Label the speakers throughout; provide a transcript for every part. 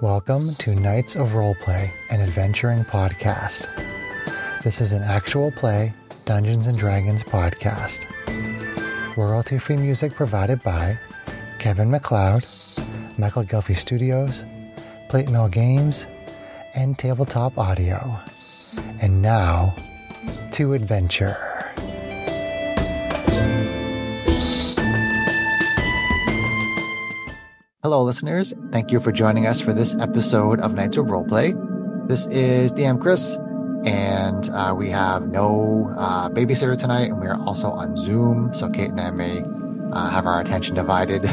Speaker 1: Welcome to Knights of Roleplay, an adventuring podcast. This is an actual play Dungeons and Dragons podcast. Royalty free music provided by Kevin McLeod, Michael Gelfie Studios, Plate Mill Games, and Tabletop Audio. And now, to adventure. Hello, listeners. Thank you for joining us for this episode of Knights of Roleplay. This is DM Chris, and uh, we have no uh, babysitter tonight, and we are also on Zoom, so Kate and I may uh, have our attention divided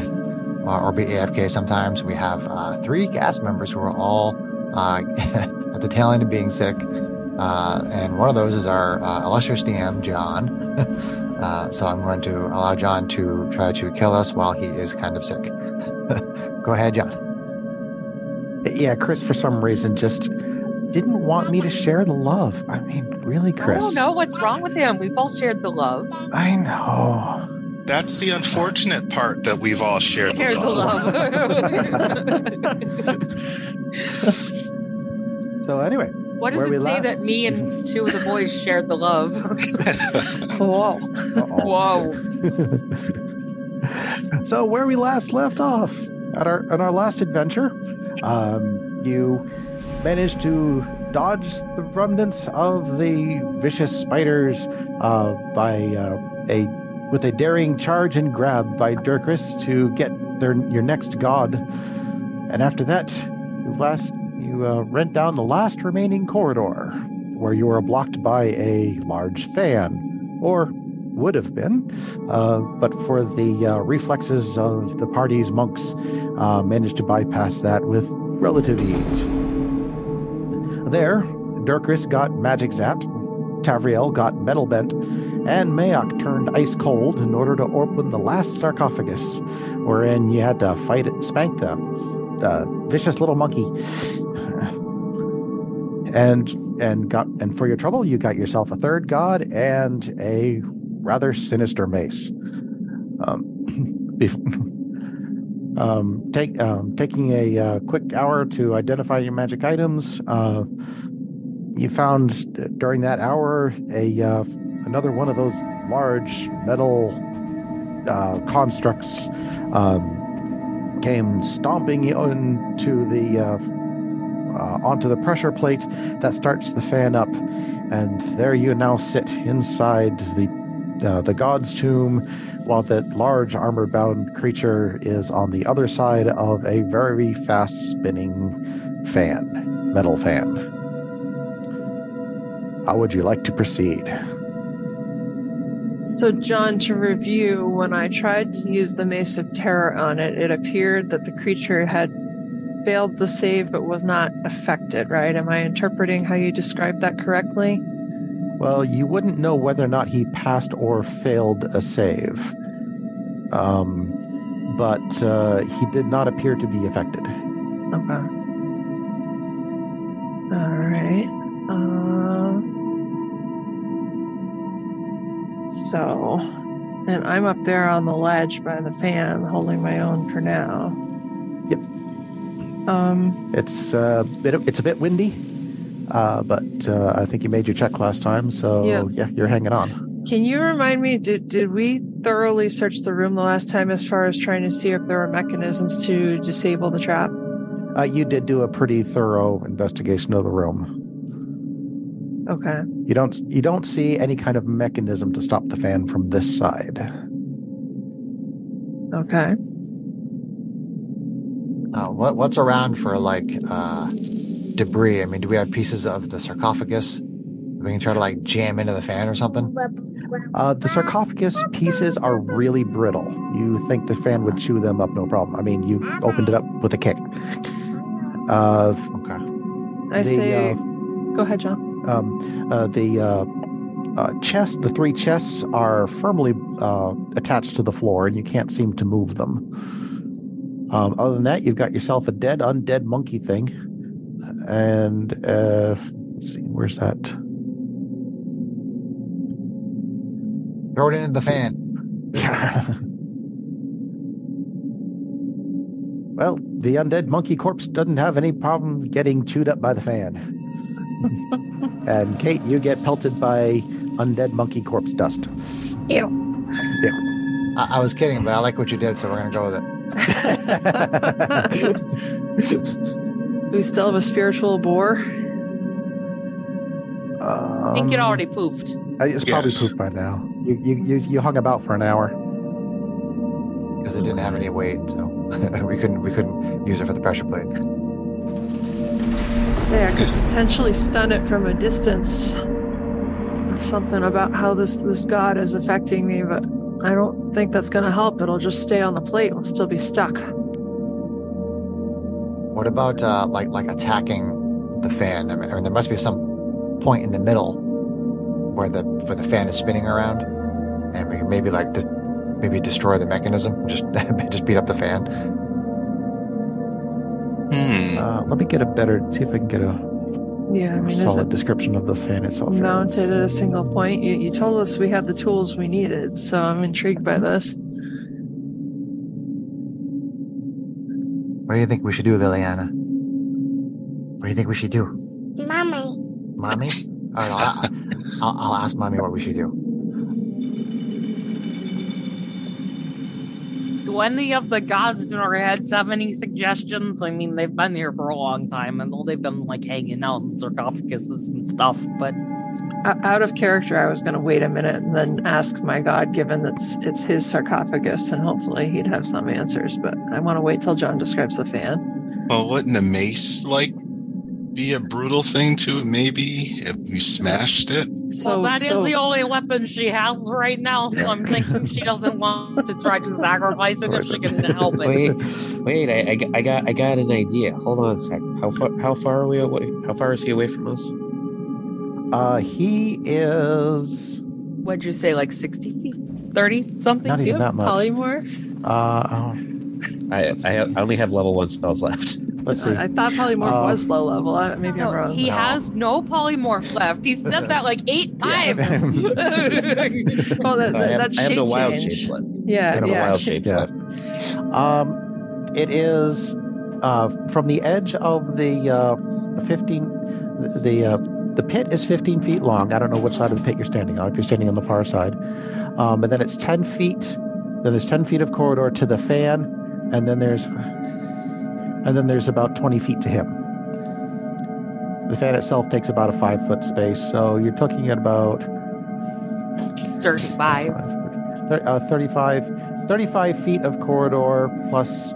Speaker 1: or, or be AFK sometimes. We have uh, three cast members who are all uh, at the tail end of being sick, uh, and one of those is our uh, illustrious DM, John. uh, so I'm going to allow John to try to kill us while he is kind of sick. Go ahead, John.
Speaker 2: Yeah, Chris, for some reason, just didn't want me to share the love. I mean, really, Chris?
Speaker 3: I don't know what's wrong with him. We've all shared the love.
Speaker 2: I know.
Speaker 4: That's the unfortunate part that we've all shared.
Speaker 3: Shared the love.
Speaker 2: So anyway,
Speaker 3: what does
Speaker 2: Where we
Speaker 3: it say
Speaker 2: left?
Speaker 3: that me and two of the boys shared the love? Whoa. Whoa.
Speaker 2: so where we last left off at our on our last adventure, um, you managed to dodge the remnants of the vicious spiders uh, by uh, a with a daring charge and grab by Durkris to get their your next god, and after that, you last you uh, rent down the last remaining corridor where you were blocked by a large fan, or would have been uh, but for the uh, reflexes of the party's monks, uh, managed to bypass that with relative ease. There, Durkris got magic zapped, Tavriel got metal bent, and Mayok turned ice cold in order to open the last sarcophagus, wherein you had to fight it, spank the, the vicious little monkey. And and got and for your trouble, you got yourself a third god and a rather sinister mace. Um, bef- um, take, um, taking a uh, quick hour to identify your magic items, uh, you found d- during that hour a uh, another one of those large metal uh, constructs um, came stomping into the uh, uh, onto the pressure plate that starts the fan up, and there you now sit inside the uh, the god's tomb, while that large armor bound creature is on the other side of a very fast spinning fan, metal fan. How would you like to proceed?
Speaker 5: So, John, to review, when I tried to use the Mace of Terror on it, it appeared that the creature had failed the save but was not affected, right? Am I interpreting how you described that correctly?
Speaker 2: Well, you wouldn't know whether or not he passed or failed a save. Um, but uh, he did not appear to be affected.
Speaker 5: Okay. All right. Um, Uh, so, and I'm up there on the ledge by the fan holding my own for now.
Speaker 2: Yep.
Speaker 5: Um,
Speaker 2: It's a bit. It's a bit windy, uh, but uh, I think you made your check last time, so
Speaker 5: Yeah.
Speaker 2: yeah you're hanging on.
Speaker 5: Can you remind me, did, did we thoroughly search the room the last time as far as trying to see if there were mechanisms to disable the trap?
Speaker 2: Uh, you did do a pretty thorough investigation of the room.
Speaker 5: Okay.
Speaker 2: You don't you don't see any kind of mechanism to stop the fan from this side.
Speaker 5: Okay.
Speaker 1: Uh, what what's around for like uh, debris? I mean, do we have pieces of the sarcophagus? We can try to like jam into the fan or something.
Speaker 2: Uh, the sarcophagus pieces are really brittle. You think the fan would chew them up, no problem. I mean, you opened it up with a kick. Uh,
Speaker 1: Okay.
Speaker 5: I
Speaker 2: the,
Speaker 5: say,
Speaker 2: uh,
Speaker 5: go ahead, John.
Speaker 2: um, uh, the uh, uh, chest, the three chests are firmly uh, attached to the floor, and you can't seem to move them. Um, other than that, you've got yourself a dead, undead monkey thing, and uh, let's see, where's that?
Speaker 1: Throw it into the fan.
Speaker 2: well, the undead monkey corpse doesn't have any problem getting chewed up by the fan. and Kate, you get pelted by undead monkey corpse dust.
Speaker 5: Ew.
Speaker 1: I, I was kidding, but I like what you did, so we're gonna go with it.
Speaker 5: We still have a spiritual boar.
Speaker 3: I think it
Speaker 2: Um,
Speaker 3: already poofed.
Speaker 2: Uh, It's probably
Speaker 4: Yes.
Speaker 2: pooped by now. You, you you you hung about for an hour.
Speaker 1: Because it didn't have any weight, so we couldn't we couldn't use it for the pressure plate.
Speaker 5: Say I could
Speaker 4: Yes.
Speaker 5: potentially stun it from a distance. Something about how this this god is affecting me, but I don't think that's going to help. It'll just stay on the plate. We'll still be stuck.
Speaker 1: What about uh, like like attacking the fan? I mean, I mean, there must be some point in the middle where the where the fan is spinning around, and we can maybe like just maybe destroy the mechanism, and just just beat up the fan.
Speaker 4: Hmm.
Speaker 2: Uh, let me get a better. See if I can get a
Speaker 5: Yeah, I mean, is
Speaker 2: solid
Speaker 5: it
Speaker 2: description of the fan itself. here.
Speaker 5: mounted at a single point? You, you told us we had the tools we needed, so I'm intrigued by this.
Speaker 1: What do you think we should do, Liliana? What do you think we should do,
Speaker 6: Mommy,
Speaker 1: mommy? I don't know, I, I'll, I'll ask mommy what we should do.
Speaker 3: Do any of the gods in our heads have any suggestions? I mean, they've been here for a long time, and they've been like hanging out in sarcophaguses and stuff. But
Speaker 5: O- out of character, I was going to wait a minute and then ask my god, given that it's, it's his sarcophagus, and hopefully he'd have some answers. But I want to wait till John describes the fan.
Speaker 4: Well, wouldn't a mace like be a brutal thing to maybe if you smashed it?
Speaker 5: So
Speaker 3: well, that is
Speaker 5: so-
Speaker 3: the only weapon she has right now. So I'm thinking she doesn't want to try to sacrifice it if she can help it.
Speaker 7: Wait, wait! I, I, got- I got, I got an idea. Hold on a sec. How far, how far are we away? How far is he away from us?
Speaker 2: Uh, he is
Speaker 3: What'd you say, like 60 feet? 30 something?
Speaker 2: not even
Speaker 3: Yeah.
Speaker 2: that much.
Speaker 5: polymorph.
Speaker 2: Uh, oh,
Speaker 7: I, I, have, I only have level one spells left.
Speaker 2: let's see.
Speaker 5: I, I thought polymorph
Speaker 2: Uh,
Speaker 5: was low level. I, maybe I'm
Speaker 3: No,
Speaker 5: wrong.
Speaker 3: he
Speaker 2: No.
Speaker 3: has no polymorph left. He said that like eight
Speaker 2: Yeah.
Speaker 3: times.
Speaker 5: well, that,
Speaker 7: I
Speaker 5: that,
Speaker 7: have,
Speaker 5: that's
Speaker 7: I have
Speaker 5: shape
Speaker 7: no wild
Speaker 5: change.
Speaker 7: shapes left. I
Speaker 5: Yeah,
Speaker 7: have no
Speaker 5: yeah.
Speaker 7: wild shapes
Speaker 2: Yeah.
Speaker 7: left.
Speaker 2: Um, it is uh, from the edge of the uh, 15. the- The uh, the pit is 15 feet long. I don't know what side of the pit you're standing on. If you're standing on the far side, um, and then it's 10 feet. Then there's 10 feet of corridor to the fan, and then there's and then there's about 20 feet to him. The fan itself takes about a five foot space, so you're talking at about
Speaker 3: 35.
Speaker 2: thir- uh, 35, 35 feet of corridor plus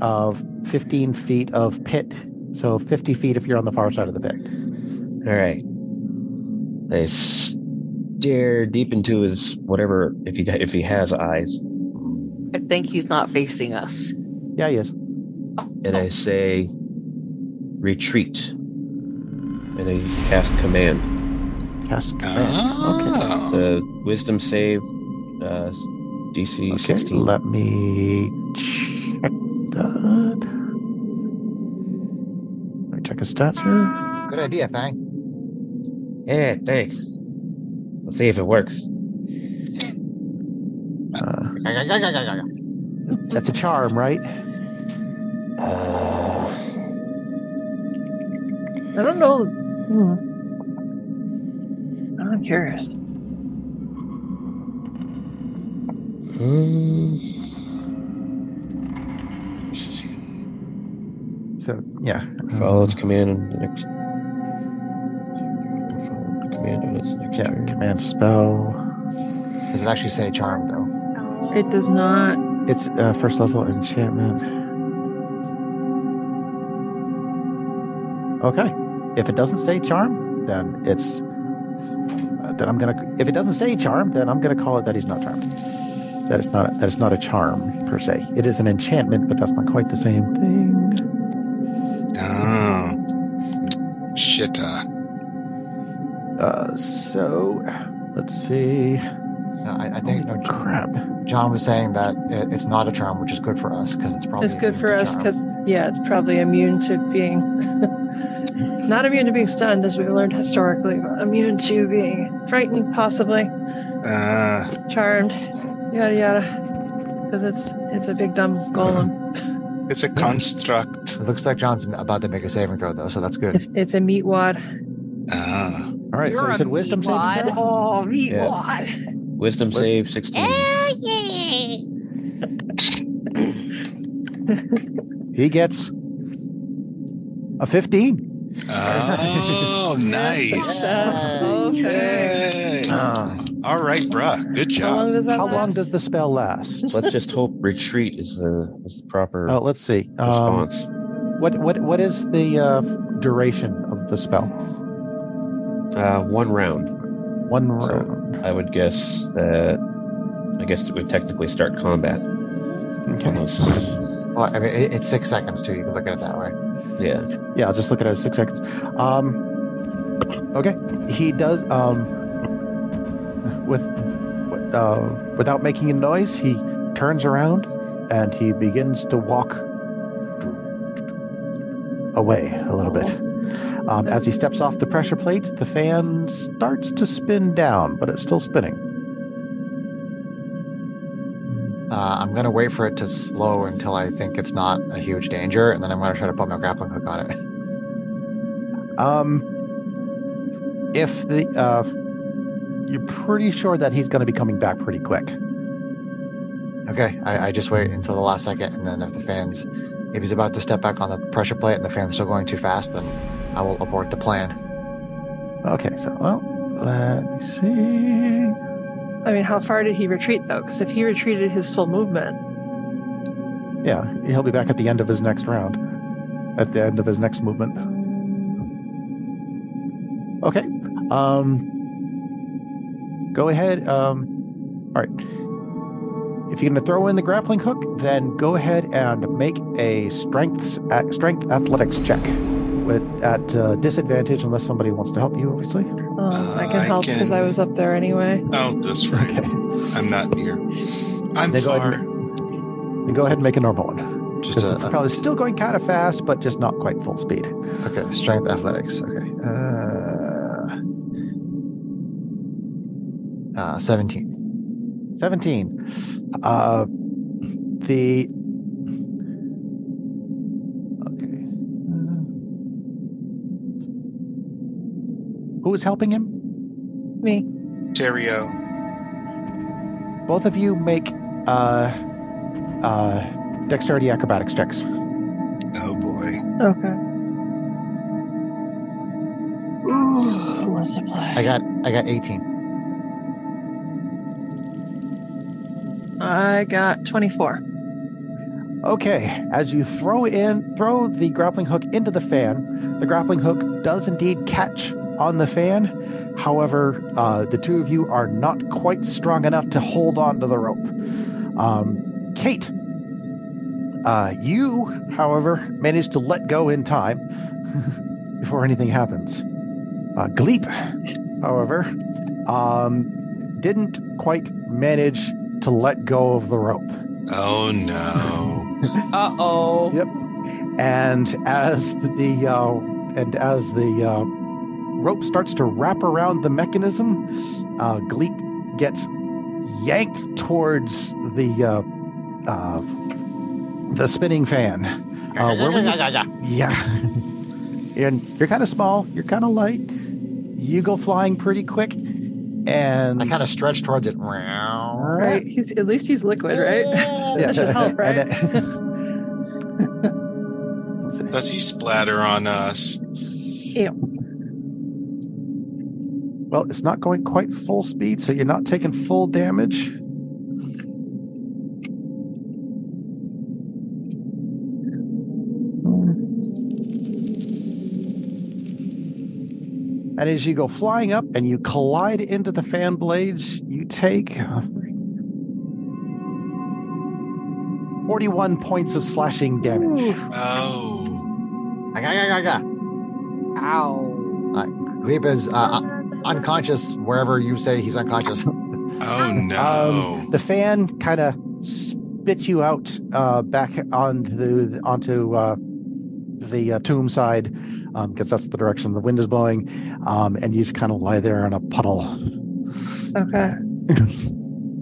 Speaker 2: of 15 feet of pit. So 50 feet if you're on the far side of the pit.
Speaker 7: All right. I stare deep into his whatever if he if he has eyes,
Speaker 3: I think he's not facing us.
Speaker 2: Yeah, he is.
Speaker 7: and I say, "Retreat." And I cast command.
Speaker 2: Cast command.
Speaker 4: Ah.
Speaker 2: Oh,
Speaker 7: It's a Wisdom save, uh, DC
Speaker 2: Okay,
Speaker 7: 16.
Speaker 2: let me check that. Let me check his stats here.
Speaker 1: Good idea, Fang.
Speaker 7: Yeah, thanks. We'll see if it works.
Speaker 2: Uh,
Speaker 1: It's
Speaker 2: that's a charm, right?
Speaker 7: Uh,
Speaker 5: I don't know. Hmm. I'm curious.
Speaker 7: hmm.
Speaker 2: So, yeah.
Speaker 7: Follow its command on the next. Follow the command on its next
Speaker 2: Yeah,
Speaker 7: turn.
Speaker 2: command spell.
Speaker 1: Does it actually say charm though?
Speaker 5: It does not.
Speaker 2: It's uh, first level enchantment. Okay. If it doesn't say charm, then it's uh, then I'm gonna. If it doesn't say charm, then I'm gonna call it that he's not charmed. That it's not. That it's not a charm per se. It is an enchantment, but that's not quite the same thing.
Speaker 4: Oh. Shit. uh,
Speaker 2: Uh, so let's see.
Speaker 1: No, I, I
Speaker 2: Holy
Speaker 1: think no,
Speaker 2: crap!
Speaker 1: John was saying that it, it's not a charm, which is good for us because it's probably
Speaker 5: It's good for
Speaker 1: a
Speaker 5: us
Speaker 1: charm.
Speaker 5: because yeah, it's probably immune to being not immune to being stunned, as we've learned historically, but immune to being frightened, possibly
Speaker 4: Uh.
Speaker 5: charmed, yada yada. Because it's it's a big dumb golem.
Speaker 4: It's a construct.
Speaker 1: It looks like John's about to make a saving throw, though, so that's good.
Speaker 5: It's it's a meat wad.
Speaker 4: Ah,
Speaker 2: All right, so
Speaker 3: You're
Speaker 2: you
Speaker 3: a
Speaker 2: said wisdom saving
Speaker 3: meatwad.
Speaker 2: throw?
Speaker 5: Oh, meat
Speaker 7: Yeah.
Speaker 5: wad.
Speaker 7: Wisdom
Speaker 1: What?
Speaker 7: save 16.
Speaker 2: He gets a 15.
Speaker 4: oh, nice.
Speaker 5: Success. Okay.
Speaker 4: Yay.
Speaker 2: Ah.
Speaker 4: All right, bruh. Good
Speaker 5: How
Speaker 4: job.
Speaker 5: long does that
Speaker 2: How
Speaker 5: last?
Speaker 2: long does the spell last?
Speaker 7: Let's just hope retreat is the, is the proper
Speaker 2: Oh, let's see. Um,
Speaker 7: response.
Speaker 2: what what what is the uh, duration of the spell?
Speaker 7: Uh, one round.
Speaker 2: One
Speaker 7: So-
Speaker 2: round.
Speaker 7: I would guess that. I guess it would technically start combat.
Speaker 2: Okay.
Speaker 7: Unless,
Speaker 1: Well, I mean, it, it's six seconds too. You can look at it that way.
Speaker 7: yeah.
Speaker 2: Yeah, I'll just look at it as six seconds. Um, okay, he does. Um, with with, uh, without making a noise, he turns around and he begins to walk away a little bit. Um, as he steps off the pressure plate, the fan starts to spin down, but it's still spinning.
Speaker 1: Uh, I'm gonna wait for it to slow until I think it's not a huge danger, and then I'm gonna try to put my grappling hook on it.
Speaker 2: Um, if the uh, you're pretty sure that he's going to be coming back pretty quick.
Speaker 1: Okay, I, I just wait until the last second, and then if the fans, if he's about to step back on the pressure plate and the fan's still going too fast, then I will abort the plan.
Speaker 2: Okay, so well, let me see.
Speaker 5: I mean, how far did he retreat though? Because if he retreated his full movement,
Speaker 2: Yeah, he'll be back at the end of his next round, at the end of his next movement. Okay, um, go ahead. Um, all right. If you're going to throw in the grappling hook, then go ahead and make a strength a- strength athletics check with at uh, disadvantage unless somebody wants to help you, obviously.
Speaker 5: um,
Speaker 4: Uh,
Speaker 5: I can
Speaker 4: I
Speaker 5: help because I
Speaker 4: can-
Speaker 5: was up there anyway.
Speaker 4: Oh, that's right.
Speaker 2: Okay,
Speaker 4: I'm not near. I'm
Speaker 2: They go ahead
Speaker 4: far.
Speaker 2: then go ahead and make a normal one.
Speaker 1: Just
Speaker 2: Because
Speaker 1: a,
Speaker 2: the propel is still going kind of fast, but just not quite full speed.
Speaker 1: okay, strength athletics. Okay, uh, uh, seventeen.
Speaker 2: 17. Uh, the. Okay. Who is helping him?
Speaker 5: Me.
Speaker 4: Terrio.
Speaker 2: Both of you make uh, uh, dexterity acrobatics checks.
Speaker 4: Oh boy.
Speaker 5: Okay. Ooh, who wants to play?
Speaker 1: I got I got eighteen.
Speaker 5: I got 24.
Speaker 2: Okay, as you throw in throw the grappling hook into the fan, the grappling hook does indeed catch on the fan. However, uh, the two of you are not quite strong enough to hold on to the rope. Um, Kate, uh, you, however, manage to let go in time before anything happens. Uh, Gleep, however, um, didn't quite manage to let go of the rope.
Speaker 4: Oh no.
Speaker 3: Uh oh.
Speaker 2: Yep. and as the uh, and as the uh, rope starts to wrap around the mechanism, uh, Gleek gets yanked towards the uh, uh, the spinning fan. Uh, where were you? Yeah, and you're kind of small. You're kind of light. You go flying pretty quick, and
Speaker 1: I kind of stretch towards it.
Speaker 5: All right. He's at least he's liquid, right?
Speaker 2: Yeah.
Speaker 5: That should help, right?
Speaker 2: And it-
Speaker 4: Does he splatter on us?
Speaker 2: well, it's not going quite full speed, so you're not taking full damage. And as you go flying up and you collide into the fan blades, you take uh, 41 points of slashing damage.
Speaker 4: Oh.
Speaker 3: Ow.
Speaker 1: Gleep is uh, un- unconscious wherever you say he's unconscious.
Speaker 4: Oh no.
Speaker 2: the fan kind of spits you out uh, back on the onto uh, the uh, tomb side because that's the direction the wind is blowing, um, and you just kind of lie there in a puddle.
Speaker 5: Okay.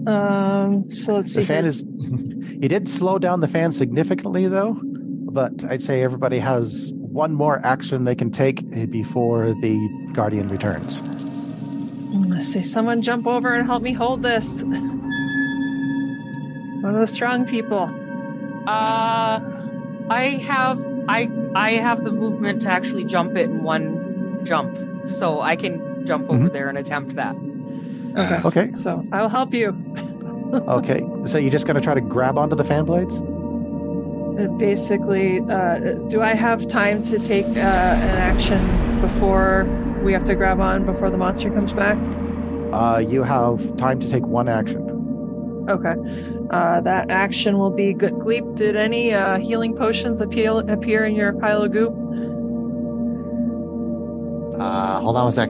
Speaker 5: Um, so let's see.
Speaker 2: The fan
Speaker 5: here.
Speaker 2: is. He did slow down the fan significantly, though. but I'd say everybody has one more action they can take eh, before the guardian returns.
Speaker 5: Mm, Let's see, someone jump over and help me hold this. One of the strong people.
Speaker 3: Uh, I have I I have the movement to actually jump it in one jump, so I can jump
Speaker 5: Mm-hmm.
Speaker 3: over there and attempt that.
Speaker 4: Uh,
Speaker 2: Okay.
Speaker 5: So I'll help you.
Speaker 2: Okay. So you're just going to try to grab onto the fan blades?
Speaker 5: It Basically, uh, do I have time to take uh, an action before we have to grab on before the monster comes back?
Speaker 2: Uh, you have time to take one action.
Speaker 5: Okay. Uh, that action will be good. Gleep, did any uh, healing potions appeal, appear in your pile of goop?
Speaker 1: Uh, hold on one sec.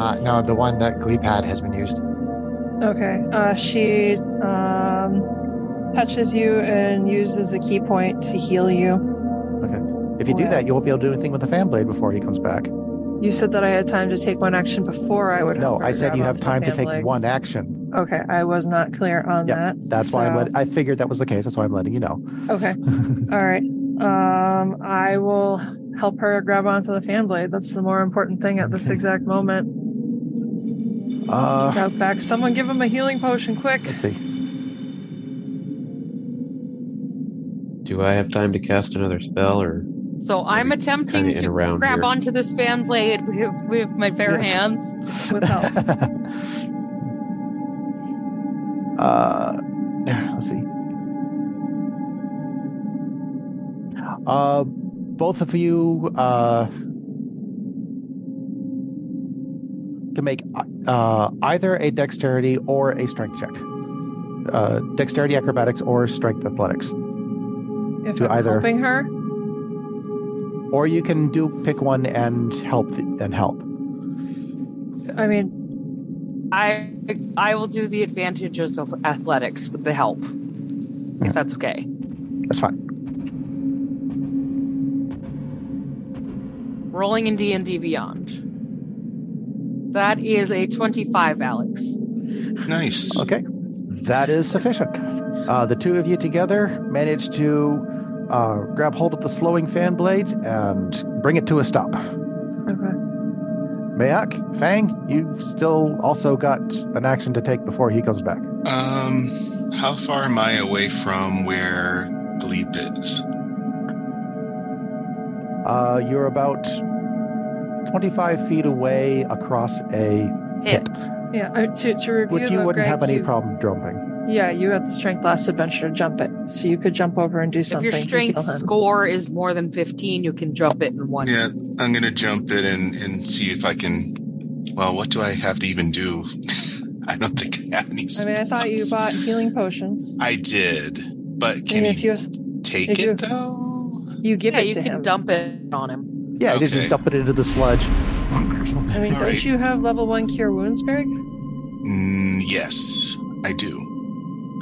Speaker 1: Uh, no, the one that Gleep had has been used.
Speaker 5: Okay. Uh, she um, touches you and uses a key point to heal you.
Speaker 2: If you do
Speaker 5: Well-
Speaker 2: that, you won't be able to do anything with the fan blade before he comes back.
Speaker 5: You said that I had time to take one action before I would.
Speaker 2: No,
Speaker 5: help her
Speaker 2: I said
Speaker 5: grab
Speaker 2: you have
Speaker 5: onto the
Speaker 2: time to
Speaker 5: fan
Speaker 2: take
Speaker 5: leg.
Speaker 2: one action.
Speaker 5: Okay, I was not clear on
Speaker 2: Yeah,
Speaker 5: that.
Speaker 2: That's why I'm
Speaker 5: so-
Speaker 2: let- I figured that was the case. That's why I'm letting you know.
Speaker 5: Okay. All right. Um, I will help her grab onto the fan blade. That's the more important thing at this
Speaker 2: Okay.
Speaker 5: exact moment.
Speaker 2: Uh,
Speaker 5: Out back. Someone give him a healing potion, quick.
Speaker 2: let's see.
Speaker 7: Do I have time to cast another spell or
Speaker 3: So I'm attempting
Speaker 7: kinda in
Speaker 3: to
Speaker 7: a round
Speaker 3: grab
Speaker 7: here?
Speaker 3: onto this fan blade with, with my bare
Speaker 2: Yes.
Speaker 3: hands.
Speaker 5: With help.
Speaker 2: uh, let's see. Uh, both of you uh, can make uh, either a dexterity or a strength check. Uh, dexterity acrobatics or strength athletics,
Speaker 5: If
Speaker 2: Do
Speaker 5: I'm
Speaker 2: either.
Speaker 5: helping her.
Speaker 2: or you can do pick one and help and help.
Speaker 5: I mean,
Speaker 3: I I will do the advantages of athletics with the help, if that's okay.
Speaker 2: That's fine.
Speaker 3: Rolling in D and D Beyond. That is a twenty-five, Alex.
Speaker 4: nice.
Speaker 2: Okay, that is sufficient. Uh, the two of you together manage to uh, grab hold of the slowing fan blades and bring it to a stop.
Speaker 5: okay.
Speaker 2: Mayak, Fang, you've still also got an action to take before he comes back.
Speaker 4: Um, how far am I away from where Gleep is?
Speaker 2: Uh, you're about 25 feet away across a
Speaker 3: Hit.
Speaker 5: Yeah. uh, To to review
Speaker 2: which you
Speaker 5: though,
Speaker 2: wouldn't
Speaker 5: Greg,
Speaker 2: have any
Speaker 5: you-
Speaker 2: problem jumping.
Speaker 5: Yeah, you had the strength last adventure to jump it, so you could jump over and do
Speaker 3: If
Speaker 5: something.
Speaker 3: your strength
Speaker 5: to heal him.
Speaker 3: score is more than fifteen, you can jump it in one.
Speaker 4: Yeah, I'm gonna jump it and and see if I can. Well, what do I have to even do? I don't think I have any.
Speaker 5: I mean, I thought you
Speaker 4: spells.
Speaker 5: bought healing potions.
Speaker 4: I did, but
Speaker 5: I mean,
Speaker 4: can
Speaker 5: if
Speaker 4: he
Speaker 5: you
Speaker 4: take
Speaker 5: if
Speaker 4: it
Speaker 5: you-
Speaker 4: though?
Speaker 5: you give
Speaker 3: Yeah,
Speaker 5: it
Speaker 3: you
Speaker 5: to
Speaker 3: can
Speaker 5: him.
Speaker 3: dump it on him.
Speaker 2: Yeah, you
Speaker 4: Okay.
Speaker 2: just dump it into the sludge.
Speaker 5: I mean,
Speaker 4: All
Speaker 5: don't
Speaker 4: right.
Speaker 5: you have level one cure wounds, Greg?
Speaker 4: Mm, yes, I do.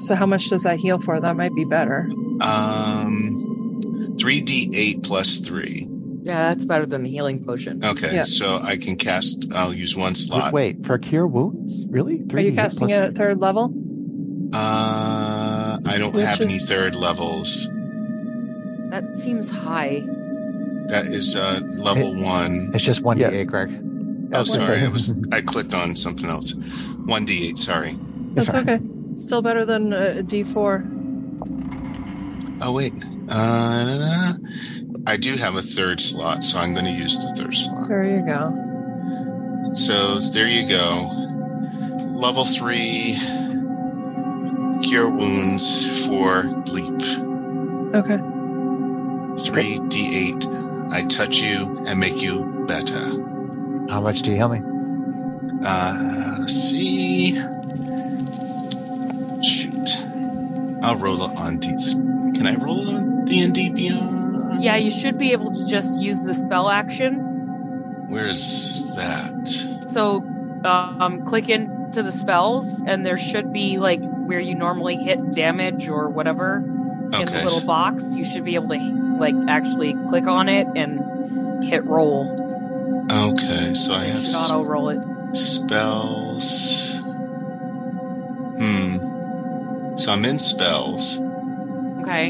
Speaker 5: So how much does that heal for? That might be better.
Speaker 4: Um, three d eight plus three.
Speaker 3: Yeah, that's better than the healing potion.
Speaker 4: Okay,
Speaker 5: Yeah.
Speaker 4: so I can cast. I'll use one slot.
Speaker 2: Wait, for cure wounds? Really?
Speaker 5: Are you
Speaker 2: 3D
Speaker 5: casting
Speaker 2: plus-
Speaker 5: it at third level?
Speaker 4: Uh, I don't
Speaker 5: Which
Speaker 4: have any
Speaker 5: is-
Speaker 4: third levels.
Speaker 3: That seems high.
Speaker 4: That is uh level one.
Speaker 1: It's just one
Speaker 2: Yeah.
Speaker 1: d8, Greg.
Speaker 4: Oh,
Speaker 2: That's
Speaker 4: sorry,
Speaker 2: okay.
Speaker 4: I was I clicked on something else. One d eight. Sorry.
Speaker 5: That's
Speaker 2: Sorry.
Speaker 5: okay. Still better than uh, a D4.
Speaker 4: Oh wait. Uh, I do have a third slot, so I'm going to use the third slot.
Speaker 5: There you go.
Speaker 4: So there you go. Level three. Cure wounds for bleep.
Speaker 5: Okay.
Speaker 4: Three d eight. I touch you and make you better.
Speaker 1: How much do you heal me?
Speaker 4: Uh, let's see. Shoot. I'll roll it on D. Can I roll it on D and D Beyond?
Speaker 3: Yeah, you should be able to just use the spell action.
Speaker 4: Where's that?
Speaker 3: So, um, click into the spells, and there should be like where you normally hit damage or whatever in the
Speaker 4: Okay.
Speaker 3: little box. You should be able to like actually click on it and hit roll.
Speaker 4: Okay. So I
Speaker 3: It
Speaker 4: have.
Speaker 3: should auto roll it.
Speaker 4: Spells. Hmm. So I'm in spells.
Speaker 3: Okay.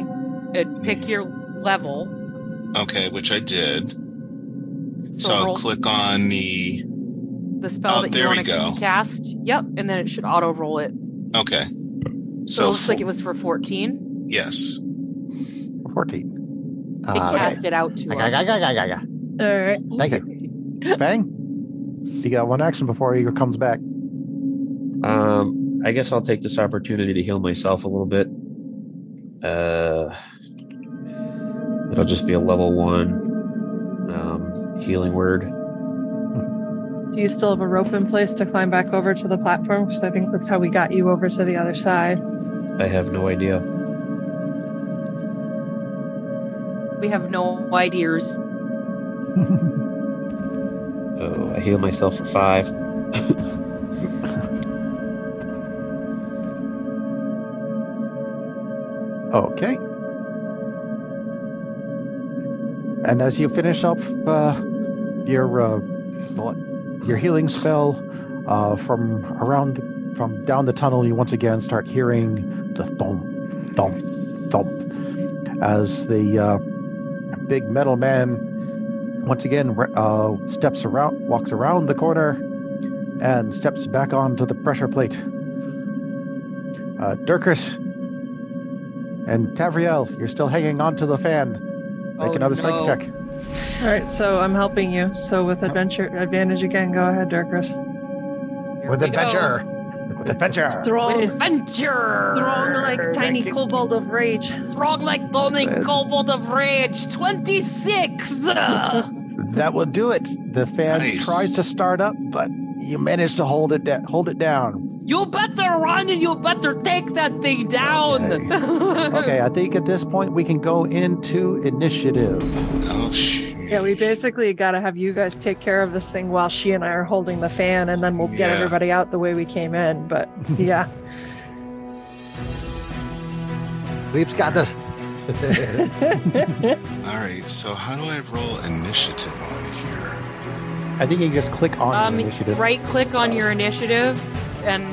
Speaker 3: and
Speaker 4: Mm.
Speaker 3: pick your level.
Speaker 4: Okay, which I did. So,
Speaker 3: So,
Speaker 4: I'll
Speaker 3: roll
Speaker 4: click on the.
Speaker 3: the spell
Speaker 4: oh,
Speaker 3: that
Speaker 4: there
Speaker 3: you
Speaker 4: we
Speaker 3: want
Speaker 4: go.
Speaker 3: to cast. Yep, and then it should auto roll it.
Speaker 4: Okay.
Speaker 3: So,
Speaker 4: So,
Speaker 3: it looks like
Speaker 4: fo-
Speaker 3: it was for 14.
Speaker 4: yes.
Speaker 2: 14.
Speaker 3: It
Speaker 1: Uh,
Speaker 3: cast it out to
Speaker 1: I-
Speaker 3: us.
Speaker 1: I- I- I- I- I-
Speaker 5: All right.
Speaker 1: Thank you.
Speaker 2: Bang. You got one action before he comes back.
Speaker 7: Um, I guess I'll take this opportunity to heal myself a little bit. Uh, it'll just be a level one um, healing word.
Speaker 5: Do you still have a rope in place to climb back over to the platform? Because I think that's how we got you over to the other side.
Speaker 7: I have no idea.
Speaker 3: We have no ideas.
Speaker 7: Oh, I heal myself for five.
Speaker 2: Okay. And as you finish up uh, your uh, the- your healing spell uh, from around from down the tunnel, you once again start hearing the thump, thump, thump as the uh, big metal man once again re- uh, steps around, walks around the corner, and steps back onto the pressure plate. Uh, Durkis, and Tavriel, you're still hanging on to the fan. Make
Speaker 3: Oh,
Speaker 2: another strength
Speaker 3: no.
Speaker 2: check.
Speaker 5: All right. So I'm helping you. So with adventure advantage again, go ahead, Durkris.
Speaker 3: Here
Speaker 1: with
Speaker 3: we go.
Speaker 1: adventure.
Speaker 2: With adventure.
Speaker 3: With
Speaker 5: Strong,
Speaker 3: adventure.
Speaker 5: strong like tiny kobold of rage.
Speaker 3: Strong like Lonely
Speaker 2: Uh,
Speaker 3: Kobold of Rage. 26! Uh,
Speaker 2: that will do it. The fan
Speaker 4: Nice.
Speaker 2: tries to start up, but you manage to hold it da- hold it down.
Speaker 3: you better run and you better take that thing down.
Speaker 2: Okay, I think at this point we can go into initiative.
Speaker 4: Oh, shoot.
Speaker 5: Yeah, we basically got to have you guys take care of this thing while she and I are holding the fan, and then we'll get
Speaker 4: Yeah.
Speaker 5: everybody out the way we came in. But yeah,
Speaker 1: Leap's got this.
Speaker 4: All right. So, how do I roll initiative on here?
Speaker 2: I think you can just click on
Speaker 3: um,
Speaker 2: your initiative.
Speaker 3: right click on your initiative and.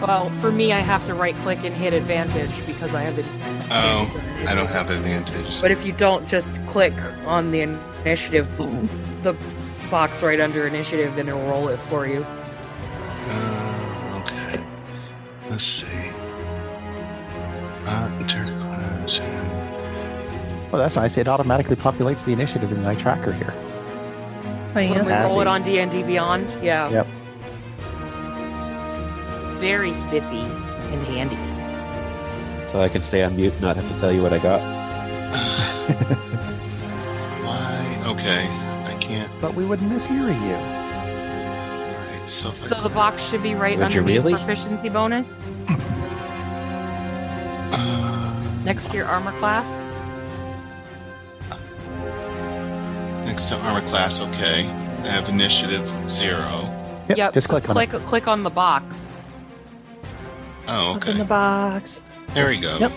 Speaker 3: Well, for me, I have to right click and hit advantage because I have it.
Speaker 4: Oh, I don't have advantage.
Speaker 3: But if you don't just click on the initiative, the box right under initiative, then it'll roll it for you.
Speaker 4: Uh, okay. Let's see. Uh, turquoise.
Speaker 2: Oh, that's nice. It automatically populates the initiative in my tracker here.
Speaker 5: I
Speaker 3: When
Speaker 5: am.
Speaker 3: we roll it on D and D Beyond, yeah.
Speaker 2: Yep.
Speaker 3: Very spiffy and handy.
Speaker 7: So I can stay on mute, and not have to tell you what I got.
Speaker 4: Why? Okay. I can't.
Speaker 2: But we would miss hearing you.
Speaker 4: All right. So, if I-
Speaker 3: So the box should be right
Speaker 7: Would
Speaker 3: under
Speaker 7: you really?
Speaker 3: proficiency bonus
Speaker 4: Uh,
Speaker 3: next to your armor class.
Speaker 4: next to armor class. Okay. I have initiative zero.
Speaker 2: Yep, just
Speaker 3: so
Speaker 2: click on
Speaker 3: click click on the box,
Speaker 4: Oh,
Speaker 5: Up in the
Speaker 4: okay.
Speaker 5: box.
Speaker 4: There we go.
Speaker 2: Yep.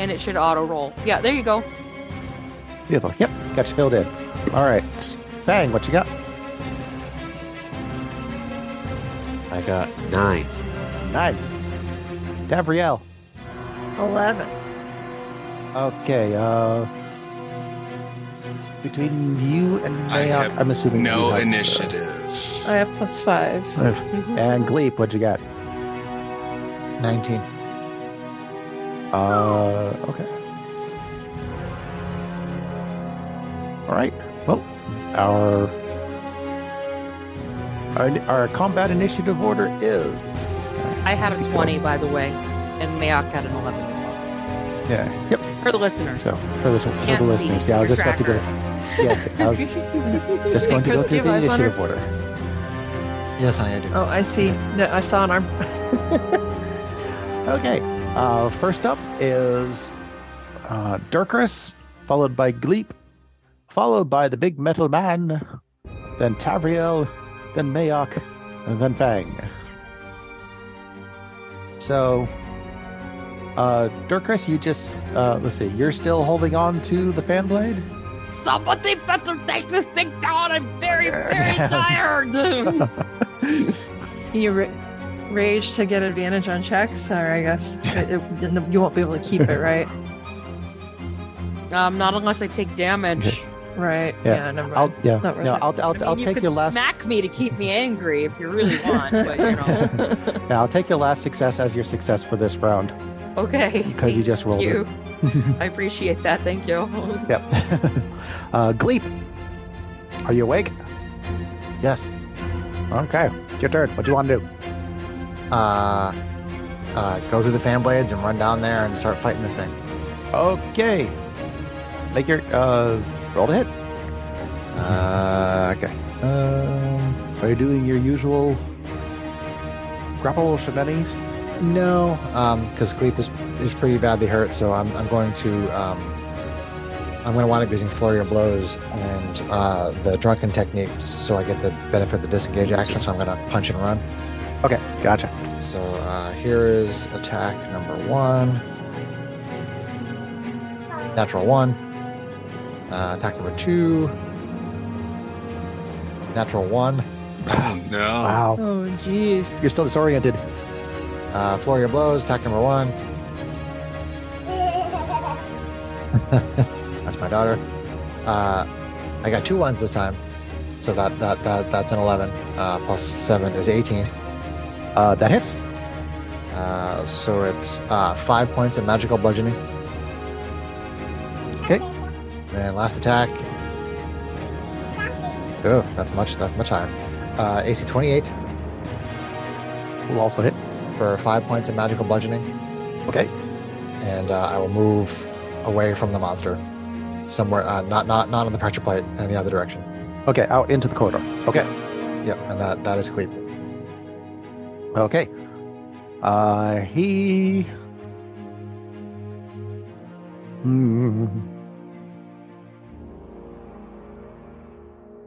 Speaker 3: and it should auto roll. Yeah, there you go.
Speaker 2: it. Beautiful. Yep, got you filled in. All right. Fang, what you got?
Speaker 7: I got nine.
Speaker 2: Nine. Davriel.
Speaker 5: Eleven.
Speaker 2: Okay, uh between you and
Speaker 4: I
Speaker 2: Mayock,
Speaker 4: have
Speaker 2: I'm assuming you
Speaker 4: No
Speaker 2: have, uh,
Speaker 4: initiative.
Speaker 5: I have plus five.
Speaker 2: and Gleep, what'd you got?
Speaker 1: 19.
Speaker 2: Uh okay. Alright. Well, our our, our combat initiative order is
Speaker 3: I had a twenty, by the way, and Mayok had an eleven as well.
Speaker 2: yeah yep
Speaker 3: For the listeners,
Speaker 2: so for the, for
Speaker 3: Can't
Speaker 2: the
Speaker 3: see
Speaker 2: listeners yeah I was
Speaker 3: your
Speaker 2: just about to go yes I was just going to go
Speaker 5: Chris, do
Speaker 2: through
Speaker 5: you have
Speaker 2: the
Speaker 5: eyes on her?
Speaker 2: initiative order
Speaker 1: Yes, honey, I do.
Speaker 5: Oh, I see. No, I saw an arm.
Speaker 2: Okay. Uh, first up is uh, Durkris, followed by Gleep, followed by the big metal man, then Tavriel, then Mayok, and then Fang. So, uh, Durkris, you just, uh, let's see, you're still holding on to the fan blade?
Speaker 3: somebody better take this thing down. I'm very very
Speaker 2: Yeah.
Speaker 3: tired.
Speaker 5: you ra- rage to get advantage on checks, or I guess it, it, you won't be able to keep it, right?
Speaker 3: Um, not unless I take damage.
Speaker 5: Right.
Speaker 2: Yeah,
Speaker 5: Yeah. never mind.
Speaker 2: I'll yeah.
Speaker 5: Not worth
Speaker 2: No,
Speaker 5: it.
Speaker 2: I'll I'll,
Speaker 3: I
Speaker 2: I'll
Speaker 3: mean, you
Speaker 2: take
Speaker 3: could
Speaker 2: your last.
Speaker 3: smack me to keep me angry if you really want, but you know.
Speaker 2: Yeah, I'll take your last success as your success for this round
Speaker 3: Okay.
Speaker 2: because you just rolled
Speaker 3: Thank
Speaker 2: it.
Speaker 3: you. I appreciate that. Thank you.
Speaker 2: Yep. uh, Gleep, are you awake?
Speaker 1: Yes.
Speaker 2: Okay, it's your turn. What do you want to do?
Speaker 1: Uh, uh, go through the fan blades and run down there and start fighting this thing.
Speaker 2: Okay, make your uh, roll to hit.
Speaker 1: Uh, okay.
Speaker 2: Um, are you doing your usual grapple shenanigans?
Speaker 1: No, um, because Gleep is, is pretty badly hurt, so I'm, I'm going to um, I'm going to wind up using flurry of blows and uh, the drunken techniques, so I get the benefit of the disengage action. So I'm going to punch and run.
Speaker 2: Okay, gotcha.
Speaker 1: So uh, here is attack number one. Natural one. Uh, attack number two. Natural one.
Speaker 4: Oh, no.
Speaker 2: Wow,
Speaker 5: Oh, jeez.
Speaker 2: you're still disoriented.
Speaker 1: Uh, Floria blows. Attack number one. That's my daughter. Uh, I got two ones this time, so that that, that that's an eleven uh, plus seven is eighteen.
Speaker 2: Uh, that hits.
Speaker 1: Uh, so it's uh, five points of magical bludgeoning.
Speaker 2: Okay.
Speaker 1: Then last attack. Oh, that's much. That's much higher. Uh, AC twenty-eight
Speaker 2: Will also hit.
Speaker 1: for five points of magical bludgeoning,
Speaker 2: Okay.
Speaker 1: and uh, I will move away from the monster, somewhere uh, not not not on the pressure plate, in the other direction.
Speaker 2: Okay, out into the corridor. Okay.
Speaker 1: Yep, and that that is cleave.
Speaker 2: Okay. Uh, he. Hmm.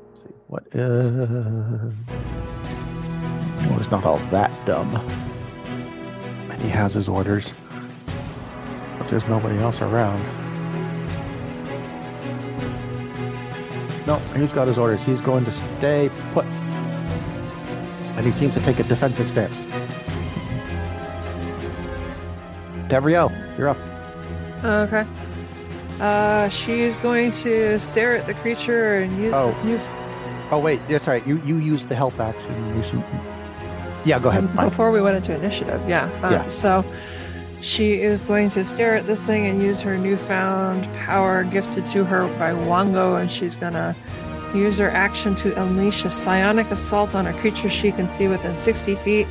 Speaker 2: Let's see what? Uh... Well, oh, it's not all that dumb. He has his orders, but there's nobody else around. No, he's got his orders. He's going to stay put, and he seems to take a defensive stance. Devriel, you're up.
Speaker 5: Okay. Uh, she's going to stare at the creature and use
Speaker 2: Oh.
Speaker 5: this new.
Speaker 2: Oh wait, that's right. You you used the help action. You should... Yeah, go ahead. Fine.
Speaker 5: Before we went into initiative, yeah. Uh,
Speaker 2: Yeah.
Speaker 5: So she is going to stare at this thing and use her newfound power gifted to her by Wango, and she's going to use her action to unleash a psionic assault on a creature she can see within 60 feet.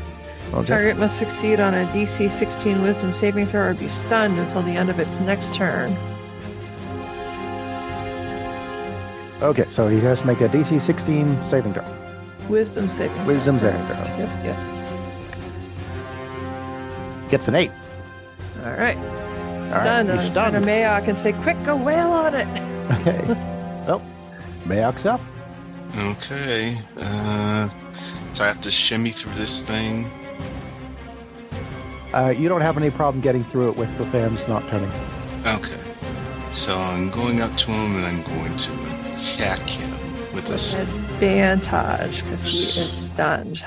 Speaker 2: Okay.
Speaker 5: Target must succeed on a DC 16 Wisdom saving throw or be stunned until the end of its next turn.
Speaker 2: Okay, so he has to make a DC 16 saving throw.
Speaker 5: Wisdom saving. throw.
Speaker 2: Wisdom saving throw.
Speaker 5: Yep, yep.
Speaker 2: Gets an eight.
Speaker 5: All right. Stunned.
Speaker 2: you're
Speaker 5: I'm
Speaker 2: stunned.
Speaker 5: to Mayock and say, "Quick, go wail on it."
Speaker 2: Okay. well, Mayok's up.
Speaker 4: Okay. Uh, so I have to shimmy through this thing.
Speaker 2: Uh, you don't have any problem getting through it with the fans not turning.
Speaker 4: Okay. So I'm going up to him and I'm going to attack him with this.
Speaker 5: Advantage, because he is stunned.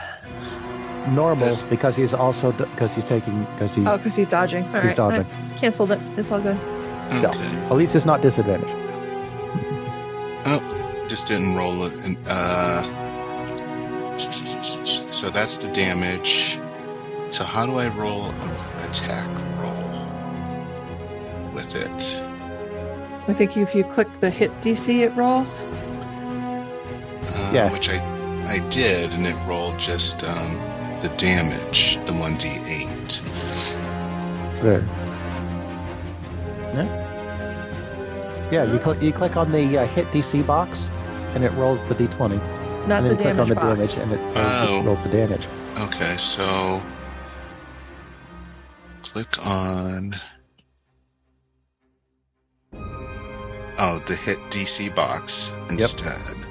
Speaker 2: Normal
Speaker 4: This-
Speaker 2: because he's also because he's taking because he
Speaker 5: Oh, because he's dodging. All right,
Speaker 2: he's dodging.
Speaker 5: I canceled it. It's all good.
Speaker 4: Okay.
Speaker 2: At least it's not disadvantaged.
Speaker 4: Just didn't roll it. And, uh, so that's the damage. So how do I roll an attack roll with it?
Speaker 5: I think if you click the hit DC, it rolls.
Speaker 4: Uh,
Speaker 2: Yeah.
Speaker 4: Which I I did, and it rolled just um, the damage, the one d eight.
Speaker 2: There. Yeah. Yeah. You click you click on the uh, hit DC box, and it rolls the D20,
Speaker 5: Not
Speaker 2: and then
Speaker 5: the
Speaker 2: you click on
Speaker 5: damage
Speaker 2: the damage,
Speaker 5: box.
Speaker 2: and it,
Speaker 4: Oh.
Speaker 2: it rolls the damage.
Speaker 4: Okay, so click on. Oh, the hit DC box instead.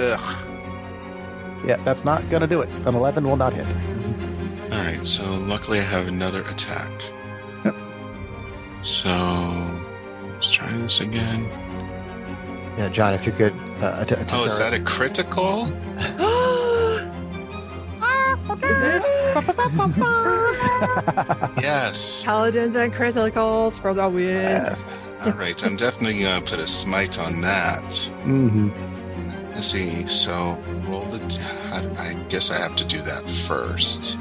Speaker 4: Ugh.
Speaker 2: Yeah, that's not gonna do it. An 11 will not hit.
Speaker 4: All right, so luckily I have another attack.
Speaker 2: Yep.
Speaker 4: So let's try this again.
Speaker 1: Yeah, John, if you could. Uh, att- att-
Speaker 4: Oh, is that a critical?
Speaker 5: Ah, is it?
Speaker 4: Yes.
Speaker 5: Paladins and criticals for the win.
Speaker 4: All right. I'm definitely going to put a smite on that.
Speaker 2: hmm
Speaker 4: Let's see. So roll the. d- how do- I guess I have to do that first.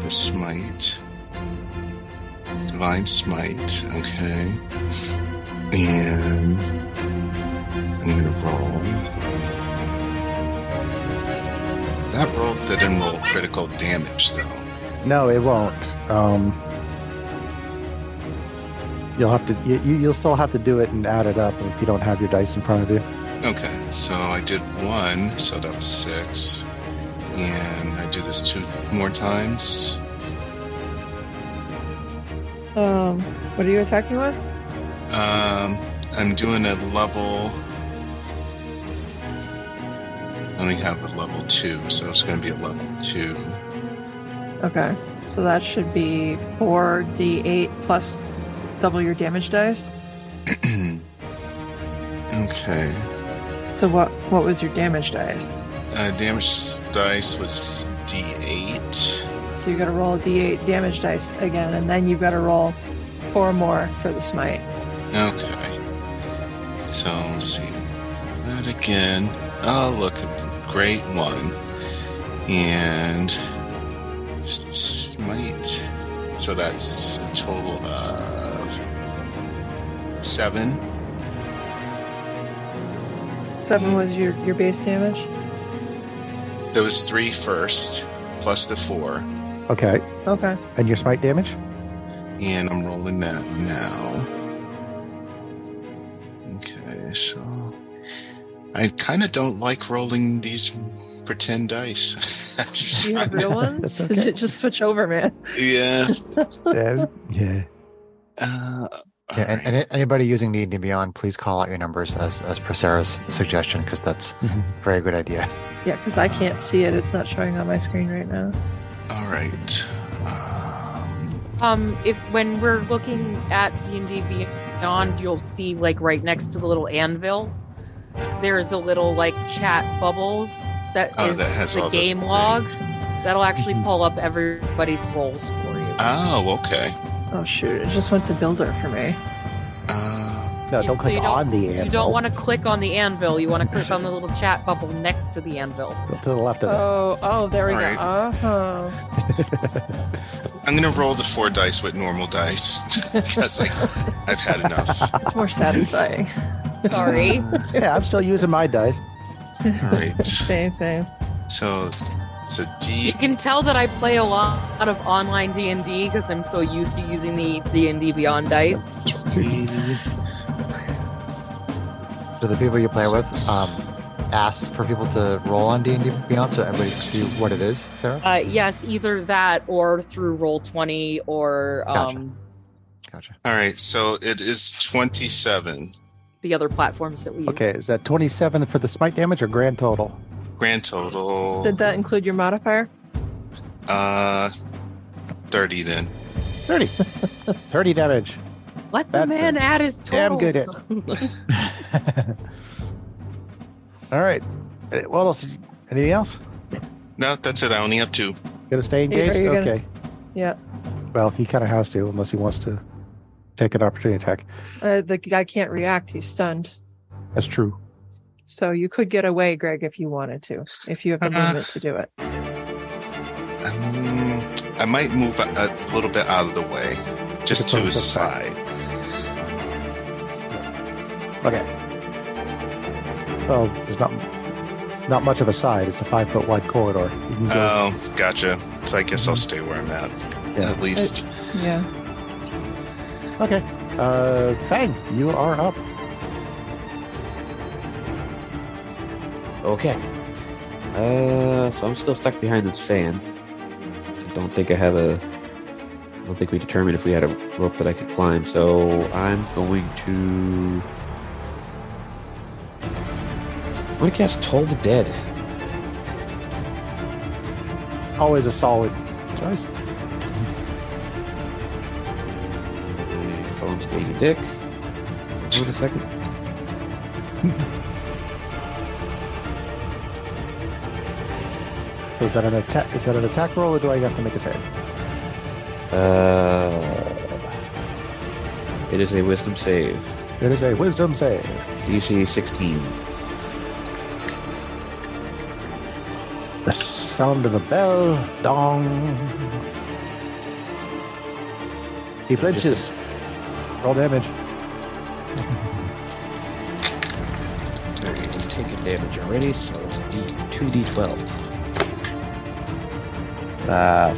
Speaker 4: The smite. Divine smite. Okay. And I'm gonna roll. That roll that didn't roll critical damage though.
Speaker 2: No, it won't. Um, you'll have to. You, you- you'll still have to do it and add it up if you don't have your dice in front of you.
Speaker 4: Okay, so I did one, so that was six. And I do this two more times.
Speaker 5: Um, what are you attacking with?
Speaker 4: Um, I'm doing a level. I only have a level two, so it's going to be a level two.
Speaker 5: Okay, so that should be four d8 plus double your damage dice.
Speaker 4: okay.
Speaker 5: So what? What was your damage dice?
Speaker 4: Uh, damage dice was d8.
Speaker 5: So you got to roll a d8 damage dice again, and then you've got to roll four more for the smite.
Speaker 4: Okay. So let's see. Roll That again. Oh, look, great one. And s- smite. So that's a total of seven.
Speaker 5: Seven was your your base damage.
Speaker 4: There was three first, plus the four,
Speaker 2: Okay,
Speaker 5: Okay.
Speaker 2: and your smite damage.
Speaker 4: and I'm rolling that now. Okay, so I kind of don't like rolling these pretend dice.
Speaker 5: Do you have real ones?
Speaker 2: That's okay.
Speaker 5: Just switch over, man.
Speaker 4: yeah.
Speaker 2: There's- yeah.
Speaker 4: Uh,
Speaker 1: Yeah, and, and anybody using Need and Beyond, please call out your numbers as as Procera's suggestion because that's
Speaker 2: Mhm.
Speaker 1: a very good idea.
Speaker 5: Yeah, because I can't see it. It's not showing on my screen right now.
Speaker 4: all right. Um,
Speaker 3: Um, if when we're looking at D and D Beyond, you'll see like right next to the little anvil, there's a little like chat bubble that is
Speaker 4: oh, that has
Speaker 3: the
Speaker 4: all
Speaker 3: game
Speaker 4: the
Speaker 3: log
Speaker 4: things.
Speaker 3: that'll actually
Speaker 2: Mhm.
Speaker 3: pull up everybody's rolls for you.
Speaker 4: Oh, okay.
Speaker 5: Oh shoot! It just went to builder for me.
Speaker 4: Uh,
Speaker 2: No,
Speaker 3: You-
Speaker 2: don't click
Speaker 3: you don't-
Speaker 2: on the
Speaker 3: you
Speaker 2: anvil.
Speaker 3: don't want to click on the anvil. You want to click on the little chat bubble next to the anvil.
Speaker 2: to the left of
Speaker 5: Oh, oh, there we go.
Speaker 4: Alright.
Speaker 5: Oh,
Speaker 4: I'm gonna roll the four dice with normal dice because I, I've had enough.
Speaker 5: it's more satisfying.
Speaker 3: Sorry.
Speaker 2: it. Yeah, I'm still using my dice.
Speaker 4: All right.
Speaker 5: same, same.
Speaker 4: So it's a D.
Speaker 3: you can tell that I play a lot of online D and D because I'm so used to using the D and D Beyond dice.
Speaker 1: So the people you play with um, ask for people to roll on D and D Beyond so everybody can see what it is. Sarah,
Speaker 3: Uh, yes, either that or through roll twenty or um,
Speaker 1: gotcha.
Speaker 4: All right. So it is 27
Speaker 3: the other platforms that we use.
Speaker 2: Okay, is that 27 for the smite damage or grand total?
Speaker 4: grand total.
Speaker 5: Did that include your modifier?
Speaker 4: Uh, 30 then.
Speaker 2: 30. 30 damage.
Speaker 3: Let the
Speaker 2: That's
Speaker 3: man
Speaker 2: a
Speaker 3: add his
Speaker 2: damn
Speaker 3: totals.
Speaker 2: good All right. Uh, What else? did you- Anything else?
Speaker 4: No, that's it. I only have two.
Speaker 2: Gonna stay
Speaker 5: Are you- are
Speaker 2: engaged?
Speaker 5: you gonna-
Speaker 2: okay.
Speaker 5: Yeah.
Speaker 2: Well, he kind of has to, unless he wants to take an opportunity attack.
Speaker 5: Uh, the guy can't react. He's stunned.
Speaker 2: That's true.
Speaker 5: So you could get away, Greg, if you wanted to, if you have the
Speaker 4: Uh-uh.
Speaker 1: Uh-huh.
Speaker 5: movement to do it.
Speaker 4: Um, I might move a, a little bit out of the way, just to
Speaker 2: Take a
Speaker 4: his
Speaker 2: close up
Speaker 4: side.
Speaker 2: Okay. Well, there's not not much of a side. It's a five foot wide corridor. You can go.
Speaker 4: Oh, gotcha. So I guess I'll stay where I'm at,
Speaker 2: Yeah.
Speaker 4: at least.
Speaker 5: Yeah.
Speaker 2: okay. Uh, Fang, you are up.
Speaker 7: Okay. Uh, so I'm still stuck behind this fan. I don't think I have a. I don't think we determined if we had a rope that I could climb. So I'm going to. I'm gonna cast Toll the Dead.
Speaker 2: Always a solid choice.
Speaker 7: My phone's being a dick. Wait a second.
Speaker 2: So is that an attack? Is that an attack roll, or do I have to make a save?
Speaker 7: Uh, it is a wisdom save.
Speaker 2: It is a wisdom save.
Speaker 7: DC 16.
Speaker 2: The sound of the bell, dong. He flinches. Roll damage.
Speaker 7: Alright, He's taken damage already, so it's D- 2d12. Uh,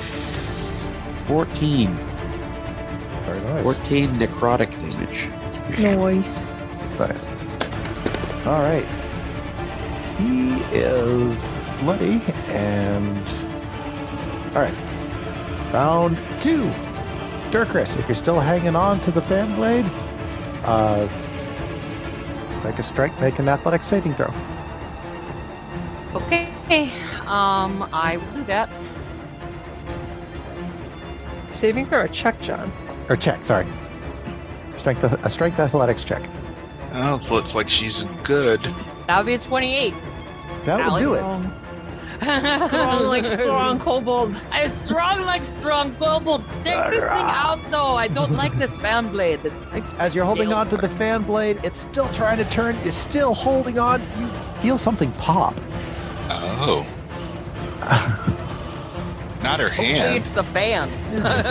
Speaker 7: 14.
Speaker 2: Very nice.
Speaker 7: 14 necrotic damage.
Speaker 5: Noise.
Speaker 2: Nice. All right. He is bloody and. All right. Round two. Dirkris, if you're still hanging on to the fan blade, uh, make a strike, make an athletic saving throw.
Speaker 3: Okay. Um, I will do that.
Speaker 5: Saving throw or check, John?
Speaker 2: Or check, sorry. Strength, a strength athletics check.
Speaker 4: Oh, looks like she's good.
Speaker 3: That would be a 28.
Speaker 2: That will do it.
Speaker 3: Alex.
Speaker 5: kobold.
Speaker 3: I'm strong like strong kobold. Take this thing out though. I don't like this fan blade. It makes me
Speaker 2: As you're holding
Speaker 3: feel
Speaker 2: on to the
Speaker 3: worse.
Speaker 2: fan blade, it's still trying to turn. You're still holding on. You feel something pop.
Speaker 4: Oh. Not her
Speaker 3: Hopefully
Speaker 4: hand.
Speaker 3: It's the fan.
Speaker 5: Is the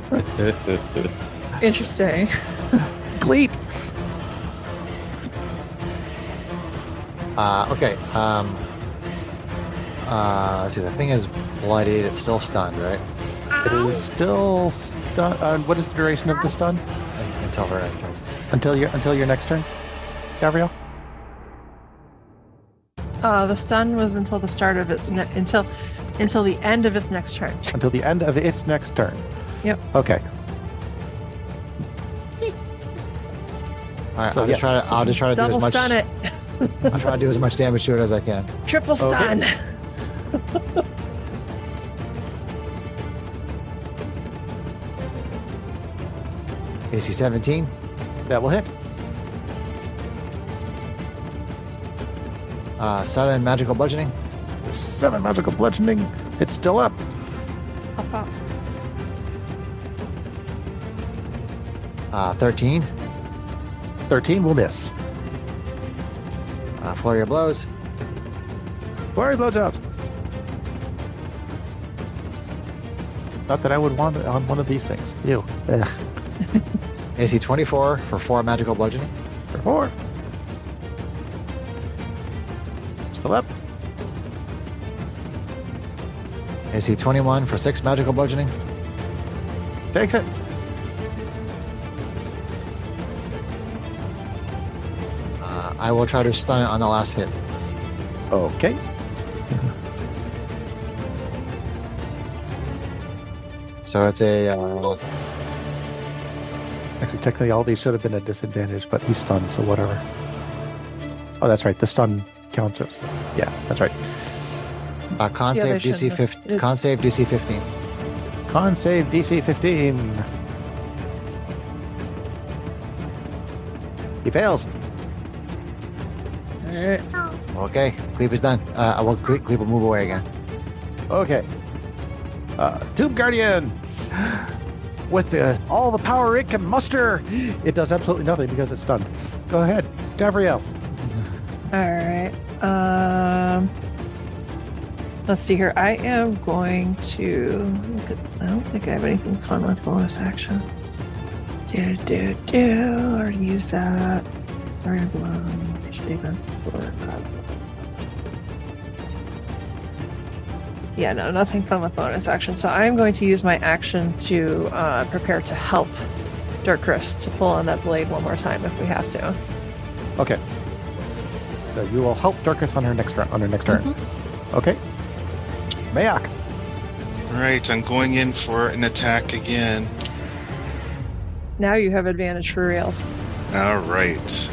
Speaker 5: fan still? Interesting.
Speaker 2: Gleep.
Speaker 1: Uh, okay. Um, uh, let's see. The thing is bloodied. It's still stunned, right?
Speaker 2: It is still stun. Uh, what is the duration of the stun?
Speaker 1: Un- Until her end turn.
Speaker 2: Until your until your next turn, Gabrielle.
Speaker 5: Uh, the stun was until the start of its ne- until until the end of its next turn.
Speaker 2: Until the end of its next turn.
Speaker 5: Yep.
Speaker 2: Okay.
Speaker 1: All right.
Speaker 2: So,
Speaker 1: I'll just
Speaker 2: yes.
Speaker 1: try to. I'll just try to do
Speaker 5: Double
Speaker 1: as much.
Speaker 5: stun it.
Speaker 1: I'll try to do as much damage to it as I can.
Speaker 5: Triple
Speaker 1: Oh,
Speaker 5: stun.
Speaker 1: AC 17.
Speaker 2: That will hit.
Speaker 1: Uh, seven magical bludgeoning.
Speaker 2: Seven magical bludgeoning. It's still up.
Speaker 5: Up, up.
Speaker 1: Uh, 13.
Speaker 2: Thirteen will miss.
Speaker 1: Uh, flurry of blows.
Speaker 2: Flurry blowjobs. Not that I would want it on one of these things. Eh, You.
Speaker 1: AC 24 for four magical bludgeoning.
Speaker 2: Four. Still up.
Speaker 1: AC 21 for six magical bludgeoning.
Speaker 2: Takes it.
Speaker 1: Uh, I will try to stun it on the last hit.
Speaker 2: Okay.
Speaker 1: So it's a. Uh,
Speaker 2: Actually, technically, all these should have been a disadvantage, but he's stunned, so whatever. Oh, that's right. The stun counts. as- Yeah, that's right.
Speaker 1: uh, con
Speaker 5: Yeah,
Speaker 1: save
Speaker 5: they
Speaker 1: DC
Speaker 5: shouldn't have.
Speaker 1: 15. Con save DC 15.
Speaker 2: Con save DC 15. He fails.
Speaker 5: Alright.
Speaker 1: Okay, Cleave is done. Uh, well, Cle- Cleave will move away again.
Speaker 2: Okay. Uh, Tomb Guardian. With the, all the power it can muster, it does absolutely nothing because it's stunned. Go ahead, Gabrielle.
Speaker 5: Alright. Um Let's see here. I am going to look at, I don't think I have anything fun with bonus action. Do do do already use that. Sorry to blow defense. Yeah, no, nothing fun with bonus action. So I am going to use my action to uh, prepare to help Dirkris to pull on that blade one more time if we have to.
Speaker 2: Okay. So you will help Darkus on her next round, on her next turn. Okay. Mayak.
Speaker 4: All right, I'm going in for an attack again.
Speaker 5: Now you have advantage for reals.
Speaker 4: All right.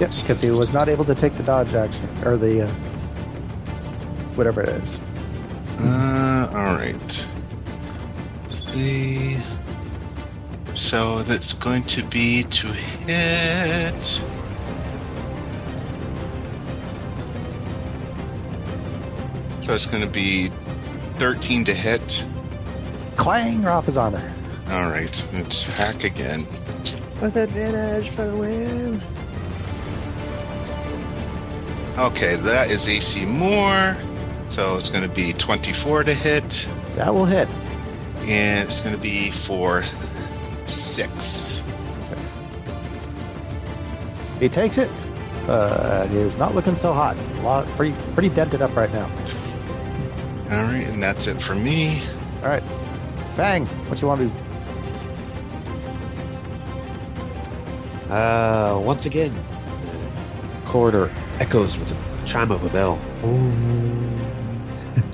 Speaker 2: Yep, because he was not able to take the dodge action or the uh, whatever it is.
Speaker 4: Uh, all right. The so that's going to be to hit. So it's going to be 13 to hit.
Speaker 2: Clang off his armor.
Speaker 4: All right, it's hack again.
Speaker 5: With advantage for the win.
Speaker 4: Okay, that is AC more. So it's going to be 24 to hit,
Speaker 2: That will hit.
Speaker 4: and it's going to be for six.
Speaker 2: He takes it. Uh, it is not looking so hot. A lot, pretty, pretty dented up right now.
Speaker 4: All right, and that's it for me.
Speaker 2: All right, Fang, what you want to do?
Speaker 7: Uh, once again, the corridor echoes with the chime of a bell.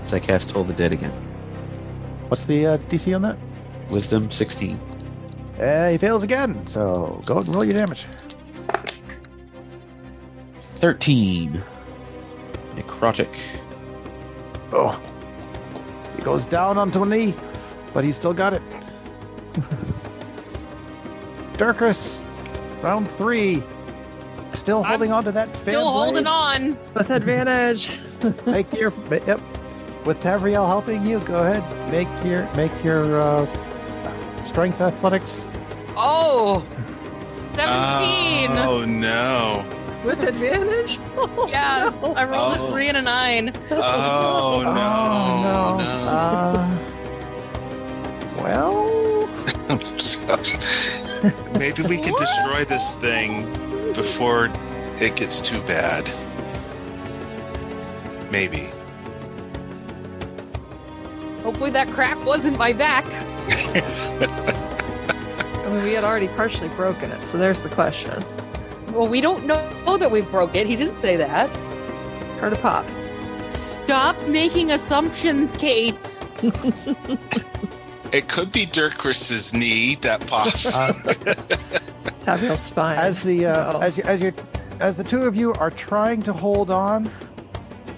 Speaker 7: As I cast Toll the Dead again.
Speaker 2: What's the uh, DC on that?
Speaker 7: Wisdom 16.
Speaker 2: Uh, he fails again. So go ahead and roll your damage.
Speaker 7: 13. Necrotic.
Speaker 2: Oh, he goes down onto a knee, but he's still got it. Dirkus, round three, still
Speaker 3: I'm
Speaker 2: holding on to that. fan
Speaker 3: Still holding
Speaker 2: blade.
Speaker 3: on.
Speaker 5: With advantage.
Speaker 2: Make your yep. With Tavriel helping you, go ahead. Make your make your uh, strength athletics.
Speaker 3: Oh, 17.
Speaker 4: Oh no!
Speaker 5: With advantage?
Speaker 3: yes, I rolled
Speaker 4: Oh.
Speaker 3: a three and a nine.
Speaker 4: Oh no!
Speaker 2: Oh, Uh, well,
Speaker 4: Oh, Maybe we can destroy this thing before it gets too bad. Maybe.
Speaker 3: Hopefully that crack wasn't my back.
Speaker 5: I mean, we had already partially broken it, so there's the question.
Speaker 3: Well, we don't know that we broke it. He didn't say that.
Speaker 5: Card to pop.
Speaker 3: Stop making assumptions, Kate.
Speaker 4: It could be Dirkris's knee that pops.
Speaker 2: Uh,
Speaker 5: Taviel's spine.
Speaker 2: as the uh,
Speaker 3: Oh.
Speaker 5: No.
Speaker 2: as you, as you as the two of you are trying to hold on,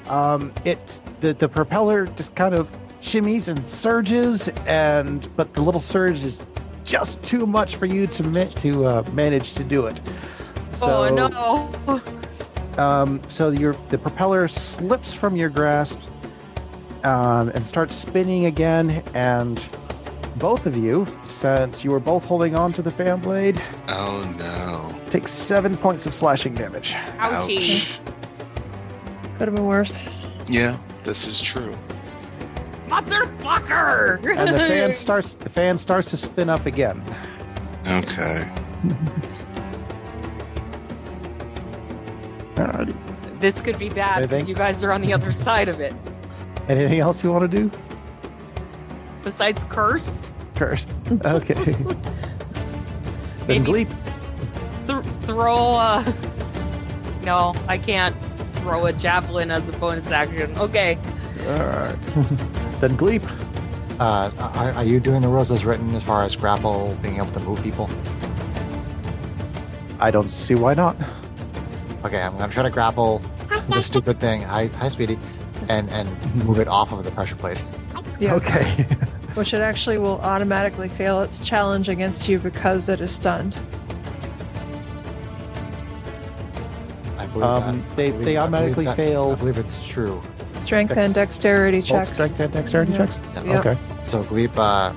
Speaker 2: um, it's the the propeller just kind of shimmies and surges, and but the little surge is just too much for you to ma- to uh, manage to do it. So,
Speaker 3: oh no.
Speaker 2: um, so your the propeller slips from your grasp um, and starts spinning again, and both of you, since you were both holding on to the fan blade,
Speaker 4: oh no!
Speaker 2: take seven points of slashing damage.
Speaker 3: Ouchie.
Speaker 5: Could have been worse.
Speaker 4: Yeah, this is true.
Speaker 3: Motherfucker.
Speaker 2: and the fan starts the fan starts to spin up again.
Speaker 4: Okay.
Speaker 2: Alrighty.
Speaker 3: this could be bad
Speaker 2: Anything?
Speaker 3: because you guys are on the other side of it.
Speaker 2: Anything else you want to do?
Speaker 3: Besides curse,
Speaker 2: Curse. Okay. then
Speaker 3: Maybe-
Speaker 2: Gleep.
Speaker 3: th- throw a. No, I can't throw a javelin as a bonus action. Okay.
Speaker 2: Alright. then Gleep.
Speaker 1: Uh, are, are you doing the rules as written as far as grapple, being able to move people?
Speaker 2: I don't see why not.
Speaker 1: Okay, I'm gonna try to grapple the stupid thing. Hi, hi, sweetie, and and move it off of the pressure plate.
Speaker 5: Yeah.
Speaker 2: Okay.
Speaker 5: Which it actually will automatically fail its challenge against you because it is stunned.
Speaker 1: I believe
Speaker 2: Um,
Speaker 1: that. I
Speaker 2: they-
Speaker 1: believe-
Speaker 2: they
Speaker 1: I believe
Speaker 2: automatically
Speaker 1: that-
Speaker 2: fail.
Speaker 1: I believe it's true.
Speaker 5: Strength and dexterity
Speaker 2: Both
Speaker 5: checks.
Speaker 2: strength and dexterity
Speaker 5: Yeah.
Speaker 2: checks.
Speaker 1: Yeah.
Speaker 5: Yep.
Speaker 2: Okay.
Speaker 1: So Gleep, uh,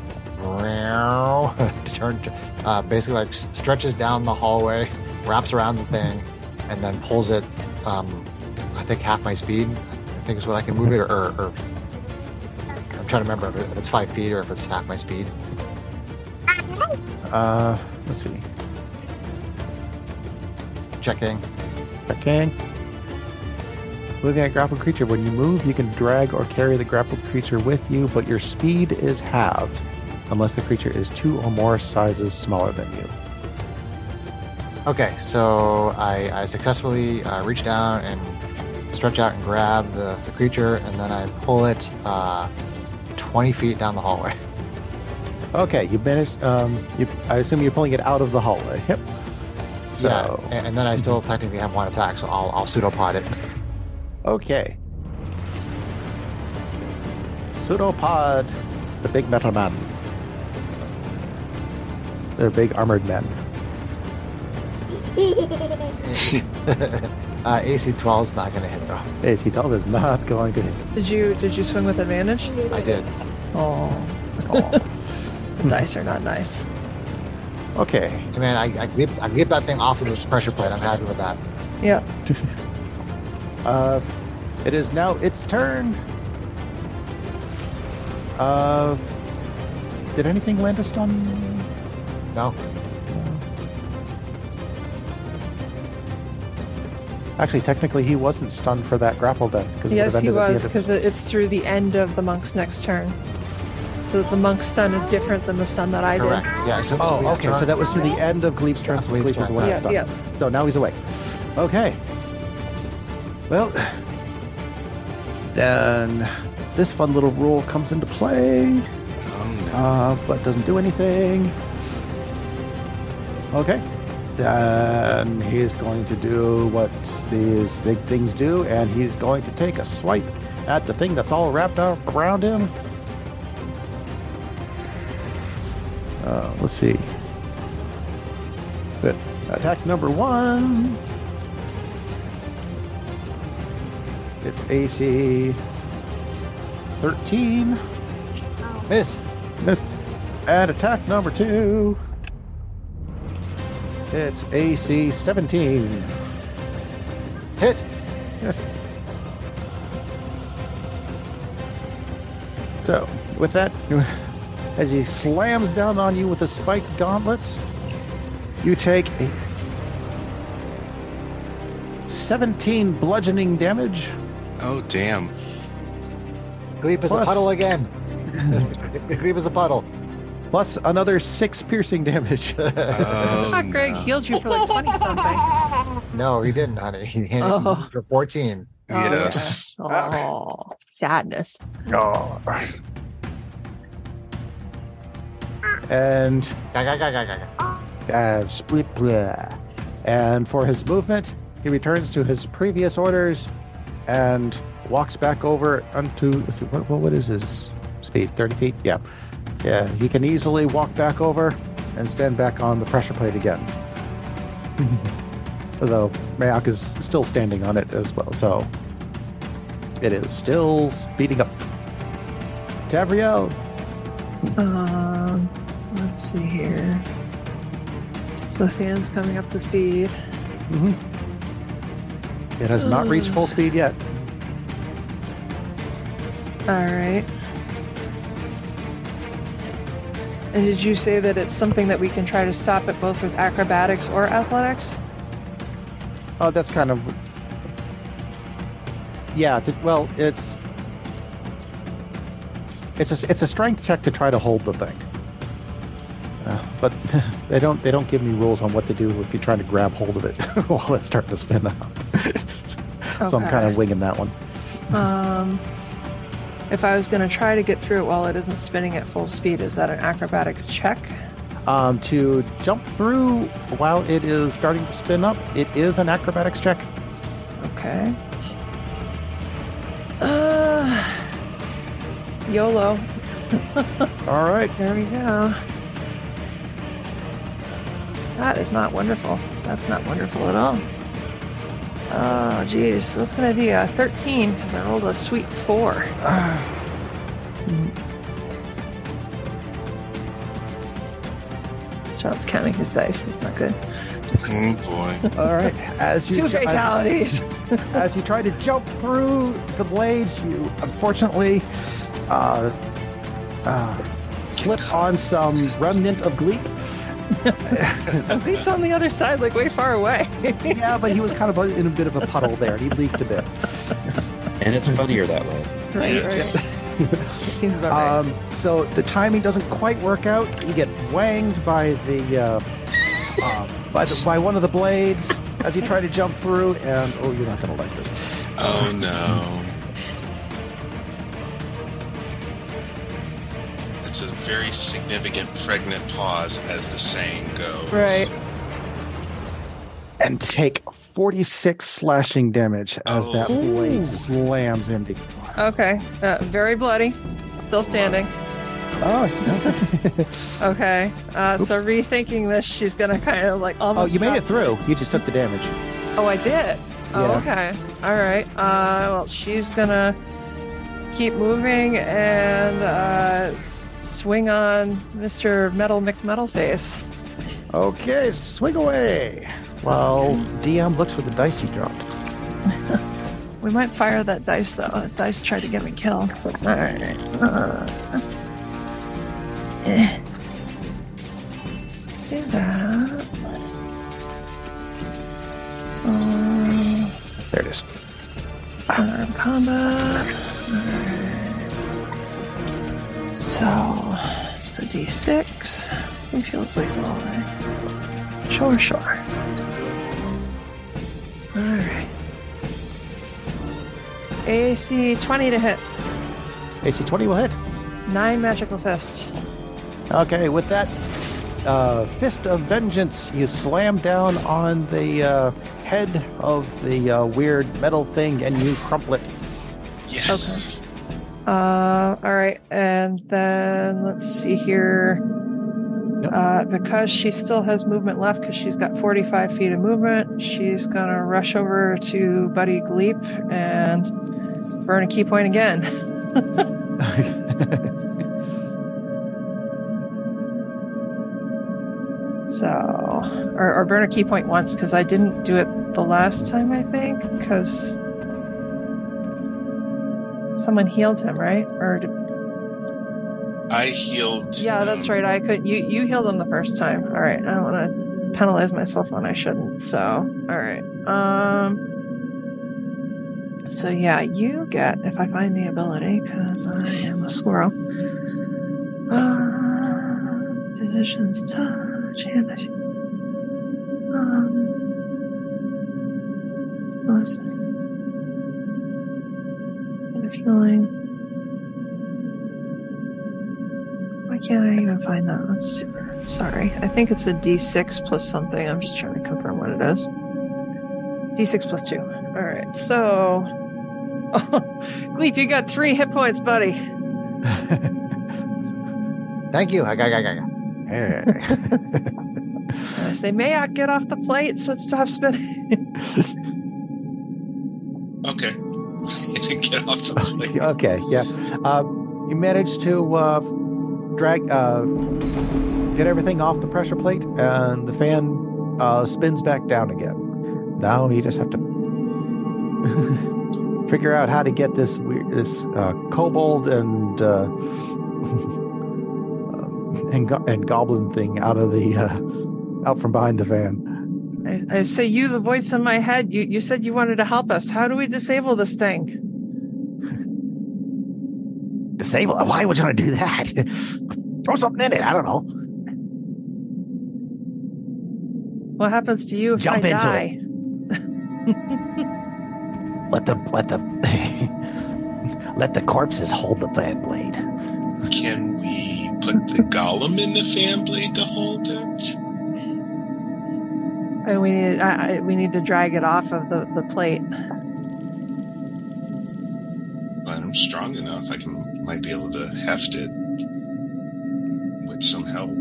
Speaker 1: meow, turn, uh, basically like s- stretches down the hallway, wraps around the thing, and then pulls it. Um, I think half my speed. I think is what I can move it, or, or, or I'm trying to remember if it- if it's five feet or if it's half my speed.
Speaker 2: Uh, let's see.
Speaker 1: Checking.
Speaker 2: Okay. Moving at grappled creature. When you move, you can drag or carry the grappled creature with you, but your speed is halved unless the creature is two or more sizes smaller than you.
Speaker 1: Okay, so I, I successfully uh, reach down and stretch out and grab the, the creature, and then I pull it uh, 20 feet down the hallway.
Speaker 2: Okay, you managed. Um, you, I assume you're pulling it out of the hallway. Yep. So,
Speaker 1: Yeah, and, and then I still technically have one attack, so I'll, I'll pseudopod it.
Speaker 2: okay. Pseudopod, the big metal man. They're big armored men.
Speaker 1: Uh, AC 12 is not going to hit though.
Speaker 2: AC 12 is not going to hit.
Speaker 5: Did you did you swing with advantage?
Speaker 1: I did.
Speaker 5: Oh,
Speaker 2: Oh.
Speaker 5: the dice are not nice.
Speaker 2: okay.
Speaker 1: Hey, man, I, I, leaped, I leaped that thing off of the pressure plate. I'm happy with that.
Speaker 5: Yeah.
Speaker 2: Uh, it is now its turn. Uh, did anything land us on?
Speaker 1: No?
Speaker 2: Actually, technically, he wasn't stunned for that grapple then. Cause it
Speaker 5: Yes,
Speaker 2: would've
Speaker 5: he
Speaker 2: ended at the
Speaker 5: was,
Speaker 2: end of-
Speaker 5: because it's through the end of the monk's next turn. The, the monk's stun is different than the stun that I
Speaker 1: Correct. Yeah. So
Speaker 2: Oh, okay. So that was to the end of Glebe's turn.
Speaker 1: Yeah,
Speaker 2: so
Speaker 1: Glebe
Speaker 2: Glebe was the
Speaker 1: turn,
Speaker 2: one
Speaker 5: yeah.
Speaker 2: stunned.
Speaker 5: Yeah,
Speaker 2: So now he's awake. Okay. Well, then this fun little rule comes into play,
Speaker 4: Oh, no.
Speaker 2: uh, but doesn't do anything. Okay. Then he's going to do what these big things do, and he's going to take a swipe at the thing that's all wrapped up around him. Uh, let's see. Good. Attack number one. It's AC 13.
Speaker 1: Miss.
Speaker 2: Miss. And attack number two. It's AC 17.
Speaker 1: Hit.
Speaker 2: So, with that, as he slams down on you with the spiked gauntlets, you take a 17 bludgeoning damage.
Speaker 4: oh, damn.
Speaker 1: Gleep is
Speaker 2: Plus-
Speaker 1: a puddle again. Gleep is a puddle.
Speaker 2: plus another six piercing damage.
Speaker 4: Oh,
Speaker 5: did. Greg
Speaker 4: no.
Speaker 5: healed you for like 20 something.
Speaker 1: No, he didn't, honey. He hit
Speaker 5: Oh.
Speaker 1: for 14.
Speaker 4: Yes.
Speaker 5: Oh, sadness.
Speaker 2: and
Speaker 1: Ga, ga, ga, ga, ga, ga.
Speaker 2: uh, split blah. and for his movement, he returns to his previous orders and walks back over unto let's see, what, what, what is his speed? Thirty feet. Yeah, yeah. He can easily walk back over and stand back on the pressure plate again. Although Mayak is still standing on it as well, so it is still speeding up. Tavriel,
Speaker 5: Um, let's see here. So the fan's coming up to speed.
Speaker 2: Mm-hmm. It has not reached full speed yet.
Speaker 5: All right. And did you say that it's something that we can try to stop it both with acrobatics or athletics?
Speaker 2: Oh, that's kind of. Yeah. T- well, it's. It's a it's a strength check to try to hold the thing. Uh, but they don't they don't give me rules on what to do if you're trying to grab hold of it while it's starting to spin up. So I'm
Speaker 5: Okay.
Speaker 2: kind of winging that one.
Speaker 5: Um, if I was going to try to get through it while it isn't spinning at full speed, is that an acrobatics check?
Speaker 2: Um, to jump through while it is starting to spin up, it is an acrobatics check.
Speaker 5: Okay. Uh, YOLO.
Speaker 2: All right.
Speaker 5: There we go. That is not wonderful. That's not wonderful at all. Oh, geez. That's going to be a 13 because I rolled a sweet 4. John's counting his dice. That's not good.
Speaker 4: Oh, boy.
Speaker 2: All right. As you
Speaker 5: Two
Speaker 2: ju- as-
Speaker 5: fatalities.
Speaker 2: as you try to jump through the blades, you unfortunately uh, uh, slip on some remnant of Gleep.
Speaker 5: At least on the other side, like way far away.
Speaker 2: Yeah, but he was kind of in a bit of a puddle there. He leaked a bit.
Speaker 7: And it's funnier that way.
Speaker 4: Yes.
Speaker 5: Seems about right.
Speaker 2: Um, so the timing doesn't quite work out. You get wanged by the, uh, uh, by, the by one of the blades as you try to jump through, and oh, you're not going to like this.
Speaker 4: Oh, no. It's a very significant pregnant pause, as the saying goes.
Speaker 5: Right.
Speaker 2: and take 46 slashing damage as that
Speaker 4: Oh.
Speaker 2: blade slams into you.
Speaker 5: Okay. Uh, very bloody. Still standing.
Speaker 2: Oh, no.
Speaker 5: Okay. Uh, so rethinking this, she's gonna kind of like
Speaker 2: oh,
Speaker 5: almost.
Speaker 2: you made
Speaker 5: not-
Speaker 2: it through. You just took the damage.
Speaker 5: Oh, I did. Oh,
Speaker 2: Yeah.
Speaker 5: okay. All right. Uh, well, she's gonna keep moving and uh, swing on Mr. Metal McMetalface.
Speaker 2: Okay, swing away. Well, DM looks for the dice he dropped.
Speaker 5: We might fire that dice though. That dice tried to get me killed. All right. Uh, eh. Let's do that. Um,
Speaker 2: There it is.
Speaker 5: Unarmed combat. So it's a d6. It feels like rolling. Sure, sure. Alright. AC 20 to hit.
Speaker 2: AC 20 will hit.
Speaker 5: 9 magical fist.
Speaker 2: Okay, with that uh, fist of vengeance, you slam down on the uh, head of the uh, weird metal thing and you crumple it.
Speaker 4: Yes.
Speaker 5: Uh, all right, and then let's see here.
Speaker 2: Yep.
Speaker 5: Uh, because she still has movement left, because she's got 45 feet of movement, she's gonna rush over to Buddy Gleep and burn a key point again. So, or, or burn a key point once, because I didn't do it the last time, I think, because someone healed him, right? Or did
Speaker 4: I healed.
Speaker 5: Yeah, that's
Speaker 4: um,
Speaker 5: right. I could you you healed him the first time. All right. I don't want to penalize myself when I shouldn't. So, all right. Um So yeah, you get if I find the ability cuz I am a squirrel. Uh, physician's touch. hand touch. Um, listen. And if healing. Why can't I even find that? That's super. Sorry. I think it's a d6 plus something. I'm just trying to confirm what it is. d6 plus 2. Alright, so. Gleep, you got three hit points, buddy.
Speaker 1: Thank you. I got, got, got, got.
Speaker 2: Hey.
Speaker 5: Yes, they may not get off the plate, so stop spinning.
Speaker 4: Okay. I didn't get off the plate.
Speaker 2: okay, yeah. Uh, you managed to uh, drag, uh, get everything off the pressure plate, and the fan uh, spins back down again. Now you just have to figure out how to get this weird, this uh, kobold and uh, um, and go- and goblin thing out of the uh, out from behind the van.
Speaker 5: I, I say, you, the voice in my head, you, you said you wanted to help us. How do we disable this thing?
Speaker 2: Disable? it? Why would you want to do that? Throw something in it. I don't know.
Speaker 5: What happens to you if
Speaker 2: Jump
Speaker 5: I
Speaker 2: into
Speaker 5: die?
Speaker 2: it. Let the let the let the corpses hold the fan blade.
Speaker 4: Can we put the golem in the fan blade to hold it?
Speaker 5: And we need I, I, we need to drag it off of the, the plate.
Speaker 4: But I'm strong enough. I can might be able to heft it with some help.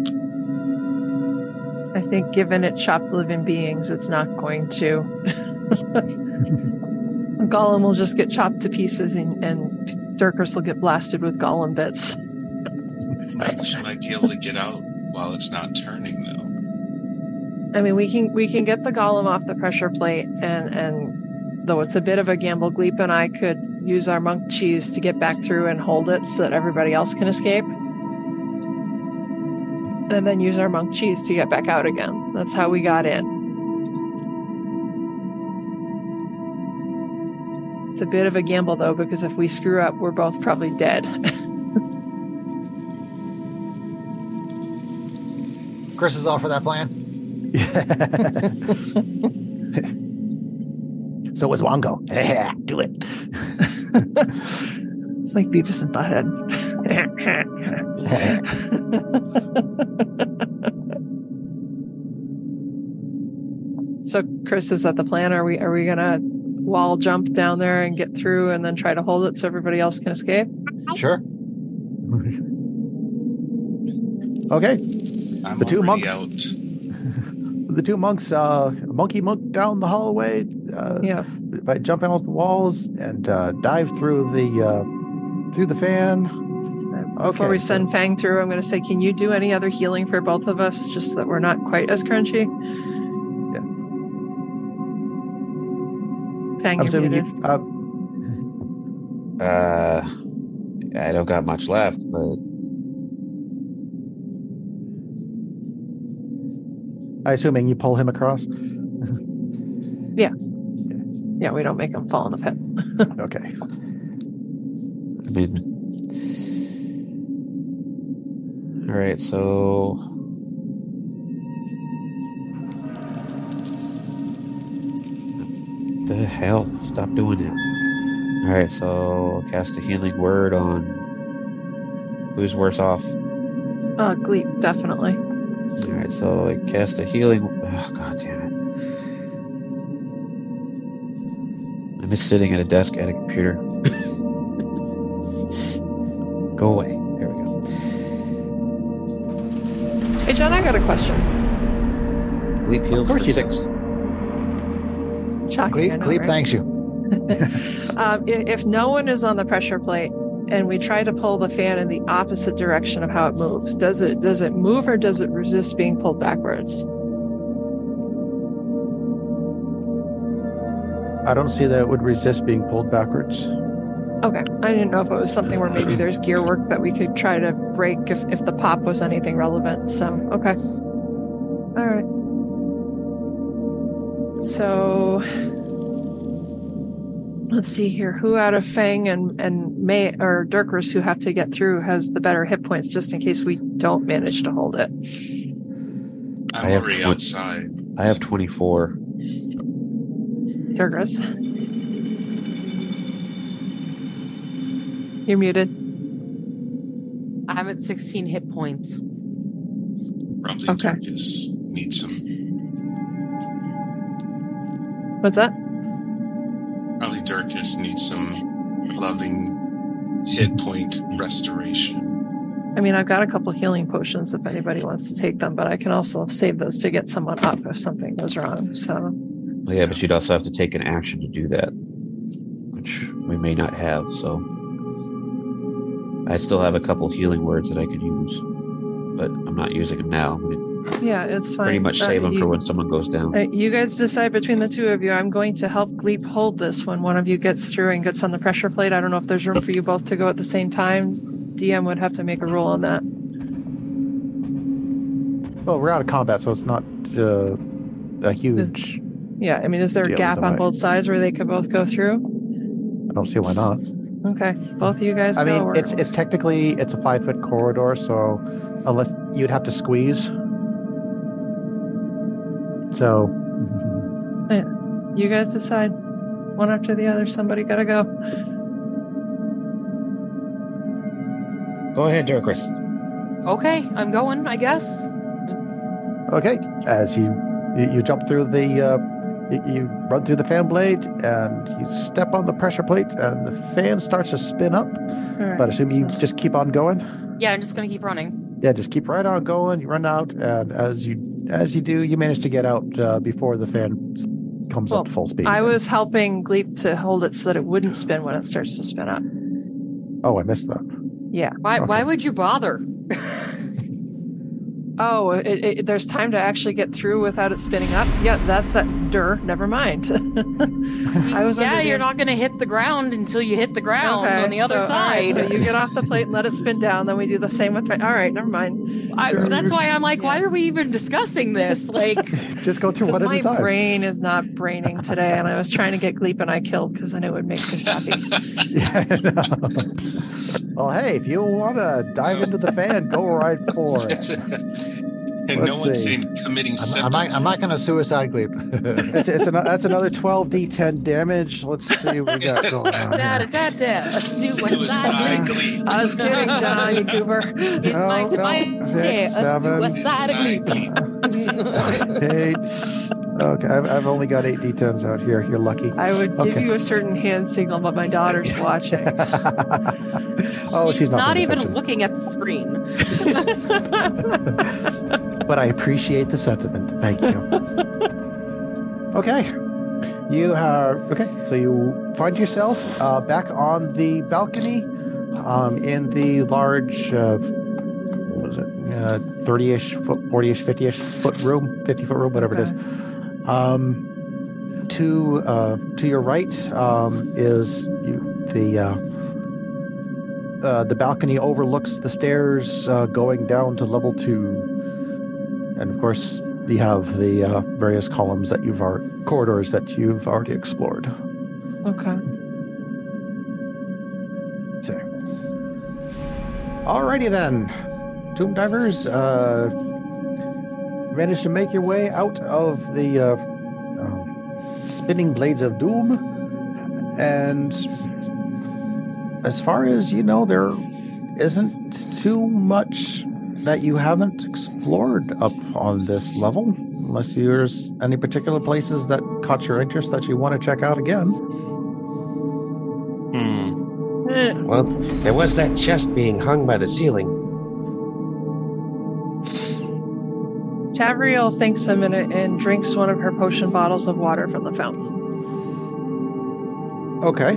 Speaker 5: I think given it chopped living beings, it's not going to. Gollum will just get chopped to pieces and, and Dirkers will get blasted with Gollum bits.
Speaker 4: Might, she might be able to get out while it's not turning, though.
Speaker 5: I mean we can we can get the Gollum off the pressure plate and and though it's a bit of a gamble, Gleep and I could use our monk cheese to get back through and hold it so that everybody else can escape. And then use our monk cheese to get back out again. That's how we got in. It's a bit of a gamble though, because if we screw up, we're both probably dead.
Speaker 1: Chris is all for that plan.
Speaker 2: so was Wongo. Yeah, do it.
Speaker 5: It's like Beavis and Butthead. so, Chris, is that the plan? Are we are we gonna wall jump down there and get through, and then try to hold it so everybody else can escape?
Speaker 1: Sure.
Speaker 2: okay,
Speaker 4: I'm
Speaker 2: The two
Speaker 4: already out.
Speaker 2: the two monks, uh, monkey monk down the hallway, uh,
Speaker 5: Yeah.
Speaker 2: if I jump out the walls and uh, dive through the uh, through the fan.
Speaker 5: Before
Speaker 2: Okay,
Speaker 5: we
Speaker 2: so-
Speaker 5: send Fang through, I'm going to say, can you do any other healing for both of us, just that we're not quite as crunchy? Fang,
Speaker 2: I'm
Speaker 5: you're
Speaker 2: assuming
Speaker 5: muted.
Speaker 2: you, uh,
Speaker 7: Uh, I don't got much left, but
Speaker 2: I assuming you pull him across.
Speaker 5: Yeah, we don't make them fall in the pit.
Speaker 2: Okay.
Speaker 7: I mean, all right. So, the hell! Stop doing that. All right. So, cast a healing word on who's worse off.
Speaker 5: Uh, Gleep, definitely.
Speaker 7: All right. So, I cast a healing. Oh, God damn it! I'm just sitting at a desk at a computer. Go away. There we go.
Speaker 5: Hey, John, I got a question.
Speaker 7: Leap heals
Speaker 2: course
Speaker 7: for
Speaker 2: you
Speaker 7: six.
Speaker 5: Shocking. I
Speaker 1: Gleep,
Speaker 5: know,
Speaker 1: Gleep
Speaker 5: right?
Speaker 1: thanks you.
Speaker 5: Um, if, if no one is on the pressure plate and we try to pull the fan in the opposite direction of how it moves, does it does it move or does it resist being pulled backwards?
Speaker 2: I don't see that it would resist being pulled backwards.
Speaker 5: Okay, I didn't know if it was something where maybe there's gear work that we could try to break if, if the pop was anything relevant. So okay, all right. So let's see here. Who out of Fang and and May or Dirkers who have to get through has the better hit points just in case we don't manage to hold it.
Speaker 7: I
Speaker 4: I'm
Speaker 7: have
Speaker 4: already
Speaker 7: twen-
Speaker 4: outside.
Speaker 7: I have 24.
Speaker 5: Dirkers, you're muted.
Speaker 3: I'm at 16 hit points.
Speaker 4: Probably
Speaker 5: Okay.
Speaker 4: Turkish needs some.
Speaker 5: What's that?
Speaker 4: Probably Turkish needs some loving hit point restoration.
Speaker 5: I mean, I've got a couple healing potions if anybody wants to take them, but I can also save those to get someone up if something goes wrong. So,
Speaker 7: Well, yeah, but you'd also have to take an action to do that, which we may not have, so. I still have a couple healing words that I could use, but I'm not using them now. I'm going
Speaker 5: yeah, it's fine.
Speaker 7: pretty much
Speaker 5: Uh,
Speaker 7: save them
Speaker 5: you,
Speaker 7: for when someone goes down.
Speaker 5: uh, you guys decide between the two of you. I'm going to help Gleep hold this when one of you gets through and gets on the pressure plate. I don't know if there's room for you both to go at the same time. DM would have to make a rule on that.
Speaker 2: Well, we're out of combat, so it's not uh, a huge.
Speaker 5: Yeah, I mean, is there a
Speaker 2: Deal
Speaker 5: gap
Speaker 2: either
Speaker 5: on
Speaker 2: way.
Speaker 5: both sides where they could both go through?
Speaker 2: I don't see why not.
Speaker 5: Okay, both of you guys
Speaker 2: I
Speaker 5: go.
Speaker 2: mean,
Speaker 5: or-
Speaker 2: it's it's technically it's a five foot corridor, so unless you'd have to squeeze. So
Speaker 5: you guys decide. One after the other, somebody gotta go.
Speaker 7: Go ahead, Dirkris.
Speaker 3: Okay, I'm going, I guess.
Speaker 2: okay, as you you, you jump through the uh, you, you run through the fan blade and you step on the pressure plate and the fan starts to spin up.
Speaker 5: All right,
Speaker 2: But assume you
Speaker 5: so-
Speaker 2: just keep on going.
Speaker 3: Yeah, I'm just going to keep running.
Speaker 2: yeah, just keep right on going. You run out, and as you as you do, you manage to get out uh, before the fan s- comes up
Speaker 5: Well,
Speaker 2: to full speed.
Speaker 5: I was helping Gleep to hold it so that it wouldn't spin when it starts to spin up.
Speaker 2: Oh, I missed that.
Speaker 3: Why, why
Speaker 2: Okay.
Speaker 3: would you bother?
Speaker 5: Oh, it, it, there's time to actually get through without it spinning up. Yeah, that's that. Dur, never mind. I was
Speaker 3: yeah,
Speaker 5: under the-
Speaker 3: you're not going to hit the ground until you hit the ground
Speaker 5: Okay,
Speaker 3: on the other
Speaker 5: so- all right,
Speaker 3: side.
Speaker 5: so you get off the plate and let it spin down. Then we do the same with my. All right, never mind.
Speaker 3: I, that's why I'm like, why are we even discussing this? Like,
Speaker 2: Just go through
Speaker 5: Because
Speaker 2: one at
Speaker 5: my
Speaker 2: a time.
Speaker 5: brain is not braining today, and I was trying to get Gleep and I killed because then it would make me happy.
Speaker 2: Yeah, I know. well, hey, if you want to dive into the fan, go right for it.
Speaker 4: and no
Speaker 2: Let's
Speaker 4: one's
Speaker 2: see.
Speaker 4: in committing
Speaker 1: I'm, I'm
Speaker 4: separate.
Speaker 1: not, I'm not going to suicide Gleep.
Speaker 2: It's, it's an, that's another twelve d10 damage. Let's see what we got going on.
Speaker 3: da da
Speaker 2: here.
Speaker 3: da da. Suicide.
Speaker 4: Suicide glee.
Speaker 5: I was kidding, John, you goober.
Speaker 3: It's my
Speaker 2: No, no.
Speaker 3: mighty,
Speaker 2: Six,
Speaker 3: a
Speaker 2: seven.
Speaker 3: suicide
Speaker 4: Suicide
Speaker 3: glee.
Speaker 4: glee.
Speaker 2: Eight. Okay, I've, I've only got eight d10s out here. You're lucky.
Speaker 5: I would give
Speaker 2: Okay.
Speaker 5: you a certain hand signal, but my daughter's watching.
Speaker 2: oh, she's, not, paying
Speaker 3: even
Speaker 2: attention.
Speaker 3: looking at the screen.
Speaker 2: but I appreciate the sentiment. Thank you. okay. You are okay. So you find yourself uh, back on the balcony um, in the large, uh, what was it, Uh, thirty-ish foot, forty-ish, fifty-ish foot room, fifty-foot room, whatever it is. Um, to uh, to your right um, is you, the uh, uh, the balcony overlooks the stairs uh, going down to level two, and of course you have the uh, various columns that you've already corridors that you've already explored.
Speaker 5: Okay.
Speaker 2: So. Alrighty then, tomb divers. Uh, managed to make your way out of the uh, uh, spinning blades of doom, and as far as you know, there isn't too much that you haven't explored up on this level, unless there's any particular places that caught your interest that you want to check out again.
Speaker 4: Hmm.
Speaker 5: Eh,
Speaker 7: Well, there was that chest being hung by the ceiling.
Speaker 5: Tavriel thinks a minute and drinks one of her potion bottles of water from the fountain.
Speaker 2: Okay.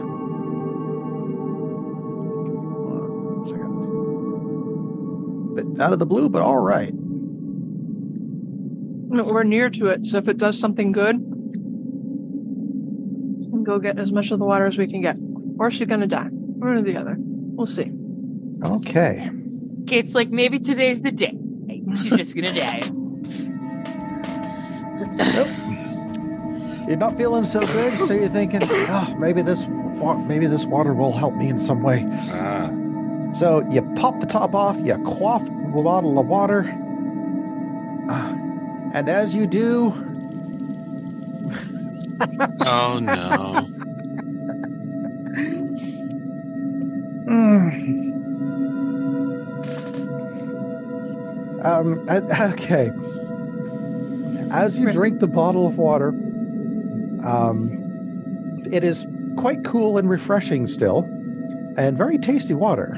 Speaker 2: One second. Bit out of the blue, but all right.
Speaker 5: No, We're near to it, so if it does something good, we can go get as much of the water as we can get. Or she's gonna die. One or the other. We'll see.
Speaker 2: Okay.
Speaker 3: Kate's like, maybe today's the day. She's just gonna die.
Speaker 2: You're not feeling so good, so you're thinking, oh, maybe this wa- maybe this water will help me in some way.
Speaker 4: Ah.
Speaker 2: So you pop the top off, you quaff the bottle of water, Ah, and as you do,
Speaker 4: Oh no.
Speaker 2: um, a- okay, as you drink the bottle of water, um, it is quite cool and refreshing still, and very tasty water.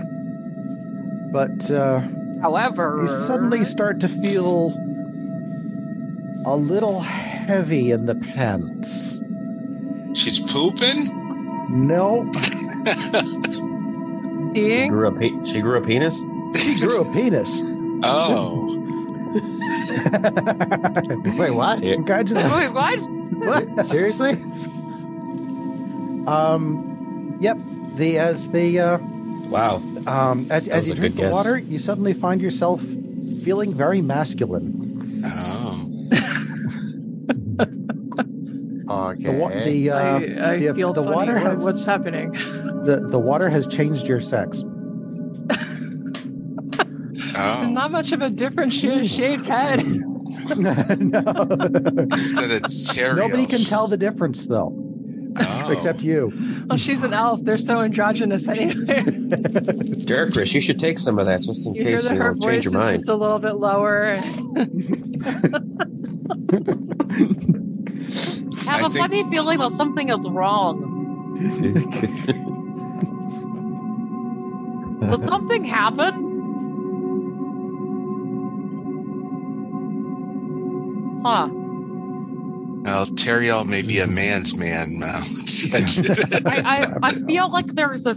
Speaker 2: But uh,
Speaker 3: However,
Speaker 2: you suddenly start to feel a little heavy in the pants.
Speaker 4: She's pooping?
Speaker 2: No,
Speaker 7: She
Speaker 5: Being
Speaker 7: grew a pe- she grew a penis.
Speaker 2: she grew a penis.
Speaker 4: Oh.
Speaker 1: Wait, what?
Speaker 7: Yeah.
Speaker 2: Congratulations.
Speaker 3: Wait, what?
Speaker 1: Seriously?
Speaker 2: Um, yep. The as the uh,
Speaker 7: Wow.
Speaker 2: um, as, as
Speaker 7: was
Speaker 2: you drink
Speaker 7: a
Speaker 2: the
Speaker 7: good guess.
Speaker 2: water, you suddenly find yourself feeling very masculine.
Speaker 4: Oh.
Speaker 1: Okay.
Speaker 2: The wa- the, uh,
Speaker 5: I, I
Speaker 2: the-
Speaker 5: feel
Speaker 2: the
Speaker 5: funny.
Speaker 2: water
Speaker 5: What-
Speaker 2: has-
Speaker 5: what's happening?
Speaker 2: the the water has changed your sex.
Speaker 4: Oh.
Speaker 5: Not much of a difference. She had a shaved head.
Speaker 2: No.
Speaker 4: Instead of Terry.
Speaker 2: Nobody can tell the difference though,
Speaker 4: Oh.
Speaker 2: except you.
Speaker 5: Well, she's an elf. They're so androgynous anyway.
Speaker 7: Chris, you should take some of that just in
Speaker 5: You hear
Speaker 7: case
Speaker 5: that
Speaker 7: you
Speaker 5: her
Speaker 7: don't
Speaker 5: voice
Speaker 7: change
Speaker 5: is
Speaker 7: your mind.
Speaker 5: just a little bit lower.
Speaker 3: have
Speaker 4: I
Speaker 3: a
Speaker 4: think-
Speaker 3: funny feeling that something is wrong. Did something happen? Huh.
Speaker 4: Well, Teriel may be a man's man now.
Speaker 3: I, I, I feel like there's a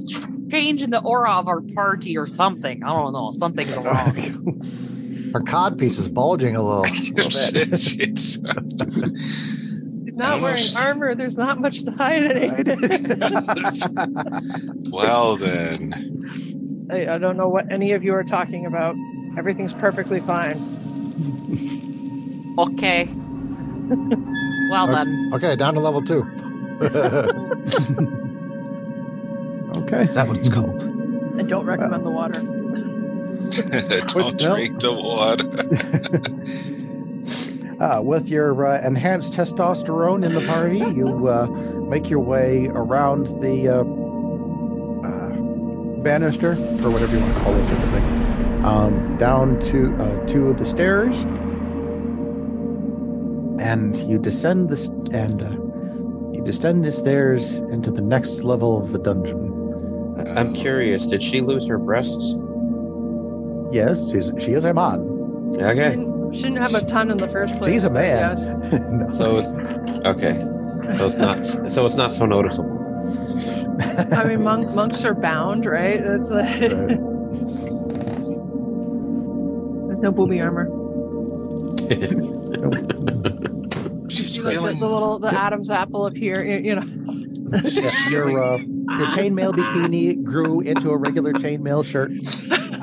Speaker 3: change in the aura of our party or something. I don't know. Something's wrong.
Speaker 1: Her cod piece is bulging a little. little bit.
Speaker 4: It's-
Speaker 5: Not wearing
Speaker 4: Almost.
Speaker 5: armor, there's not much to hide anything.
Speaker 4: well then.
Speaker 5: I, I don't know what any of you are talking about. Everything's perfectly fine.
Speaker 3: Okay. Well
Speaker 1: Okay.
Speaker 3: then.
Speaker 1: Okay, down to level two.
Speaker 2: Okay.
Speaker 7: Is that what it's called?
Speaker 5: I don't recommend the water.
Speaker 4: Don't
Speaker 2: Well-
Speaker 4: drink the water.
Speaker 2: Uh, with your uh, enhanced testosterone in the party, you uh, make your way around the uh, uh, banister, or whatever you want to call this sort of thing, um, down to uh, to the stairs, and you descend this and uh, you descend the stairs into the next level of the dungeon.
Speaker 7: I- I'm curious. Did she lose her breasts?
Speaker 2: Yes, she's she is a man.
Speaker 7: Okay.
Speaker 5: Shouldn't, shouldn't have a ton in the first place.
Speaker 2: She's a
Speaker 5: but
Speaker 2: man.
Speaker 5: yes.
Speaker 2: No.
Speaker 7: So, it's- okay. so it's not so it's not so noticeable.
Speaker 5: I mean, monk, monks are bound, right? That's like,
Speaker 2: Right.
Speaker 5: There's no booby armor.
Speaker 4: She's
Speaker 5: You look
Speaker 4: feeling.
Speaker 5: at the little the Adam's apple up here, you, you know.
Speaker 4: She's feeling.
Speaker 2: Your, uh, your chainmail bikini grew into a regular chainmail shirt.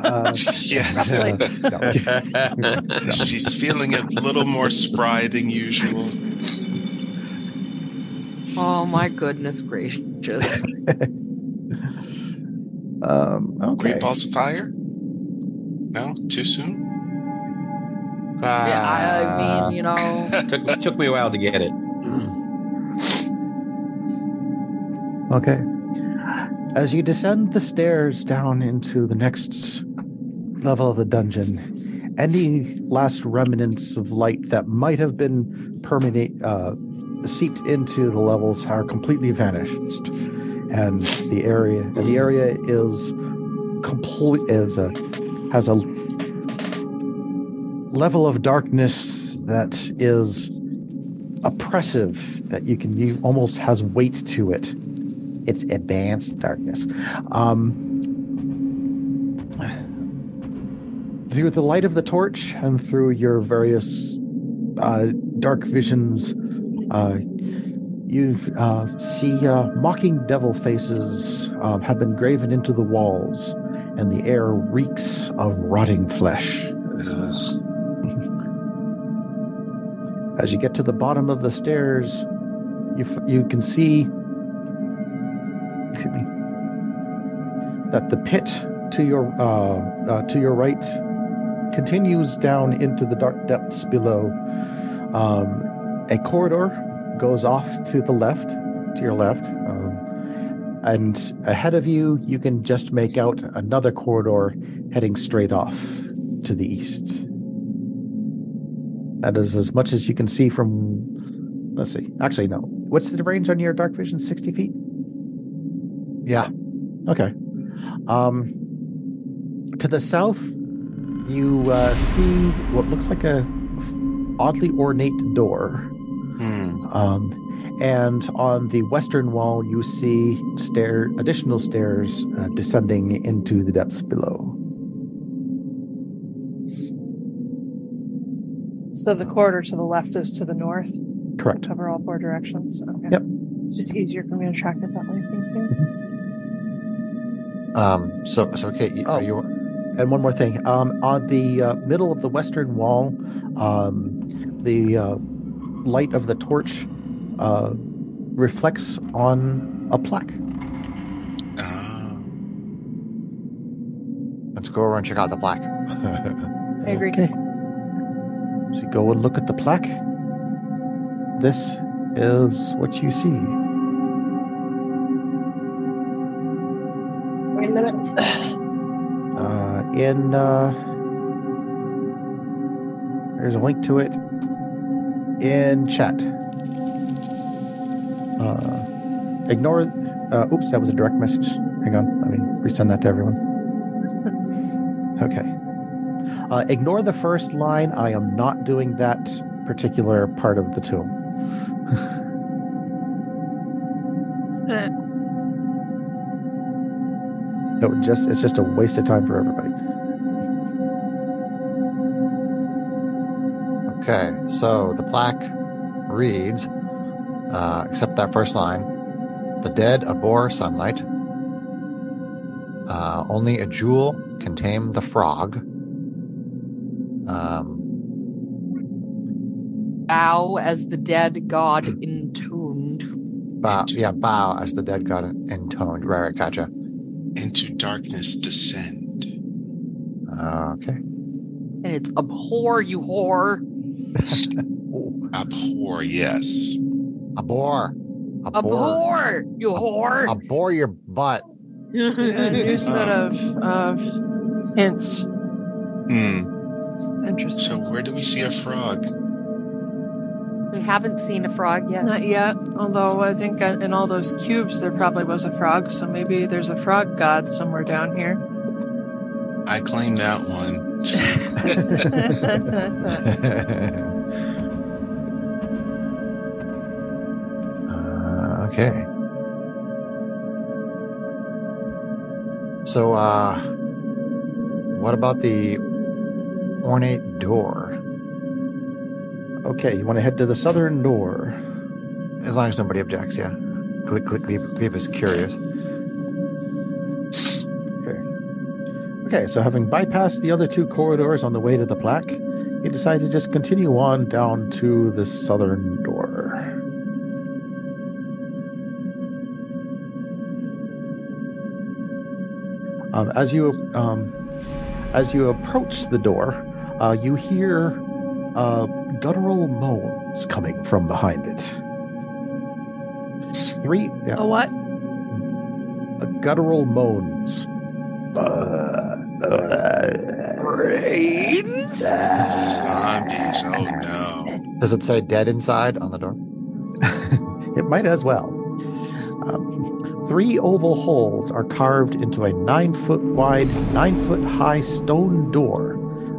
Speaker 2: Uh,
Speaker 4: Yeah,
Speaker 2: uh,
Speaker 7: Ah.
Speaker 4: she's feeling a little more spry than usual.
Speaker 3: Oh my goodness gracious!
Speaker 2: um, okay.
Speaker 4: Great balls of fire? No, too soon.
Speaker 3: yeah, I I mean, you know.
Speaker 7: took took me a while to get it.
Speaker 2: Okay. As you descend the stairs down into the next level of the dungeon, any last remnants of light that might have been permanent uh, seeped into the levels are completely vanished, and the area and the area is complete is a has a level of darkness that is oppressive that you can you almost has weight to it it's advanced darkness. Um, through the light of the torch and through your various uh, dark visions, uh, you uh, see uh, mocking devil faces uh, have been graven into the walls, and the air reeks of rotting flesh. As you get to the bottom of the stairs, you, f- you can see excuse me, that the pit to your uh, uh, to your right continues down into the dark depths below. Um, a corridor goes off to the left, to your left, um, and ahead of you, you can just make out another corridor heading straight off to the east. That is as much as you can see from. Let's see. Actually, no. What's the range on your dark vision? Sixty feet.
Speaker 1: Yeah.
Speaker 2: Okay. Um, to the south, you uh, see what looks like a oddly ornate door.
Speaker 4: Hmm.
Speaker 2: Um, and on the western wall, you see stair additional stairs uh, descending into the depths below.
Speaker 5: So the corridor to the left is to the north.
Speaker 2: Correct.
Speaker 5: Cover all four directions. Okay.
Speaker 2: Yep.
Speaker 5: It's just easier for me to track it that way. Thank you.
Speaker 1: Um. So so okay. You,
Speaker 2: Oh.
Speaker 1: are you,
Speaker 2: And one more thing. Um, on the uh, middle of the western wall, um, the uh, light of the torch uh, reflects on a plaque.
Speaker 4: Ah.
Speaker 1: let's go over and check out the black.
Speaker 5: I agree.
Speaker 2: Okay. So you go and look at the plaque. This is what you see.
Speaker 5: Wait a minute.
Speaker 2: Uh, in uh, there's a link to it in chat. Uh, ignore. Uh, oops, that was a direct message. Hang on, let me resend that to everyone. Okay. Uh, ignore the first line. I am not doing that particular part of the tomb. It would just it's just a waste of time for everybody.
Speaker 1: Okay, so the plaque reads, uh, except that first line The dead abhor sunlight. Uh, only a jewel can tame the frog. Um,
Speaker 3: bow as the dead god entombed.
Speaker 1: bow, yeah, bow as the dead god intoned. Right, right, gotcha.
Speaker 4: Into darkness descend.
Speaker 1: Okay.
Speaker 3: And it's abhor, you whore.
Speaker 4: Abhor, yes.
Speaker 1: Abhor. Abhor.
Speaker 3: Abhor, you whore.
Speaker 1: Abhor your butt.
Speaker 5: A Uh, new set of, of hints.
Speaker 4: Hmm.
Speaker 5: Interesting.
Speaker 4: So where do we see a frog?
Speaker 3: we haven't seen a frog yet.
Speaker 5: Not yet, although I think in all those cubes there probably was a frog, so maybe there's a frog god somewhere down here.
Speaker 4: I claim that one.
Speaker 1: Uh,
Speaker 5: All
Speaker 1: All Okay. So, uh, what about the ornate door?
Speaker 2: Okay, you want to head to the southern door.
Speaker 1: As long as nobody objects, yeah. Click, click, leave, leave is curious.
Speaker 2: Okay, so having bypassed the other two corridors on the way to the plaque, you decide to just continue on down to the southern door. Um, as you um, as you approach the door, uh, you hear uh, guttural moans coming from behind it. Three yeah,
Speaker 5: A what?
Speaker 2: uh, guttural moans. Uh,
Speaker 3: Brains?
Speaker 4: Zombies. Oh no.
Speaker 1: Does it say dead inside on the door?
Speaker 2: It might as well. Um, three oval holes are carved into a nine foot wide, nine foot high stone door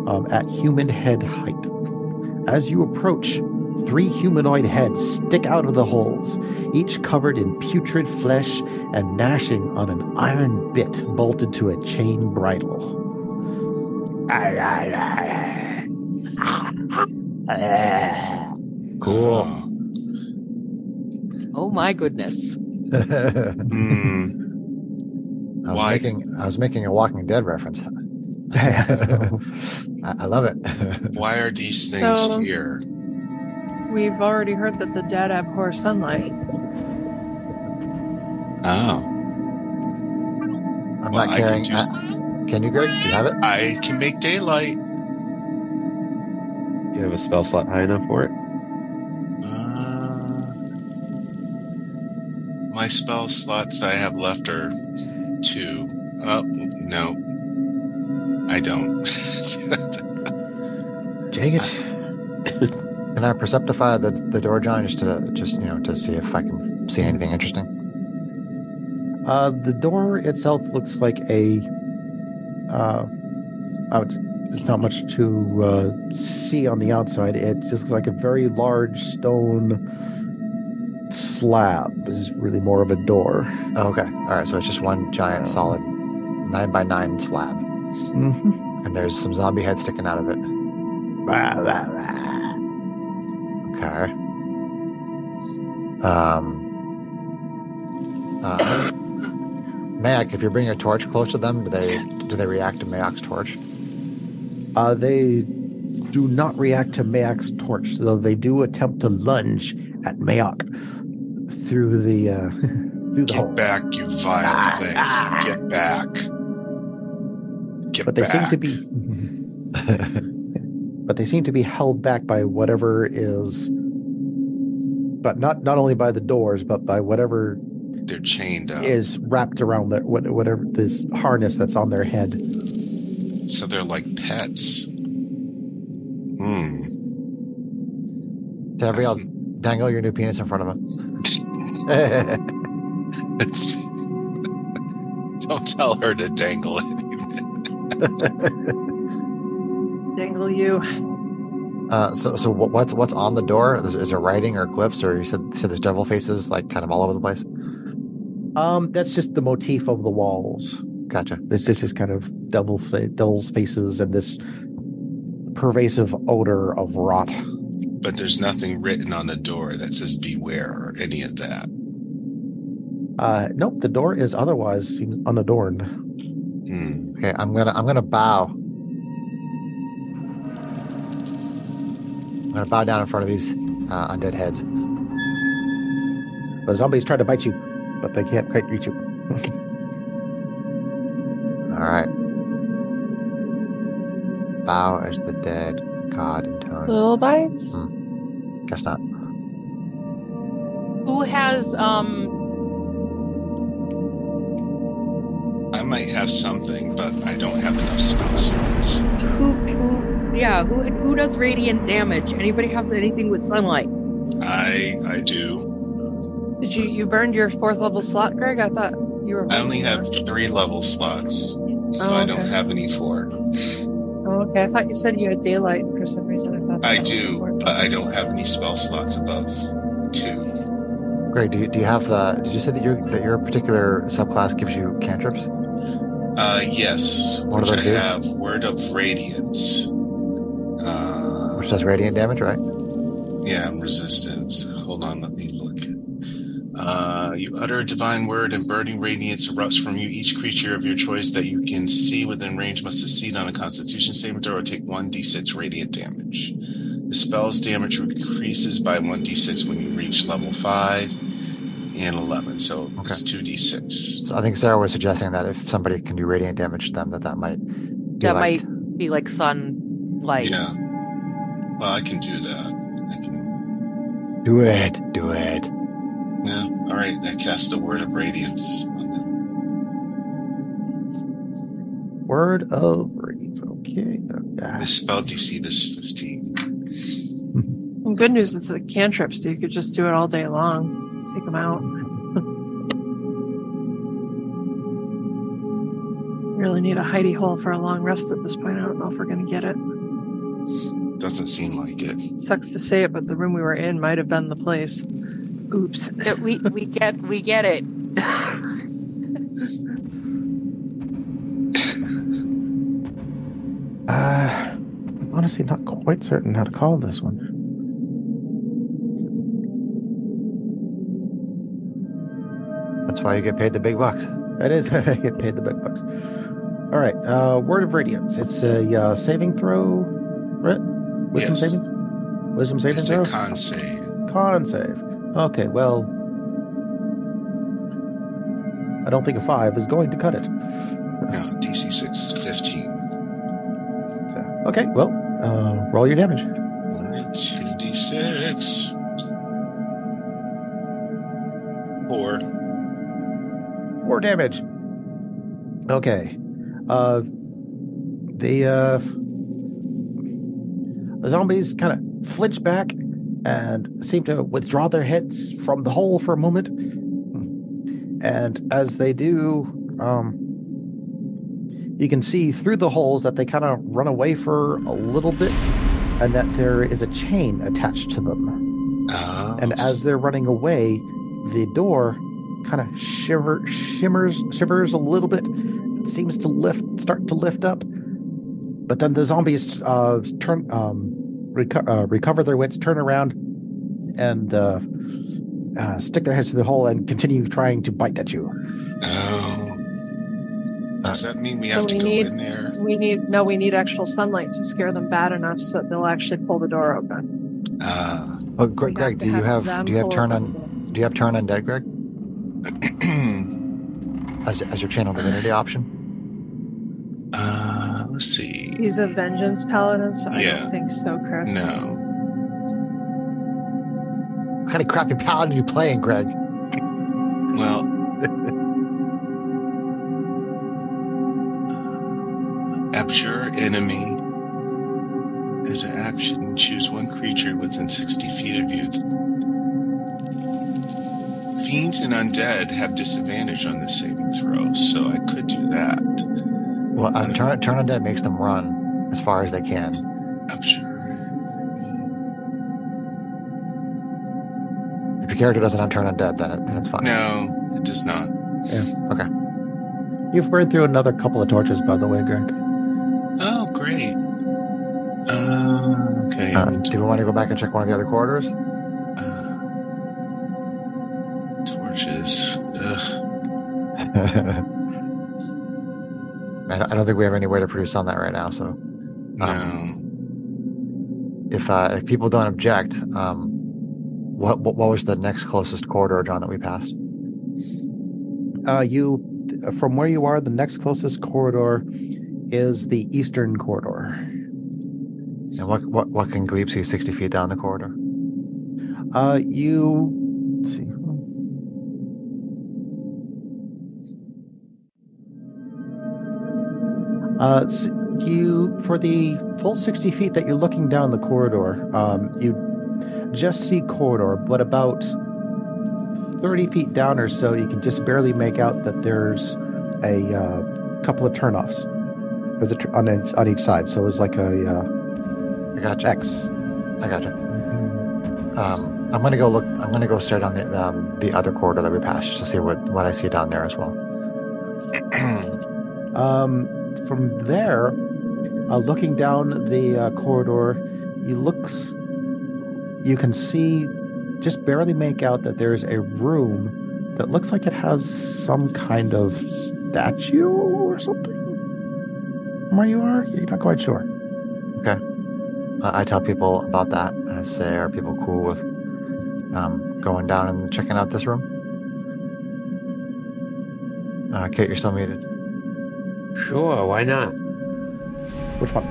Speaker 2: um, at human head height. As you approach, three humanoid heads stick out of the holes, each covered in putrid flesh and gnashing on an iron bit bolted to a chain bridle.
Speaker 1: Cool.
Speaker 3: Oh my goodness.
Speaker 1: I
Speaker 4: Uh, mm,
Speaker 1: was
Speaker 4: Why?
Speaker 1: making I was making a Walking Dead reference. I, I love it.
Speaker 4: why are these things
Speaker 5: So-
Speaker 4: here?
Speaker 5: We've already heard that the dead abhor sunlight.
Speaker 4: Oh,
Speaker 1: I'm
Speaker 4: Well,
Speaker 1: not
Speaker 4: I
Speaker 1: carrying.
Speaker 4: can do-
Speaker 1: I- can you, Greg? Do you have it?
Speaker 4: I can make daylight.
Speaker 7: Do you have a spell slot high enough for it?
Speaker 4: Uh, my spell slots I have left are two. Oh no, I don't.
Speaker 7: Dang it.
Speaker 1: Can I perceptify the, the door, John, just to just you know to see if I can see anything interesting?
Speaker 2: Uh, the door itself looks like a. Uh, out. There's not much to uh, see on the outside. It just looks like a very large stone slab. This is really more of a door.
Speaker 1: Oh, okay, all right. So it's just one giant
Speaker 2: Um,
Speaker 1: solid nine by nine slab,
Speaker 2: Mm-hmm.
Speaker 1: and there's some zombie heads sticking out of it. Okay. Um. Uh, Mayak, if you bring your torch close to them, do they do they react to Mayak's torch?
Speaker 2: Uh, they do not react to Mayok's torch, though they do attempt to lunge at Mayok through the uh, through the hole.
Speaker 4: Get back, you vile things! Get back! Get
Speaker 2: but they seem
Speaker 4: back!
Speaker 2: to be but they seem to be held back by whatever is but not not only by the doors but by whatever
Speaker 4: They're chained up,
Speaker 2: is wrapped around their what- whatever this harness that's on their head
Speaker 4: so they're like pets. Hmm.
Speaker 1: Gabrielle,
Speaker 4: that's-
Speaker 1: dangle your new penis in front of him.
Speaker 4: Don't tell her to dangle it.
Speaker 5: Dangle you.
Speaker 1: uh, so, so what, what's what's on the door? Is, is there writing or glyphs, or you said said there's devil faces like kind of all over the place?
Speaker 2: um that's just the motif of the walls
Speaker 1: Gotcha.
Speaker 2: this this is kind of devil fa- devil's faces and this pervasive odor of rot
Speaker 4: But there's nothing written on the door that says beware or any of that.
Speaker 2: uh nope the door is otherwise seems unadorned
Speaker 4: Hmm.
Speaker 1: Okay, I'm gonna I'm gonna bow. I'm gonna bow down in front of these uh, undead heads.
Speaker 2: the zombies try to bite you but they can't quite reach you
Speaker 1: All right. Bow as the dead god intoned.
Speaker 5: Little bites.
Speaker 1: Guess not.
Speaker 3: Who has um
Speaker 4: I might have something, but I don't have enough spell slots.
Speaker 3: who who yeah, who who does radiant damage? Anybody have anything with sunlight?
Speaker 4: I I do.
Speaker 5: Did you you burned your fourth level slot, Greg? I thought you were.
Speaker 4: I only have three level slots, so
Speaker 5: Oh,
Speaker 4: I don't
Speaker 5: okay.
Speaker 4: have any four.
Speaker 5: Oh, okay. I thought you said you had daylight for some reason. I thought
Speaker 4: I
Speaker 5: that was
Speaker 4: do,
Speaker 5: important.
Speaker 4: but I don't have any spell slots above two.
Speaker 1: Greg, do you, do you have the? Did you say that your that your particular subclass gives you cantrips?
Speaker 4: Uh, yes,
Speaker 1: What
Speaker 4: which
Speaker 1: do
Speaker 4: I
Speaker 1: they do?
Speaker 4: have Word of Radiance. Uh,
Speaker 1: Which does radiant damage, right?
Speaker 4: yeah, I'm resistance. Hold on, let me look. Uh, you utter a divine word, and burning radiance erupts from you. Each creature of your choice that you can see within range must succeed on a Constitution saving throw or take one d6 radiant damage. The spell's damage increases by one d6 when you reach level five and eleven, so it's two d6.
Speaker 1: So I think Sarah was suggesting that if somebody can do radiant damage to them, that that might. Be
Speaker 3: that
Speaker 1: like-
Speaker 3: might be like sunlight.
Speaker 4: Yeah. Well, I can do that. I can
Speaker 1: do it. Do it.
Speaker 4: Yeah. All right. I cast a word of radiance on them.
Speaker 2: Word of radiance. Okay.
Speaker 4: The
Speaker 2: Uh,
Speaker 4: spell DC is 15.
Speaker 5: Well, good news is a cantrip, so you could just do it all day long. Take them out. really need a hidey hole for a long rest at this point. I don't know if we're going to get it.
Speaker 4: Doesn't seem like it.
Speaker 5: Sucks to say it, but the room we were in might have been the place. Oops.
Speaker 3: That we we get we get it.
Speaker 2: uh, I'm honestly not quite certain how to call this one.
Speaker 1: That's why you get paid the big bucks.
Speaker 2: That is how I get paid the big bucks. All right. Uh, Word of Radiance. It's a uh, saving throw, right? Wisdom
Speaker 4: Yes.
Speaker 2: saving? Wisdom saving
Speaker 4: It's
Speaker 2: throw?
Speaker 4: a con save.
Speaker 2: Con save. Okay, well. I don't think a 5 is going to cut it.
Speaker 4: No, DC 6 is 15.
Speaker 2: So, okay, well, uh, roll your damage.
Speaker 4: All right. 2d6. Four.
Speaker 2: 4 damage. Okay. Uh, the, uh, the zombies kind of flinch back and seem to withdraw their heads from the hole for a moment. And as they do, um, you can see through the holes that they kind of run away for a little bit and that there is a chain attached to them.
Speaker 4: Oh,
Speaker 2: and as they're running away, the door kind of shiver, shimmers, shivers a little bit. It seems to lift, start to lift up, but then the zombies uh, turn, um, reco- uh, recover their wits, turn around, and uh, uh, stick their heads through the hole and continue trying to bite at you.
Speaker 4: Oh. Does that mean we
Speaker 5: So
Speaker 4: have to
Speaker 5: we
Speaker 4: go
Speaker 5: need-
Speaker 4: in there?
Speaker 5: We need no. We need actual sunlight to scare them bad enough so that they'll actually pull the door open.
Speaker 4: Uh,
Speaker 1: Oh, Greg,
Speaker 5: We
Speaker 1: Greg
Speaker 5: to
Speaker 1: do you have
Speaker 5: them
Speaker 1: do you have
Speaker 5: pull
Speaker 1: turn
Speaker 5: open
Speaker 1: on do you have turn undead, Greg, as as your channel divinity option?
Speaker 4: uh, let's see.
Speaker 5: the door. He's a vengeance paladin, so I
Speaker 4: Yeah.
Speaker 5: don't think so, Chris.
Speaker 4: No.
Speaker 1: What kind of crappy paladin are you playing, Greg?
Speaker 4: Well, Abjure enemy. As an action, choose one creature within 60 feet of you. Fiends and undead have disadvantage on the saving throw, so I could do that.
Speaker 1: Well, um, turn turn undead makes them run as far as they can.
Speaker 4: Abjure.
Speaker 1: If your character doesn't have turn undead, then, it, then it's fine.
Speaker 4: No, it does not.
Speaker 2: You've burned through another couple of torches, by the way, Greg.
Speaker 4: Oh, great. Uh, okay.
Speaker 1: Uh, do we want to go back and check one of the other corridors?
Speaker 4: uh, torches. Ugh.
Speaker 2: Uh-huh.
Speaker 1: I don't I don't think we have any way to produce on that right now. So
Speaker 4: No.
Speaker 1: if uh, if people don't object, um, what, what what was the next closest corridor, John, that we passed?
Speaker 2: Uh, you, from where you are, the next closest corridor is the eastern corridor.
Speaker 1: And what what what can Glebe see sixty feet down the corridor?
Speaker 2: Uh, you let's see. Uh, s- you for the full sixty feet that you're looking down the corridor, um, you just see corridor, but about thirty feet down or so, you can just barely make out that there's a uh, couple of turnoffs. There's a tr- on each, on each side, so it was like a uh,
Speaker 1: I gotcha.
Speaker 2: X.
Speaker 1: I gotcha. Um, I'm gonna go look. I'm gonna go start on the um, the other corridor that we passed just to see what what I see down there as well.
Speaker 2: Um, from there, uh, looking down the uh, corridor, you looks. You can see, just barely make out that there's a room that looks like it has some kind of statue or something. From where you are, you're not quite sure.
Speaker 1: I, I tell people about that and I say, are people cool with um, going down and checking out this room? Uh, Kate, you're still muted.
Speaker 7: Sure, why not?
Speaker 2: Which one?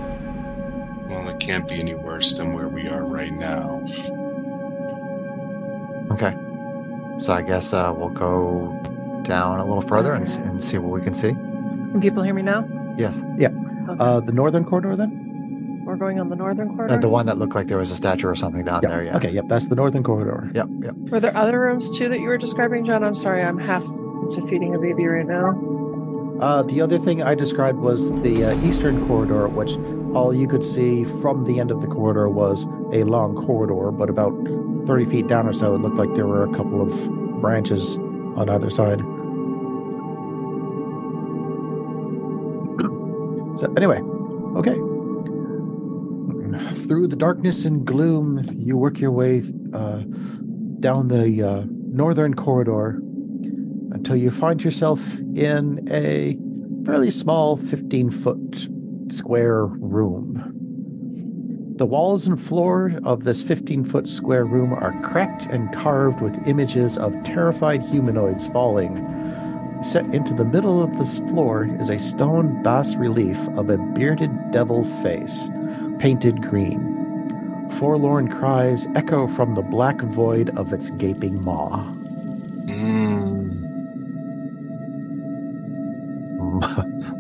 Speaker 4: Well, it can't be any worse than where we are right now.
Speaker 1: Okay. So I guess uh, we'll go down a little further and, s- and see what we can see.
Speaker 5: Can people hear me now?
Speaker 1: Yes.
Speaker 5: Okay.
Speaker 2: Uh, the northern corridor, then.
Speaker 5: We're going on the northern corridor.
Speaker 1: Uh, the one that looked like there was a statue or something down there. Yeah.
Speaker 2: Okay. Yep. That's the northern corridor.
Speaker 1: Yep. Yep.
Speaker 5: Were there other rooms too that you were describing, John? I'm sorry, I'm half into feeding a baby right now.
Speaker 2: Uh, the other thing I described was the uh, eastern corridor, which all you could see from the end of the corridor was a long corridor, but about 30 feet down or so, it looked like there were a couple of branches on either side. So, anyway, okay. Through the darkness and gloom, you work your way uh, down the uh, northern corridor until you find yourself in a fairly small 15 foot square room. The walls and floor of this 15 foot square room are cracked and carved with images of terrified humanoids falling. Set into the middle of this floor is a stone bas relief of a bearded devil face, painted green. Forlorn cries echo from the black void of its gaping maw.
Speaker 4: Mm.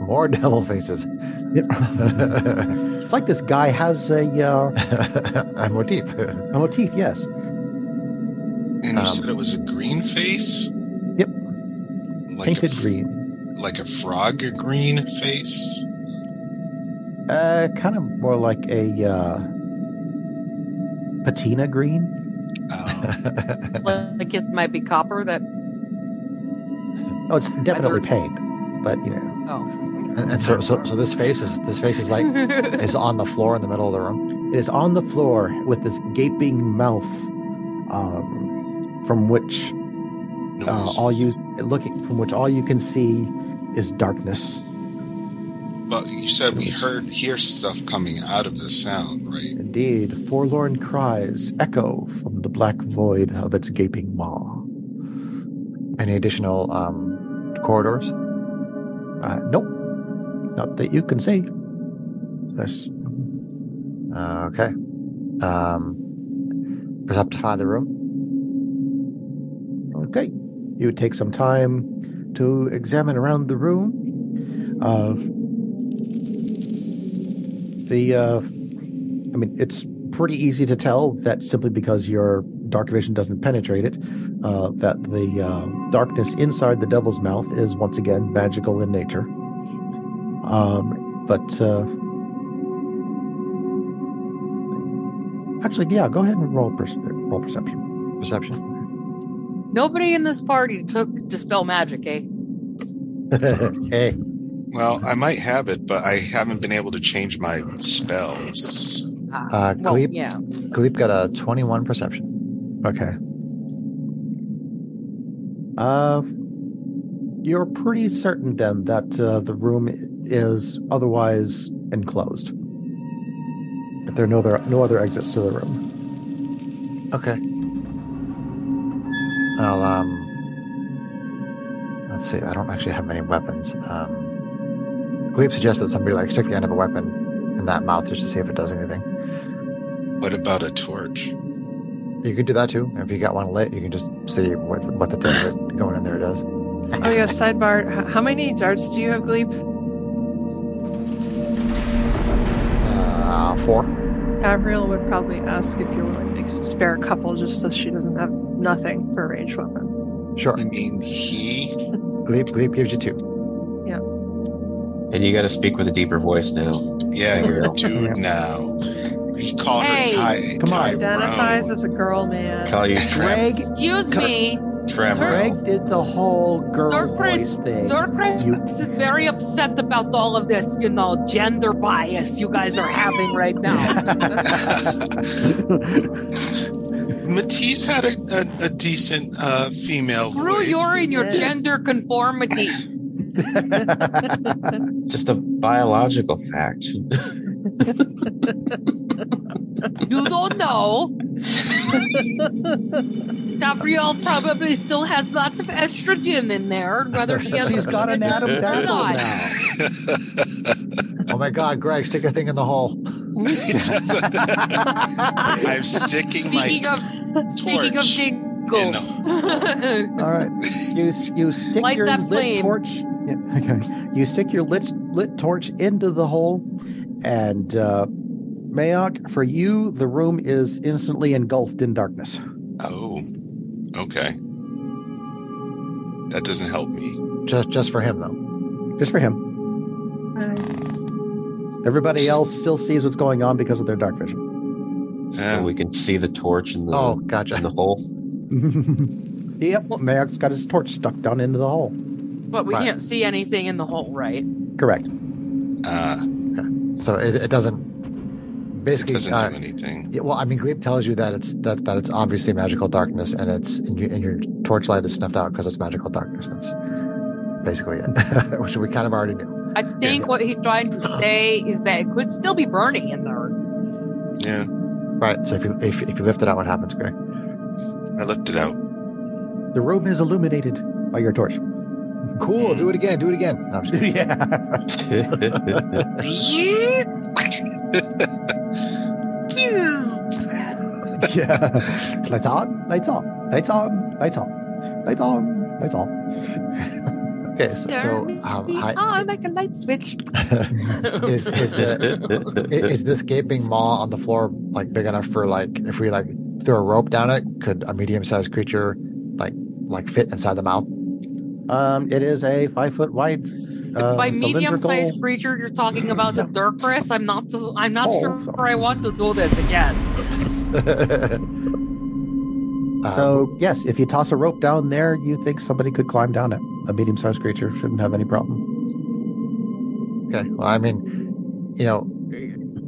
Speaker 1: More devil faces.
Speaker 2: It's like this guy has a, uh,
Speaker 1: I'm Motif.
Speaker 2: a motif, yes.
Speaker 4: And you
Speaker 1: Um,
Speaker 4: said it was a green face?
Speaker 2: Yep.
Speaker 4: Like
Speaker 2: painted
Speaker 4: a, f-
Speaker 2: green.
Speaker 4: Like a frog green face?
Speaker 2: Uh, kind of more like a uh, patina green.
Speaker 4: Oh,
Speaker 3: Like it might be copper that.
Speaker 2: Oh, it's definitely
Speaker 3: heard-
Speaker 2: paint, but you know,
Speaker 3: Oh.
Speaker 1: and, and so, so, so this face is this face is like is on the floor in the middle of the room.
Speaker 2: it is on the floor with this gaping mouth, um, from which uh,
Speaker 4: noise.
Speaker 2: all you looking from which all you can see is darkness.
Speaker 4: But you said we heard hear stuff coming out of the sound, right?
Speaker 2: Indeed, forlorn cries echo from the black void of its gaping maw.
Speaker 1: Any additional um, corridors?
Speaker 2: Uh, nope, not that you can see. There's
Speaker 1: Uh, okay. Um, perceptify the room.
Speaker 2: Okay. You take some time to examine around the room. Uh, the, uh, I mean, it's pretty easy to tell that simply because your dark vision doesn't penetrate it, uh, that the uh, darkness inside the devil's mouth is once again magical in nature. Um, but uh, actually, yeah, go ahead and roll, perce- roll perception.
Speaker 1: Perception. Uh,
Speaker 3: Nobody in this party took dispel magic, eh?
Speaker 1: hey.
Speaker 4: Well,
Speaker 2: Mm-hmm.
Speaker 4: I might have it, but I haven't been able to change my spells. So
Speaker 3: Ah,
Speaker 1: Uh,
Speaker 3: well,
Speaker 1: Khalib,
Speaker 3: yeah.
Speaker 1: Khalib got a 21 perception.
Speaker 2: Okay. Uh, you're pretty certain then that uh, the room is otherwise enclosed. That there are no other no other exits to the room.
Speaker 1: Okay. I'll um. Let's see. I don't actually have many weapons. Um, Khalib suggests that somebody like stick the end of a weapon in that mouth just to see if it does anything.
Speaker 4: What about a torch?
Speaker 1: You could do that too. If you got one lit, you can just see what what the thing that going in there does.
Speaker 5: Oh yeah, sidebar. H- how many darts do you have, Gleep?
Speaker 1: Uh, four.
Speaker 5: Tavriel would probably ask if you were like to spare a couple just so she doesn't have nothing for a ranged weapon.
Speaker 1: Sure.
Speaker 4: I mean, he.
Speaker 1: Gleep, Gleep gives you two.
Speaker 7: And you got to speak with a deeper voice now.
Speaker 4: Yeah, you're a dude
Speaker 2: Yeah.
Speaker 4: now. We call
Speaker 3: Hey.
Speaker 4: her Ty.
Speaker 2: Come
Speaker 4: Ty
Speaker 2: on.
Speaker 5: Identifies
Speaker 4: Brown.
Speaker 5: as a girl man.
Speaker 7: Call you
Speaker 2: Greg,
Speaker 7: Trav.
Speaker 3: Excuse
Speaker 7: Cut.
Speaker 3: me.
Speaker 7: Trav.
Speaker 2: Greg did the whole girl
Speaker 3: Dorcas,
Speaker 2: voice thing.
Speaker 3: Dorcas
Speaker 2: You-
Speaker 3: is very upset about all of this, you know, gender bias you guys are having right now.
Speaker 4: Matisse had a, a, a decent uh, female
Speaker 3: Screw
Speaker 4: voice.
Speaker 3: your and your
Speaker 5: Yeah.
Speaker 3: gender conformity.
Speaker 7: Just a biological fact.
Speaker 3: You don't know. Gabrielle probably still has lots of estrogen in there, whether she has
Speaker 2: She's got an Adam's
Speaker 3: Or
Speaker 2: apple
Speaker 3: not.
Speaker 2: now.
Speaker 1: Oh my God, Greg, stick a thing in the hole.
Speaker 4: I'm sticking
Speaker 3: Speaking
Speaker 4: my
Speaker 3: of speaking of
Speaker 4: torch
Speaker 3: jingles,
Speaker 2: All right. You you stick
Speaker 3: Light
Speaker 2: your
Speaker 3: that
Speaker 2: lit
Speaker 3: flame.
Speaker 2: torch. Yeah, okay. You stick your lit lit torch into the hole, and uh, Mayok, for you, the room is instantly engulfed in darkness.
Speaker 4: Oh, okay. That doesn't help me.
Speaker 1: Just just for him though.
Speaker 2: Just for him. Everybody else still sees what's going on because of their dark vision.
Speaker 7: so we can see the torch in the
Speaker 1: Oh,
Speaker 7: in
Speaker 1: gotcha.
Speaker 7: the hole.
Speaker 2: yep. Mayok's got his torch stuck down into the hole.
Speaker 3: but we
Speaker 1: Right.
Speaker 3: can't see anything in the hole, right?
Speaker 2: Correct.
Speaker 4: Uh,
Speaker 1: So it, it doesn't
Speaker 4: it
Speaker 1: basically
Speaker 4: doesn't
Speaker 1: uh,
Speaker 4: do anything.
Speaker 1: Yeah, well, I mean, Gleep tells you that it's that, that it's obviously magical darkness, and it's and, you, and your torchlight is snuffed out because it's magical darkness. That's basically it, which we kind of already knew.
Speaker 3: I think what he's trying to say is that it could still be burning in there.
Speaker 4: Yeah,
Speaker 1: Right. So if you if, if you lift it out, what happens, Greg?
Speaker 4: I left it out.
Speaker 2: The room is illuminated by your torch.
Speaker 1: Cool. Do it again. Do it again. No, I'm just kidding.
Speaker 2: yeah. yeah. Lights on, lights on, lights on, lights on, lights on, lights on.
Speaker 1: Okay. So, so um, hi,
Speaker 3: oh, like a light switch.
Speaker 1: is is the i- is this gaping maw on the floor like big enough for like if we like threw a rope down it, could a medium sized creature like like fit inside the mouth?
Speaker 2: Um, it is a five foot wide. Uh,
Speaker 3: By
Speaker 2: cylindrical-
Speaker 3: medium-sized creature, you're talking about the Durkris. I'm not. I'm not
Speaker 2: Oh,
Speaker 3: sure
Speaker 2: so-
Speaker 3: I want to do this again.
Speaker 1: Um,
Speaker 2: So yes, if you toss a rope down there, you think somebody could climb down it. A medium sized creature shouldn't have any problem.
Speaker 1: Okay. Well, I mean, you know,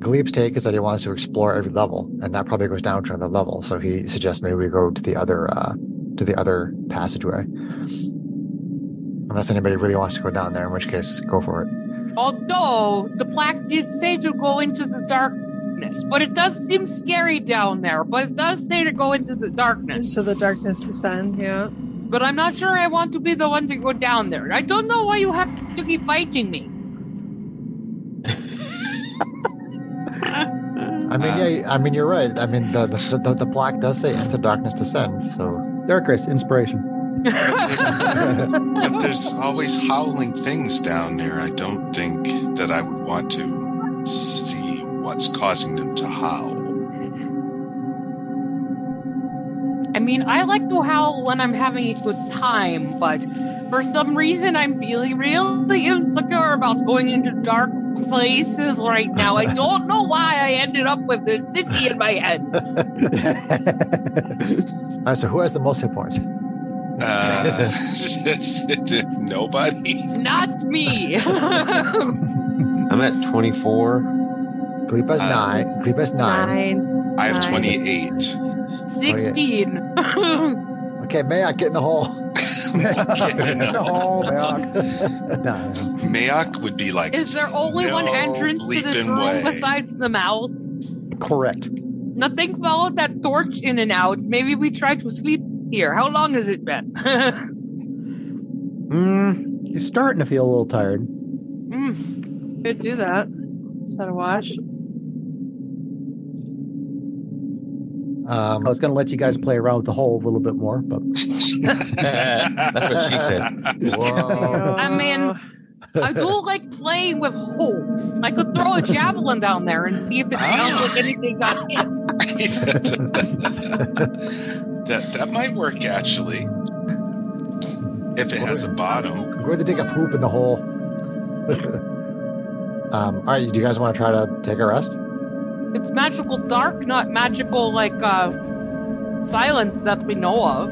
Speaker 1: Gleeb's take is that he wants to explore every level, and that probably goes down to another level. So he suggests maybe we go to the other uh, to the other passageway. Unless anybody really wants to go down there, in which case, go for it.
Speaker 3: Although the plaque did say to go into the darkness, but it does seem scary down there. But it does say to go into the darkness.
Speaker 5: So the darkness descend. Yeah.
Speaker 3: But I'm not sure I want to be the one to go down there. I don't know why you have to keep fighting me.
Speaker 1: I mean, yeah, I mean, you're right. I mean, the the, the, the plaque does say "Into Darkness Descend," so
Speaker 2: There, Chris, inspiration.
Speaker 4: But there's always howling things down there. I don't think that I would want to see what's causing them to howl.
Speaker 3: I mean, I like to howl when I'm having a good time, but for some reason, I'm feeling really insecure about going into dark places right now. I don't know why I ended up with this sissy in my head.
Speaker 1: all right. So who has the most hit points?
Speaker 4: Uh, nobody.
Speaker 3: Not me.
Speaker 7: I'm at 24.
Speaker 1: Gleep has
Speaker 4: Uh,
Speaker 1: nine. Gleep has nine.
Speaker 5: Nine.
Speaker 4: I have
Speaker 5: Nice.
Speaker 4: 28.
Speaker 3: 16.
Speaker 1: Okay, Mayock, get in the hole.
Speaker 2: oh, man. Nah.
Speaker 4: Mayok would be like,
Speaker 3: Is there only one
Speaker 4: No
Speaker 3: entrance to this
Speaker 4: bleeping
Speaker 3: room
Speaker 4: way.
Speaker 3: besides the mouth?
Speaker 2: Correct.
Speaker 3: Nothing followed that torch in and out. Maybe we try to sleep here. How long has it been?
Speaker 2: Mm, you're starting to feel a little tired.
Speaker 3: Mm.
Speaker 5: Could do that. Is that a watch?
Speaker 1: Um,
Speaker 2: I was going to let you guys play around with the hole a little bit more, but
Speaker 7: That's what she said.
Speaker 2: Oh.
Speaker 1: whoa.
Speaker 3: I mean, I do like playing with holes. I could throw a javelin down there and see if it sounds like anything got hit.
Speaker 4: that that might work actually. If it has a bottom,
Speaker 1: I'm going to take a poop in the hole. um, all right, do you guys want to try to take a rest?
Speaker 3: It's magical dark, not magical like uh, silence that we know of.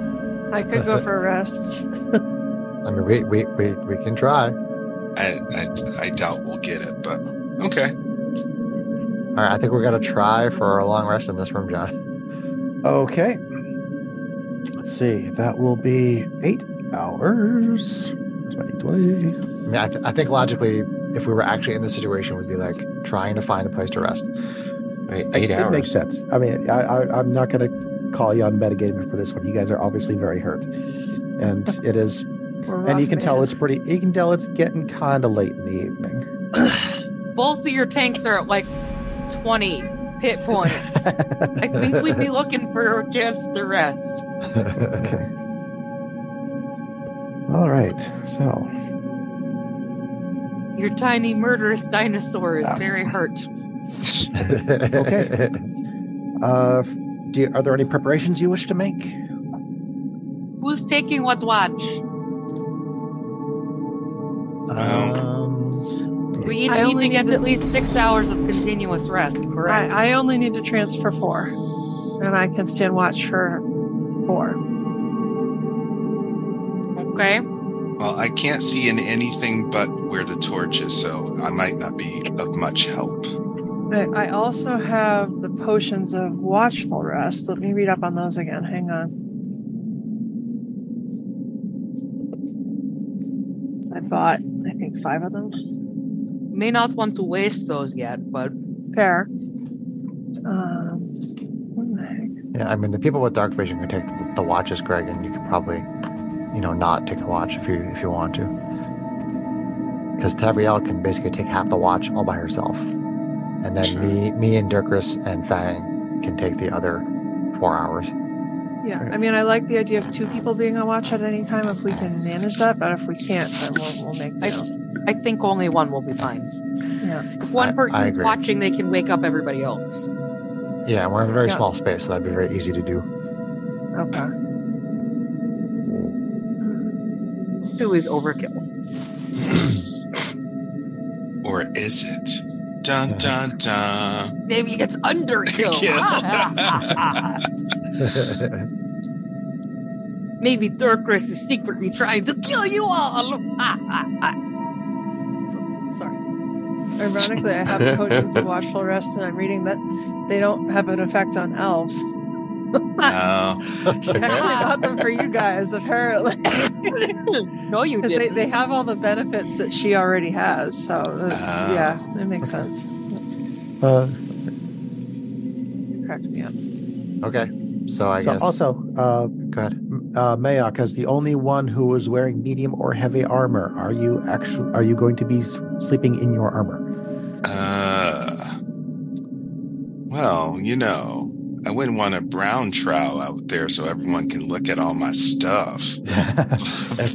Speaker 5: I could go for a rest.
Speaker 1: I mean, we we we, we can try. All
Speaker 4: I, I, I doubt we'll get it, but okay.
Speaker 1: right, I think we're gonna try for a long rest in this room, John.
Speaker 2: Okay. Let's see. That will be eight hours. Where's my D20?
Speaker 1: I mean, I, th- I think logically, if we were actually in this situation, would be like trying to find a place to rest.
Speaker 7: Right,
Speaker 2: I-
Speaker 7: eight
Speaker 2: it
Speaker 7: hours.
Speaker 2: makes sense. I mean, I, I, I'm not going to call you on metagaming for this one. You guys are obviously very hurt, and it is,
Speaker 5: We're
Speaker 2: and you
Speaker 5: rough,
Speaker 2: can tell
Speaker 5: man.
Speaker 2: it's pretty. You can tell it's getting kind of late in the evening.
Speaker 3: Both of your tanks are at like 20 hit points. I think we'd be looking for a chance to rest.
Speaker 2: Okay. All right. So
Speaker 3: Your tiny murderous dinosaur is
Speaker 2: Ah.
Speaker 3: very hurt.
Speaker 1: okay.
Speaker 2: Uh, do you, are there any preparations you wish to make?
Speaker 3: Who's taking what watch?
Speaker 1: Um,
Speaker 3: We each
Speaker 5: I
Speaker 3: need to
Speaker 5: only
Speaker 3: get
Speaker 5: need to-
Speaker 3: at least six hours of continuous rest, correct?
Speaker 5: I, I only need to transfer four, and I can stand watch for four.
Speaker 3: okay.
Speaker 4: Well, I can't see in anything but where the torch is, so I might not be of much help.
Speaker 5: I, I also have the potions of watchful rest. Let me read up on those again. Hang on. So I bought, I think, five of them.
Speaker 3: May not want to waste those yet, but
Speaker 5: Fair. Um, what the heck?
Speaker 1: yeah, I mean, the people with dark vision can take the, the watches, Greg, and you could probably, you know, not take the watch if you if you want to. Because Tabrielle can basically take half the watch all by herself, and then
Speaker 4: Sure.
Speaker 1: me, me and Dirkris and Fang can take the other four hours.
Speaker 5: Yeah, I mean, I like the idea of two people being on watch at any time if we can manage that, but if we can't, then we'll, we'll make
Speaker 3: I-
Speaker 5: do.
Speaker 3: I think only one will be fine.
Speaker 5: Yeah.
Speaker 3: If
Speaker 1: I-
Speaker 3: one
Speaker 1: I
Speaker 3: person's
Speaker 1: agree.
Speaker 3: watching, they can wake up everybody else.
Speaker 1: Yeah, and we're in a very
Speaker 5: Yeah.
Speaker 1: small space, so that'd be very easy to do.
Speaker 5: Okay.
Speaker 3: Who is overkill?
Speaker 4: Or is it? Dun dun dun.
Speaker 3: Maybe it's underkill.
Speaker 4: Kill.
Speaker 3: Maybe Dirkris is secretly trying to kill you all. Sorry.
Speaker 5: Ironically, I have potions of watchful rest, and I'm reading that they don't have an effect on elves.
Speaker 4: No.
Speaker 5: I actually bought them for you guys, apparently,
Speaker 3: No, you
Speaker 5: because they,
Speaker 3: didn't.
Speaker 5: they have all the benefits that she already has. So that's,
Speaker 4: Ah.
Speaker 5: yeah, it makes
Speaker 1: Okay.
Speaker 5: sense.
Speaker 2: Uh,
Speaker 5: You cracked me up.
Speaker 1: okay, so I
Speaker 2: so
Speaker 1: guess
Speaker 2: also, uh,
Speaker 1: go ahead.
Speaker 2: M- uh, Mayok is the only one who is wearing medium or heavy armor. Are you actually? Are you going to be s- sleeping in your armor?
Speaker 4: Uh, well, you know, I wouldn't want a brown trowel out there so everyone can look at all my stuff.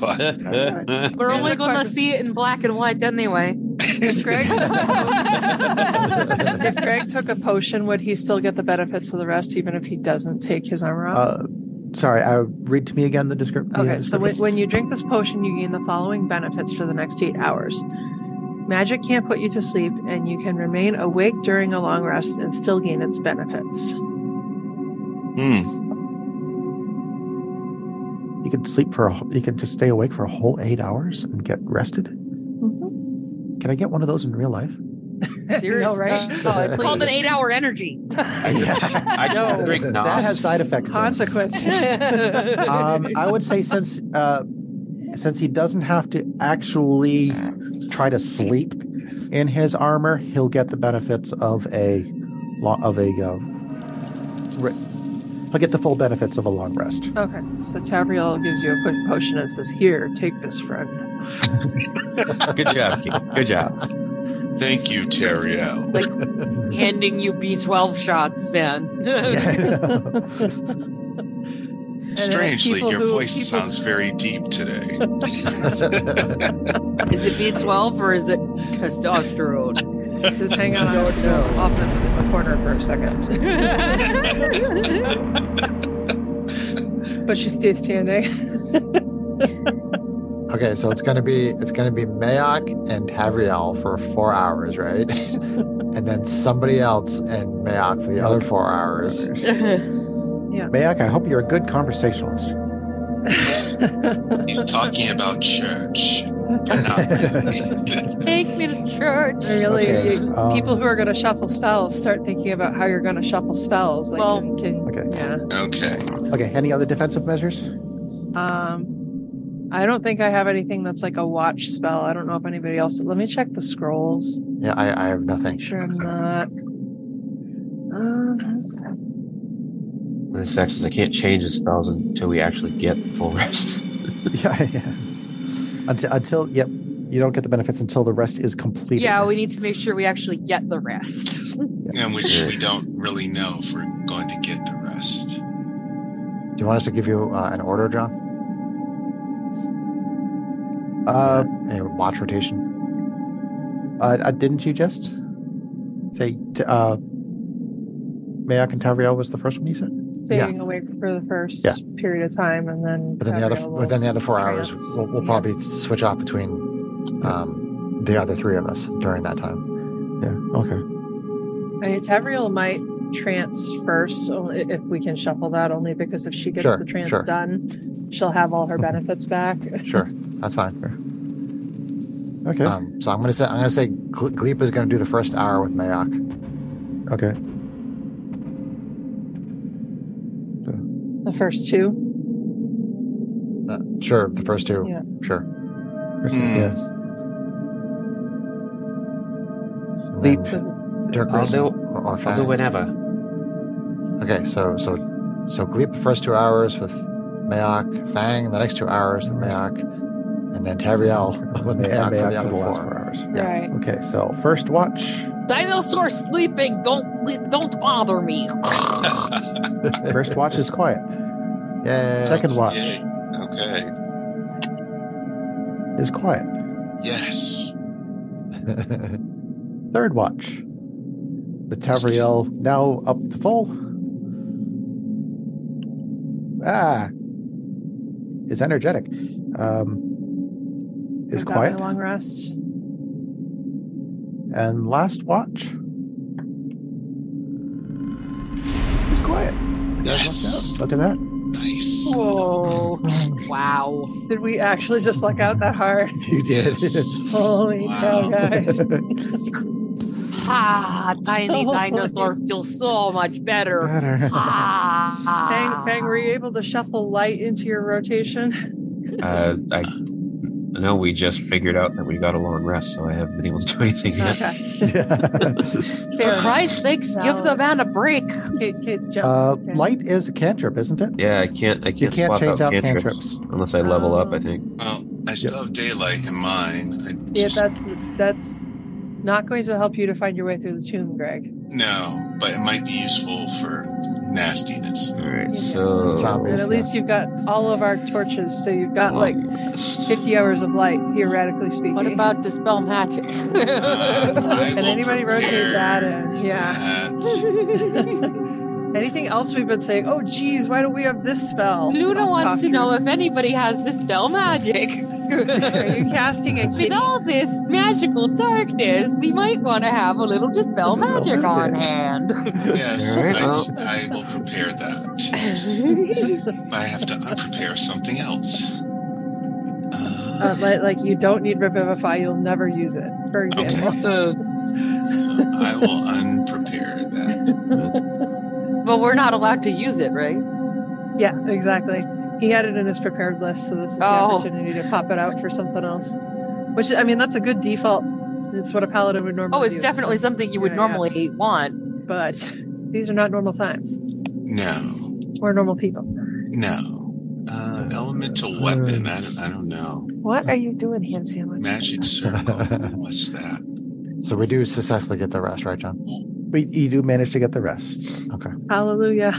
Speaker 4: but
Speaker 3: We're only
Speaker 5: There's
Speaker 3: going to
Speaker 5: a question.
Speaker 3: see it in black and white anyway.
Speaker 5: If Greg, if Greg took a potion, would he still get the benefits of the rest, even if he doesn't take his armor off?
Speaker 2: Uh, sorry, I read to me again the description.
Speaker 5: Okay, so when, when you drink this potion, you gain the following benefits for the next eight hours. Magic can't put you to sleep, and you can remain awake during a long rest and still gain its benefits.
Speaker 4: Hmm.
Speaker 2: you could sleep for a, wh- you could just stay awake for a whole eight hours and get rested. Can I get one of those in real life?
Speaker 3: Seriously.
Speaker 5: right?
Speaker 3: Oh, it's called an eight hour energy.
Speaker 7: I could, I could
Speaker 2: No,
Speaker 7: drink
Speaker 2: That
Speaker 7: Nos.
Speaker 2: has side effects. though.
Speaker 5: Consequences.
Speaker 2: um, I would say since uh, since he doesn't have to actually try to sleep in his armor, he'll get the benefits of a lo- of a. Uh, re- he'll get the full benefits of a long rest.
Speaker 5: Okay, so Tabriel gives you a quick potion and says, "Here, take this, friend."
Speaker 7: Good job, team. Good job.
Speaker 4: Thank you, Teriel.
Speaker 3: like handing you B12 shots, man.
Speaker 5: And then
Speaker 4: Strangely,
Speaker 5: people
Speaker 4: your
Speaker 5: who-
Speaker 4: voice
Speaker 5: people-
Speaker 4: sounds very deep today.
Speaker 3: Is it B12 or is it testosterone?
Speaker 5: Says, "Hang on, I don't know." Off in the corner for a second, but she stays standing.
Speaker 1: Okay, so it's gonna be it's gonna be Mayock and Tavriel for four hours, right? and then somebody else and Mayock for the other four hours.
Speaker 2: Mayak, I hope you're a good conversationalist.
Speaker 4: He's talking about church. But not really.
Speaker 3: Take me to church.
Speaker 5: Really,
Speaker 2: Okay,
Speaker 5: you-
Speaker 2: um,
Speaker 5: people who are going to shuffle spells start thinking about how you're going to shuffle spells. Like,
Speaker 3: Well-
Speaker 5: can, can-
Speaker 2: Okay.
Speaker 5: yeah.
Speaker 4: okay.
Speaker 2: Okay, any other defensive measures?
Speaker 5: Um, I don't think I have anything that's like a watch spell. I don't know if anybody else. Let me check the scrolls.
Speaker 1: Yeah, I, I have nothing.
Speaker 5: Make sure I'm not. Uh, that's-
Speaker 7: The sex is I can't change the spells until we actually get the full rest.
Speaker 2: yeah, yeah. Until, until, yep, you don't get the benefits until the rest is completed.
Speaker 3: Yeah, we need to make sure we actually get the rest.
Speaker 4: And which we don't really know if we're going to get the rest.
Speaker 1: Do you want us to give you uh, an order, John?
Speaker 2: Uh,
Speaker 1: a watch rotation?
Speaker 2: uh, uh, didn't you just say, t- uh, Mayak and Tavriel was the first one you said?
Speaker 5: staying awake for the first
Speaker 2: Yeah.
Speaker 5: period of time, and then.
Speaker 1: But then the other
Speaker 5: Gabrielle will
Speaker 1: within the other four hours,
Speaker 5: trance.
Speaker 1: we'll, we'll
Speaker 5: Yeah.
Speaker 1: probably s- switch off between um, the other three of us during that time.
Speaker 2: Yeah, okay.
Speaker 5: I mean, Tavriel might trance first only if we can shuffle that, only because if she gets
Speaker 1: Sure,
Speaker 5: the trance
Speaker 1: sure.
Speaker 5: done, she'll have all her benefits back.
Speaker 1: Sure, that's fine.
Speaker 2: Okay,
Speaker 1: Um, so I'm gonna say I'm gonna say Gle- Gleep is gonna do the first hour with Mayock.
Speaker 2: okay.
Speaker 5: The first two.
Speaker 1: Uh, sure, the first two.
Speaker 5: Yeah.
Speaker 1: Sure.
Speaker 4: Hmm.
Speaker 2: Yes.
Speaker 1: And
Speaker 2: Gleep.
Speaker 1: then Dirk
Speaker 7: I'll
Speaker 1: Grayson
Speaker 7: do,
Speaker 1: or, or
Speaker 7: I'll do
Speaker 1: Fang.
Speaker 7: whatever.
Speaker 1: Okay, so so so Gleep the first two hours with Mayock, Fang the next two hours with Mayock, and then Tavriel with
Speaker 2: May-
Speaker 1: Mayock,
Speaker 2: Mayak
Speaker 1: for the other
Speaker 2: last
Speaker 1: four.
Speaker 2: four hours.
Speaker 1: Yeah.
Speaker 5: Right.
Speaker 2: Okay, so first watch.
Speaker 3: Dinosaur sleeping. Don't le- don't bother me.
Speaker 2: First watch is quiet.
Speaker 1: Yeah.
Speaker 2: Second watch
Speaker 4: Yay. Okay.
Speaker 2: is quiet.
Speaker 4: Yes.
Speaker 2: Third watch. The Tavriel now up to full. Ah, is energetic. Um, is
Speaker 5: I've got
Speaker 2: quiet.
Speaker 5: my long rest.
Speaker 2: And last watch is quiet. You guys
Speaker 4: Yes.
Speaker 2: lucked out. Look at that.
Speaker 4: Nice.
Speaker 5: Whoa!
Speaker 3: Wow.
Speaker 5: Did we actually just luck out that hard?
Speaker 2: You
Speaker 4: Yes.
Speaker 5: Holy cow,
Speaker 4: Wow.
Speaker 5: guys!
Speaker 3: Ah,
Speaker 5: Oh
Speaker 3: tiny dinosaur feels so much better.
Speaker 2: Better.
Speaker 3: Ah.
Speaker 5: Fang, Fang, were you able to shuffle light into your rotation?
Speaker 7: Uh, I know we just figured out that we got a long rest, so I haven't been able to do anything yet.
Speaker 5: Okay,
Speaker 3: For
Speaker 5: fair. enough.
Speaker 3: Christ's sakes, give the man a break.
Speaker 5: Kate, Kate's jump.
Speaker 2: uh,
Speaker 5: Okay.
Speaker 2: light is a cantrip, isn't it?
Speaker 7: Yeah, I can't. I can't,
Speaker 2: You can't
Speaker 7: swap
Speaker 2: change out
Speaker 7: out cantrips,
Speaker 2: cantrips.
Speaker 7: unless I level up.
Speaker 5: Oh.
Speaker 7: I think.
Speaker 4: Well, I still have daylight in mine. I
Speaker 5: Yeah,
Speaker 4: just,
Speaker 5: that's that's not going to help you to find your way through the tomb, Greg.
Speaker 4: no, but it might be useful for nastiness.
Speaker 7: All right,
Speaker 5: Yeah.
Speaker 7: so
Speaker 5: But
Speaker 1: Zombies.
Speaker 5: at least you've got all of our torches, so you've got like 50 hours of light, theoretically speaking.
Speaker 3: What about dispel magic?
Speaker 4: Uh, I
Speaker 5: Can
Speaker 4: will
Speaker 5: anybody rotate
Speaker 4: prepare
Speaker 5: that in? Yeah.
Speaker 4: that.
Speaker 5: Anything else we've been saying? Oh, geez, why don't we have this spell?
Speaker 3: Luna
Speaker 5: Don't
Speaker 3: wants
Speaker 5: talk
Speaker 3: to
Speaker 5: your-
Speaker 3: know if anybody has dispel magic.
Speaker 5: Are you casting a
Speaker 3: With
Speaker 5: kitty?
Speaker 3: all this magical darkness, we might want to have a little dispel magic on hand.
Speaker 4: Yes,
Speaker 7: All right,
Speaker 4: I,
Speaker 7: well-
Speaker 4: I will prepare that. I have to prepare something else. Uh,
Speaker 5: Uh, like, like you don't need revivify, you'll never use it. For example,
Speaker 7: What the?
Speaker 4: so I will unprepare that.
Speaker 3: but we're not allowed to use it, right?
Speaker 5: yeah, exactly. He had it in his prepared list, so this is the
Speaker 3: Oh.
Speaker 5: opportunity to pop it out for something else. Which I mean, that's a good default. It's what a paladin would normally.
Speaker 3: Oh, it's
Speaker 5: do,
Speaker 3: definitely
Speaker 5: so-
Speaker 3: something you would
Speaker 5: Yeah, yeah.
Speaker 3: normally want.
Speaker 5: But these are not normal times.
Speaker 4: No,
Speaker 5: We're normal people.
Speaker 4: no. Uh, elemental weapon. I don't, I don't know.
Speaker 5: What are you doing, ham sandwich?
Speaker 4: Magic circle. What's that?
Speaker 1: so we do successfully get the rest, right, John?
Speaker 2: We, you do manage to get the rest.
Speaker 5: Hallelujah.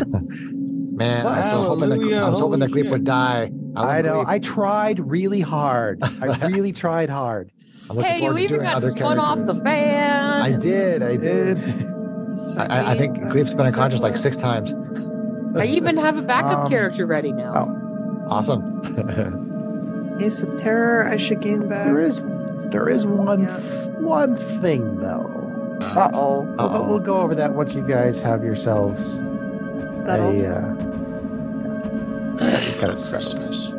Speaker 1: Man, I was so hoping that I was hoping that Gleep would die. love
Speaker 2: I know.
Speaker 1: Gleep.
Speaker 2: I tried really hard. I really tried hard.
Speaker 1: I'm looking
Speaker 3: Hey, you
Speaker 1: forward to
Speaker 3: even
Speaker 1: doing
Speaker 3: got
Speaker 1: other
Speaker 3: spun off the
Speaker 1: characters.
Speaker 3: van.
Speaker 1: I did. I did. I, I- I think Gleep's been unconscious like six times.
Speaker 3: I even have a backup
Speaker 2: Um,
Speaker 3: character ready now.
Speaker 2: Oh,
Speaker 1: Awesome.
Speaker 5: Mace of Terror I should gain back.
Speaker 2: There is there is one
Speaker 5: Yeah.
Speaker 2: one thing though.
Speaker 4: Uh,
Speaker 5: Uh oh.
Speaker 2: But
Speaker 1: Uh-oh.
Speaker 2: we'll go over that once you guys have yourselves
Speaker 5: Settled.
Speaker 2: a uh, got it settled.
Speaker 4: Christmas.
Speaker 1: oh.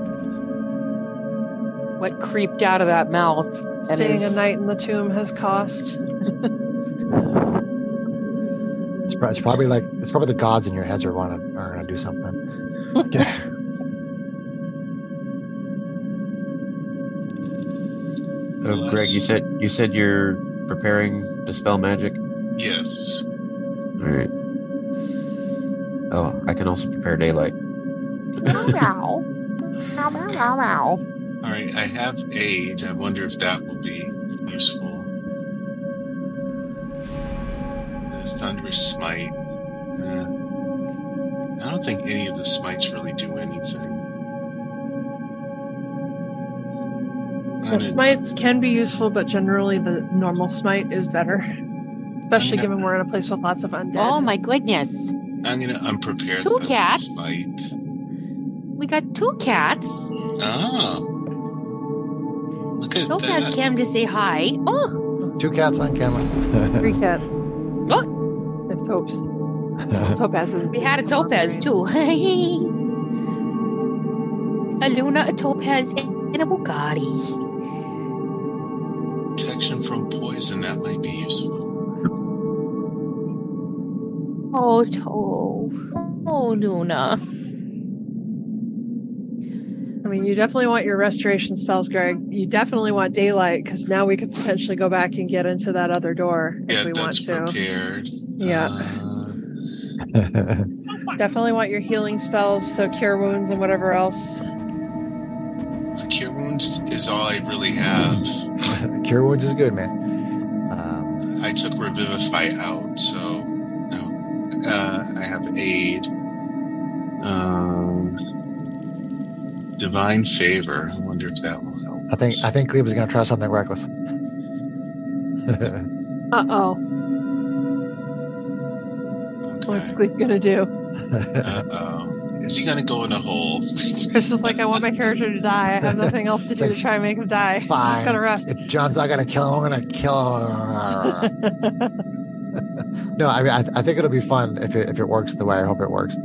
Speaker 3: What creeped out of that mouth? And
Speaker 5: Staying
Speaker 3: is-
Speaker 5: a night in the tomb has cost.
Speaker 1: It's, pro- it's probably like it's probably the gods in your heads are wanna are gonna do something.
Speaker 7: Oh,
Speaker 4: Unless-
Speaker 7: Greg, you said you said you're preparing to spell magic.
Speaker 4: Yes.
Speaker 7: All right. Oh, I can also prepare daylight.
Speaker 3: Meow, meow, meow, meow, meow.
Speaker 4: All right. I have aid. I wonder if that will be useful. The thunderous smite. Eh. I don't think any of the smites really do anything.
Speaker 5: The smites can be useful, but generally the normal smite is better. Especially given we're in a place with lots of undead.
Speaker 3: Oh my goodness.
Speaker 4: I'm gonna unprepare
Speaker 3: Two
Speaker 4: the
Speaker 3: cats.
Speaker 4: smite.
Speaker 3: We got two cats.
Speaker 4: Oh. Look at
Speaker 3: Two cats
Speaker 4: that.
Speaker 3: came to say hi. Oh,
Speaker 1: Two cats on camera.
Speaker 5: Three cats. They have topes. Topazes.
Speaker 3: we had a topaz too. a Luna, a topaz, and a Bugatti.
Speaker 4: Protection from poison, that might be useful.
Speaker 3: Oh, To. Oh, Luna.
Speaker 5: I mean, you definitely want your restoration spells, Greg. You definitely want daylight because now we could potentially go back and get into that other door if
Speaker 4: yeah,
Speaker 5: we want
Speaker 4: that's
Speaker 5: to.
Speaker 4: prepared.
Speaker 5: Yeah.
Speaker 4: Uh,
Speaker 5: Definitely want your healing spells, so cure wounds and whatever else.
Speaker 4: Cure wounds is all I really have.
Speaker 1: Cure wounds is good, man. Um,
Speaker 4: I took revivify out, so no. uh, I have aid. Um, divine favor. I wonder if that will help.
Speaker 1: I think
Speaker 4: us.
Speaker 1: I think Glebe is gonna try something reckless.
Speaker 5: Uh oh. What's
Speaker 4: Okay.
Speaker 5: Gleek gonna do?
Speaker 4: Uh oh. Is he gonna go in a hole?
Speaker 5: Chris is like, I want my character to die. I have nothing else to do to try and make him die. I'm just
Speaker 1: Fine.
Speaker 5: gonna rest.
Speaker 1: if John's not gonna kill him, I'm gonna kill him. no, I mean I, I think it'll be fun if it if it works the way I hope it works.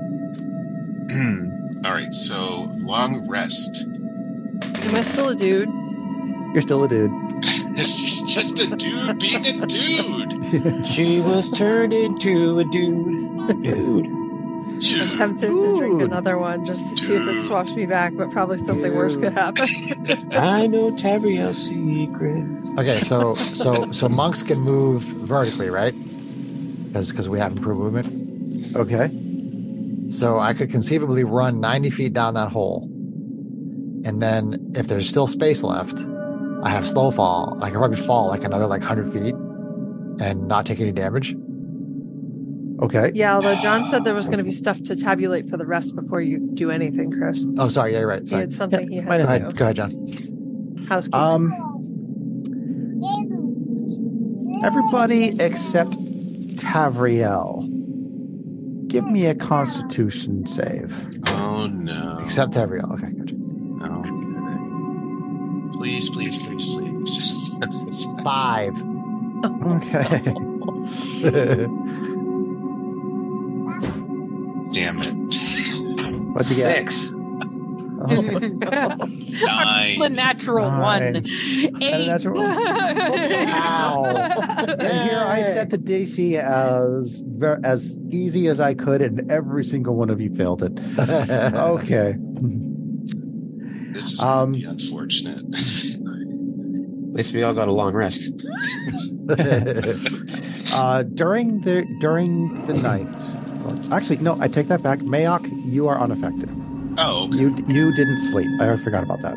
Speaker 4: all right. So long rest.
Speaker 5: Am I still a dude?
Speaker 2: You're still a dude.
Speaker 4: It's just- just a dude being a dude.
Speaker 7: She was turned into a dude. Dude.
Speaker 5: I'm
Speaker 4: Dude.
Speaker 5: tempted to drink
Speaker 2: Dude.
Speaker 5: another one just to see if it swaps me back, but probably something worse could happen.
Speaker 7: I know Tabriel's secret.
Speaker 1: Okay, so so so monks can move vertically, right? Because because we have improved movement.
Speaker 2: Okay.
Speaker 1: So I could conceivably run 90 feet down that hole, and then if there's still space left, I have slow fall. I can probably fall like another like 100 feet, and not take any damage.
Speaker 2: Okay.
Speaker 5: Yeah, although John said there was gonna be stuff to tabulate for the rest before you do anything, Chris.
Speaker 1: Oh, sorry, yeah, you're right.
Speaker 5: He
Speaker 1: Sorry.
Speaker 5: had something he
Speaker 1: Go
Speaker 5: had to
Speaker 1: ahead,
Speaker 5: do.
Speaker 1: go ahead, John.
Speaker 5: Housekeeping.
Speaker 2: Um Everybody except Tavriel. Give me a constitution save.
Speaker 4: Oh no.
Speaker 1: Except Tavriel. Okay, gotcha.
Speaker 4: Okay. Please, please, please, please.
Speaker 1: Five.
Speaker 2: Okay.
Speaker 4: Damn it.
Speaker 2: What'd you get?
Speaker 7: Six.
Speaker 2: Oh,
Speaker 3: the
Speaker 4: Nine.
Speaker 3: natural
Speaker 2: Nine.
Speaker 3: one. Eight.
Speaker 2: natural one. Wow. And here I set the DC as ver- as easy as I could, and every single one of you failed it.
Speaker 5: Oh.
Speaker 2: Okay.
Speaker 4: This is gonna
Speaker 2: Um,
Speaker 4: be unfortunate.
Speaker 7: At least we all got a long rest.
Speaker 2: Uh, during the during the night, or- actually, no, I take that back. Mayok, you are unaffected.
Speaker 4: oh, okay.
Speaker 2: You you didn't sleep. I forgot about that.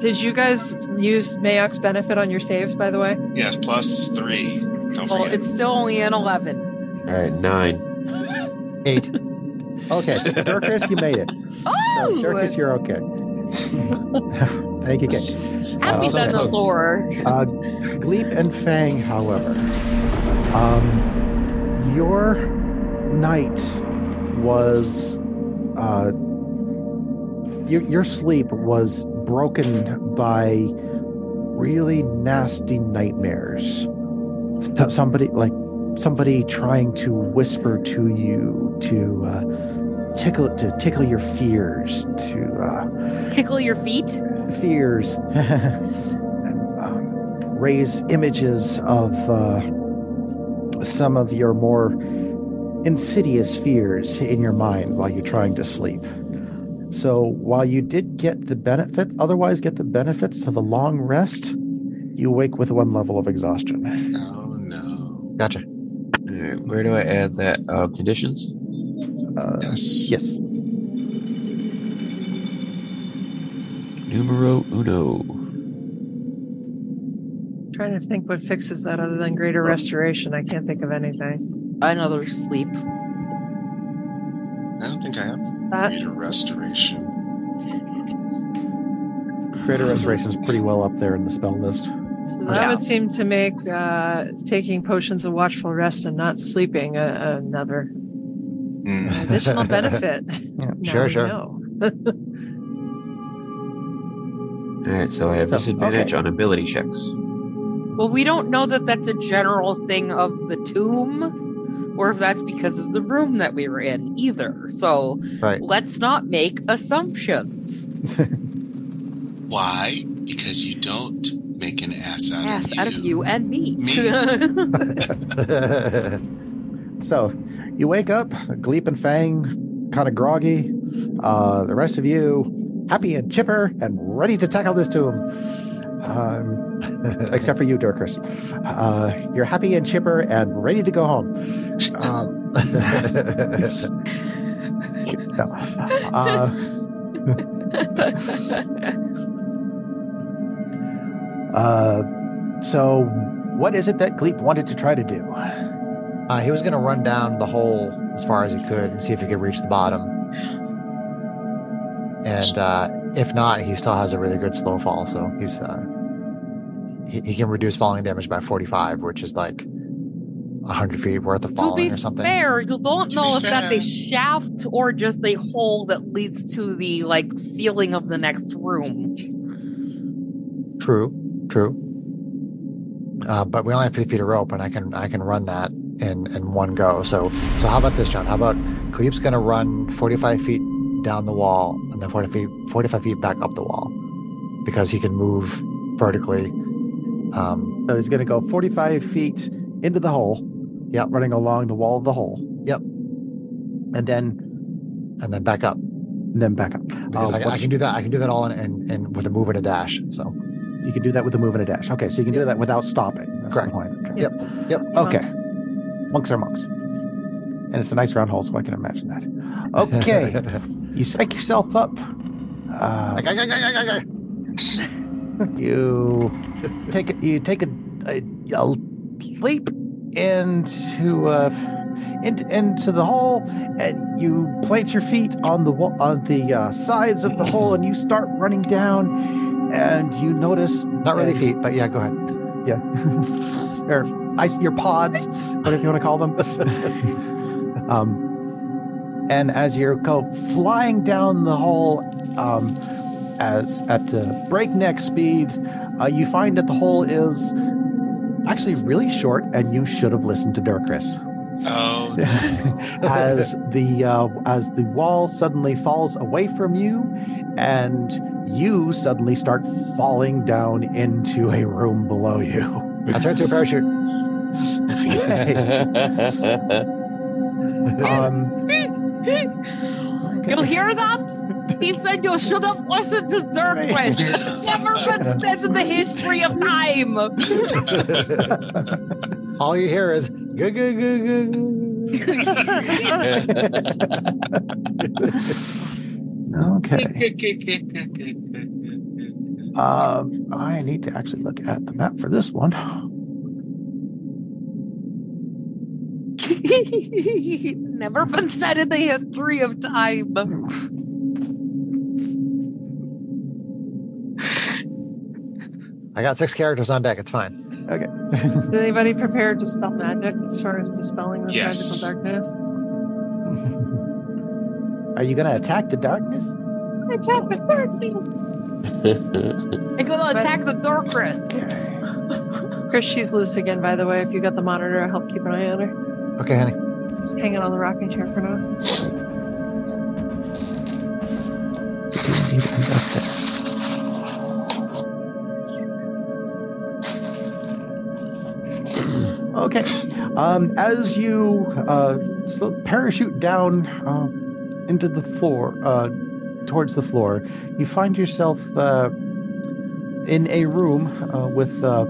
Speaker 5: Did you guys use Mayok's benefit on your saves, by the way?
Speaker 4: yes, plus three. Don't
Speaker 3: Well,
Speaker 4: forget.
Speaker 3: it's still only an 11.
Speaker 7: All right, nine.
Speaker 1: Eight.
Speaker 2: Okay, Dirkus, you made it.
Speaker 3: Oh!
Speaker 2: So, Dirkus, you're okay. Thank you, Kate.
Speaker 3: Happy
Speaker 2: Uh, so
Speaker 3: Venusaur.
Speaker 2: Uh, Gleep and Fang, however, um, your night was uh, your your sleep was broken by really nasty nightmares. Th- Somebody like somebody trying to whisper to you to uh, tickle to tickle your fears to. Uh,
Speaker 3: Tickle your feet.
Speaker 2: fears and um, raise images of uh, some of your more insidious fears in your mind while you're trying to sleep. So while you did get the benefit, otherwise get the benefits of a long rest, you wake with one level of exhaustion.
Speaker 4: Oh no.
Speaker 1: Gotcha.
Speaker 7: Alright, where do I add that? Uh, conditions?
Speaker 2: Uh,
Speaker 4: Yes.
Speaker 2: yes.
Speaker 7: Numero uno.
Speaker 5: Trying to think what fixes that other than greater restoration. I can't think of anything.
Speaker 3: Another sleep.
Speaker 4: I don't think I have
Speaker 3: Uh,
Speaker 5: That
Speaker 4: greater restoration.
Speaker 2: Greater Restoration is pretty well up there in the spell list.
Speaker 5: so that
Speaker 3: Yeah.
Speaker 5: would seem to make uh, taking potions of watchful rest and not sleeping a, another
Speaker 4: Mm.
Speaker 5: additional benefit.
Speaker 1: Yeah,
Speaker 5: Now
Speaker 1: sure,
Speaker 5: we
Speaker 1: sure.
Speaker 5: know.
Speaker 7: Alright, so I have
Speaker 2: So,
Speaker 7: disadvantage
Speaker 2: okay.
Speaker 7: on ability checks.
Speaker 3: Well, we don't know that that's a general thing of the tomb or if that's because of the room that we were in either. So
Speaker 1: Right.
Speaker 3: let's not make assumptions.
Speaker 4: Why? Because you don't make an ass out
Speaker 3: Yes,
Speaker 4: of you.
Speaker 3: out of you and me.
Speaker 2: So, you wake up, Gleep and Fang, kind of groggy. Uh, the rest of you, happy and chipper and ready to tackle this tomb. Um, except for you, Durkers. Uh, you're happy and chipper and ready to go home. Um, no. Uh, uh, so, what is it that Gleep wanted to try to do?
Speaker 1: Uh, he was going to run down the hole as far as he could and see if he could reach the bottom. And uh, if not, he still has a really good slow fall, so he's uh, he, he can reduce falling damage by forty-five, which is like hundred feet worth of
Speaker 3: to
Speaker 1: falling
Speaker 3: be
Speaker 1: or something.
Speaker 3: fair, you don't
Speaker 4: To
Speaker 3: know
Speaker 4: be
Speaker 3: if that's
Speaker 4: fair.
Speaker 3: a shaft or just a hole that leads to the like ceiling of the next room.
Speaker 1: True, true. Uh, but we only have fifty feet of rope, and I can I can run that in in one go. So so how about this, John? How about Cleve's going to run forty five feet down the wall and then 40 feet 45 feet back up the wall because he can move vertically. Um,
Speaker 2: So he's going to go 45 feet into the hole.
Speaker 1: Yep.
Speaker 2: Running along the wall of the hole.
Speaker 1: Yep.
Speaker 2: And then
Speaker 1: and then back up
Speaker 2: and then back up.
Speaker 1: because
Speaker 2: Uh,
Speaker 1: I, I
Speaker 2: what's-
Speaker 1: can do that. I can do that all in, in, in with a move and a dash. So
Speaker 2: You can do that with a move and a dash. Okay, so you can do that without stopping. That's
Speaker 1: Correct.
Speaker 2: the point. Okay.
Speaker 1: Yep. Yep.
Speaker 2: Okay.
Speaker 5: Monks.
Speaker 2: Monks are monks. And it's a nice round hole, so I can imagine that. Okay. you psych yourself up. Uh,
Speaker 1: Like, "Ay, ay, ay, ay, ay, ay."
Speaker 2: you take a, you take a, a, a leap into uh, into, into the hole, and you plant your feet on the wa- on the uh, sides of the hole, and you start running down. And you notice
Speaker 1: Not really
Speaker 2: that-
Speaker 1: feet, but yeah, go ahead.
Speaker 2: I, your pods, whatever you want to call them. um, and as you go flying down the hole, um, as at uh, breakneck speed, uh, you find that the hole is actually really short, and you should have listened to Durkris.
Speaker 4: Oh no.
Speaker 2: As the uh, as the wall suddenly falls away from you, and you suddenly start falling down into a room below you.
Speaker 1: I turn to a parachute.
Speaker 2: Okay. um,
Speaker 3: You hear that? He said you should have listened to Dirkwist. Never been said in the history of time.
Speaker 1: All you hear is "Goo, goo, goo, goo, goo, goo."
Speaker 2: okay. Um, I need to actually look at the map for this one.
Speaker 3: Never been said in the history of time.
Speaker 1: I got six characters on deck. It's fine.
Speaker 5: Is anybody prepared to spell magic as far as dispelling this
Speaker 4: Yes.
Speaker 5: magical darkness?
Speaker 2: Are you going to attack the darkness?
Speaker 5: Attack the darkness!
Speaker 3: It will attack the dark
Speaker 2: Okay.
Speaker 5: Chris, she's loose again, by the way. If you got the monitor, I'll help keep an eye on her.
Speaker 1: Okay, honey.
Speaker 5: Just hanging on the rocking chair for now.
Speaker 2: Okay. Um, as you uh, sl- parachute down uh, into the floor, uh, towards the floor, you find yourself uh, in a room uh, with. Uh,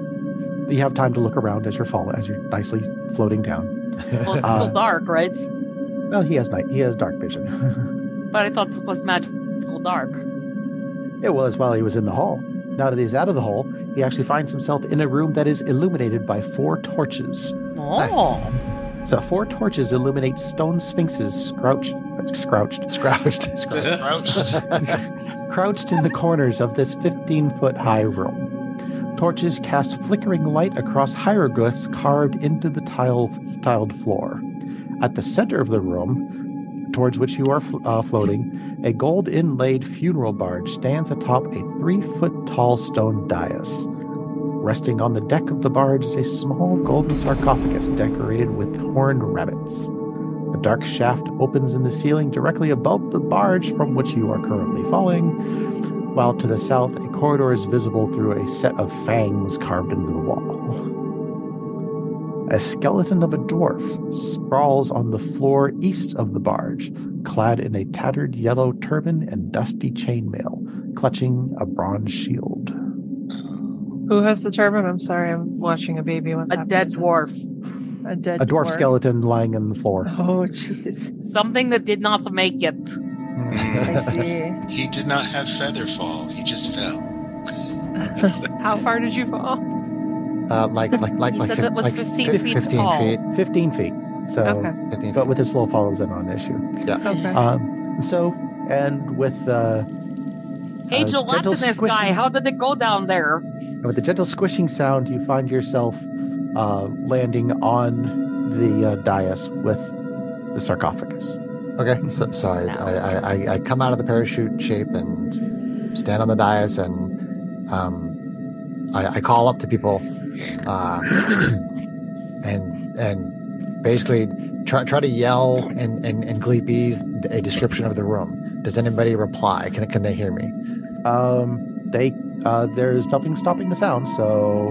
Speaker 2: you have time to look around as you're fall as you're nicely floating down.
Speaker 3: Well, it's
Speaker 2: Uh.
Speaker 3: still dark, right?
Speaker 2: Well, he has night. He has dark vision.
Speaker 3: But I thought it was magical dark.
Speaker 2: It was while he was in the hall. Now that he's out of the hall, he actually finds himself in a room that is illuminated by four torches.
Speaker 3: Oh.
Speaker 2: So four torches illuminate stone sphinxes scrouched, scrouched,
Speaker 1: Scrounged.
Speaker 2: scrouched,
Speaker 4: Scrouched.
Speaker 2: crouched in the corners of this 15-foot high room. Torches cast flickering light across hieroglyphs carved into the tile, tiled floor. At the center of the room, towards which you are fl- uh, floating, a gold inlaid funeral barge stands atop a three foot tall stone dais. Resting on the deck of the barge is a small golden sarcophagus decorated with horned rabbits. A dark shaft opens in the ceiling directly above the barge from which you are currently falling, while to the south, a corridor is visible through a set of fangs carved into the wall. A skeleton of a dwarf sprawls on the floor east of the barge, clad in a tattered yellow turban and dusty chainmail, clutching a bronze shield.
Speaker 5: Who has the turban? I'm sorry, I'm watching a baby with
Speaker 3: A dead dwarf.
Speaker 5: A dead
Speaker 2: A dwarf skeleton lying on the floor.
Speaker 5: Oh, jeez.
Speaker 3: Something that did not make it.
Speaker 5: I see.
Speaker 4: he did not have feather fall. He just fell.
Speaker 5: How far did you fall?
Speaker 1: Uh, like like like
Speaker 3: He
Speaker 1: like,
Speaker 3: said
Speaker 1: fif-
Speaker 3: that was
Speaker 1: like
Speaker 3: 15
Speaker 1: fif-
Speaker 3: feet
Speaker 1: 15
Speaker 3: tall.
Speaker 1: feet.
Speaker 2: 15 feet. So,
Speaker 5: Okay.
Speaker 1: 15
Speaker 2: but
Speaker 1: feet.
Speaker 2: with a slow fall is an non-issue.
Speaker 5: Okay.
Speaker 1: uh,
Speaker 2: Um, so, and with uh,
Speaker 3: Hey,
Speaker 2: Uh,
Speaker 3: gelatinous
Speaker 2: gentle
Speaker 3: guy,
Speaker 2: squishy.
Speaker 3: how did it go down there?
Speaker 2: with a gentle squishing sound, you find yourself uh, landing on the uh, dais with the sarcophagus.
Speaker 1: Okay, so, sorry.
Speaker 3: No.
Speaker 1: I, I, I I come out of the parachute shape and s- stand on the dais and um, I, I call up to people, uh, and and basically try try to yell and and and gleepies a description of the room. Does anybody reply? Can can they hear me?
Speaker 2: Um, they uh, there's nothing stopping the sound, so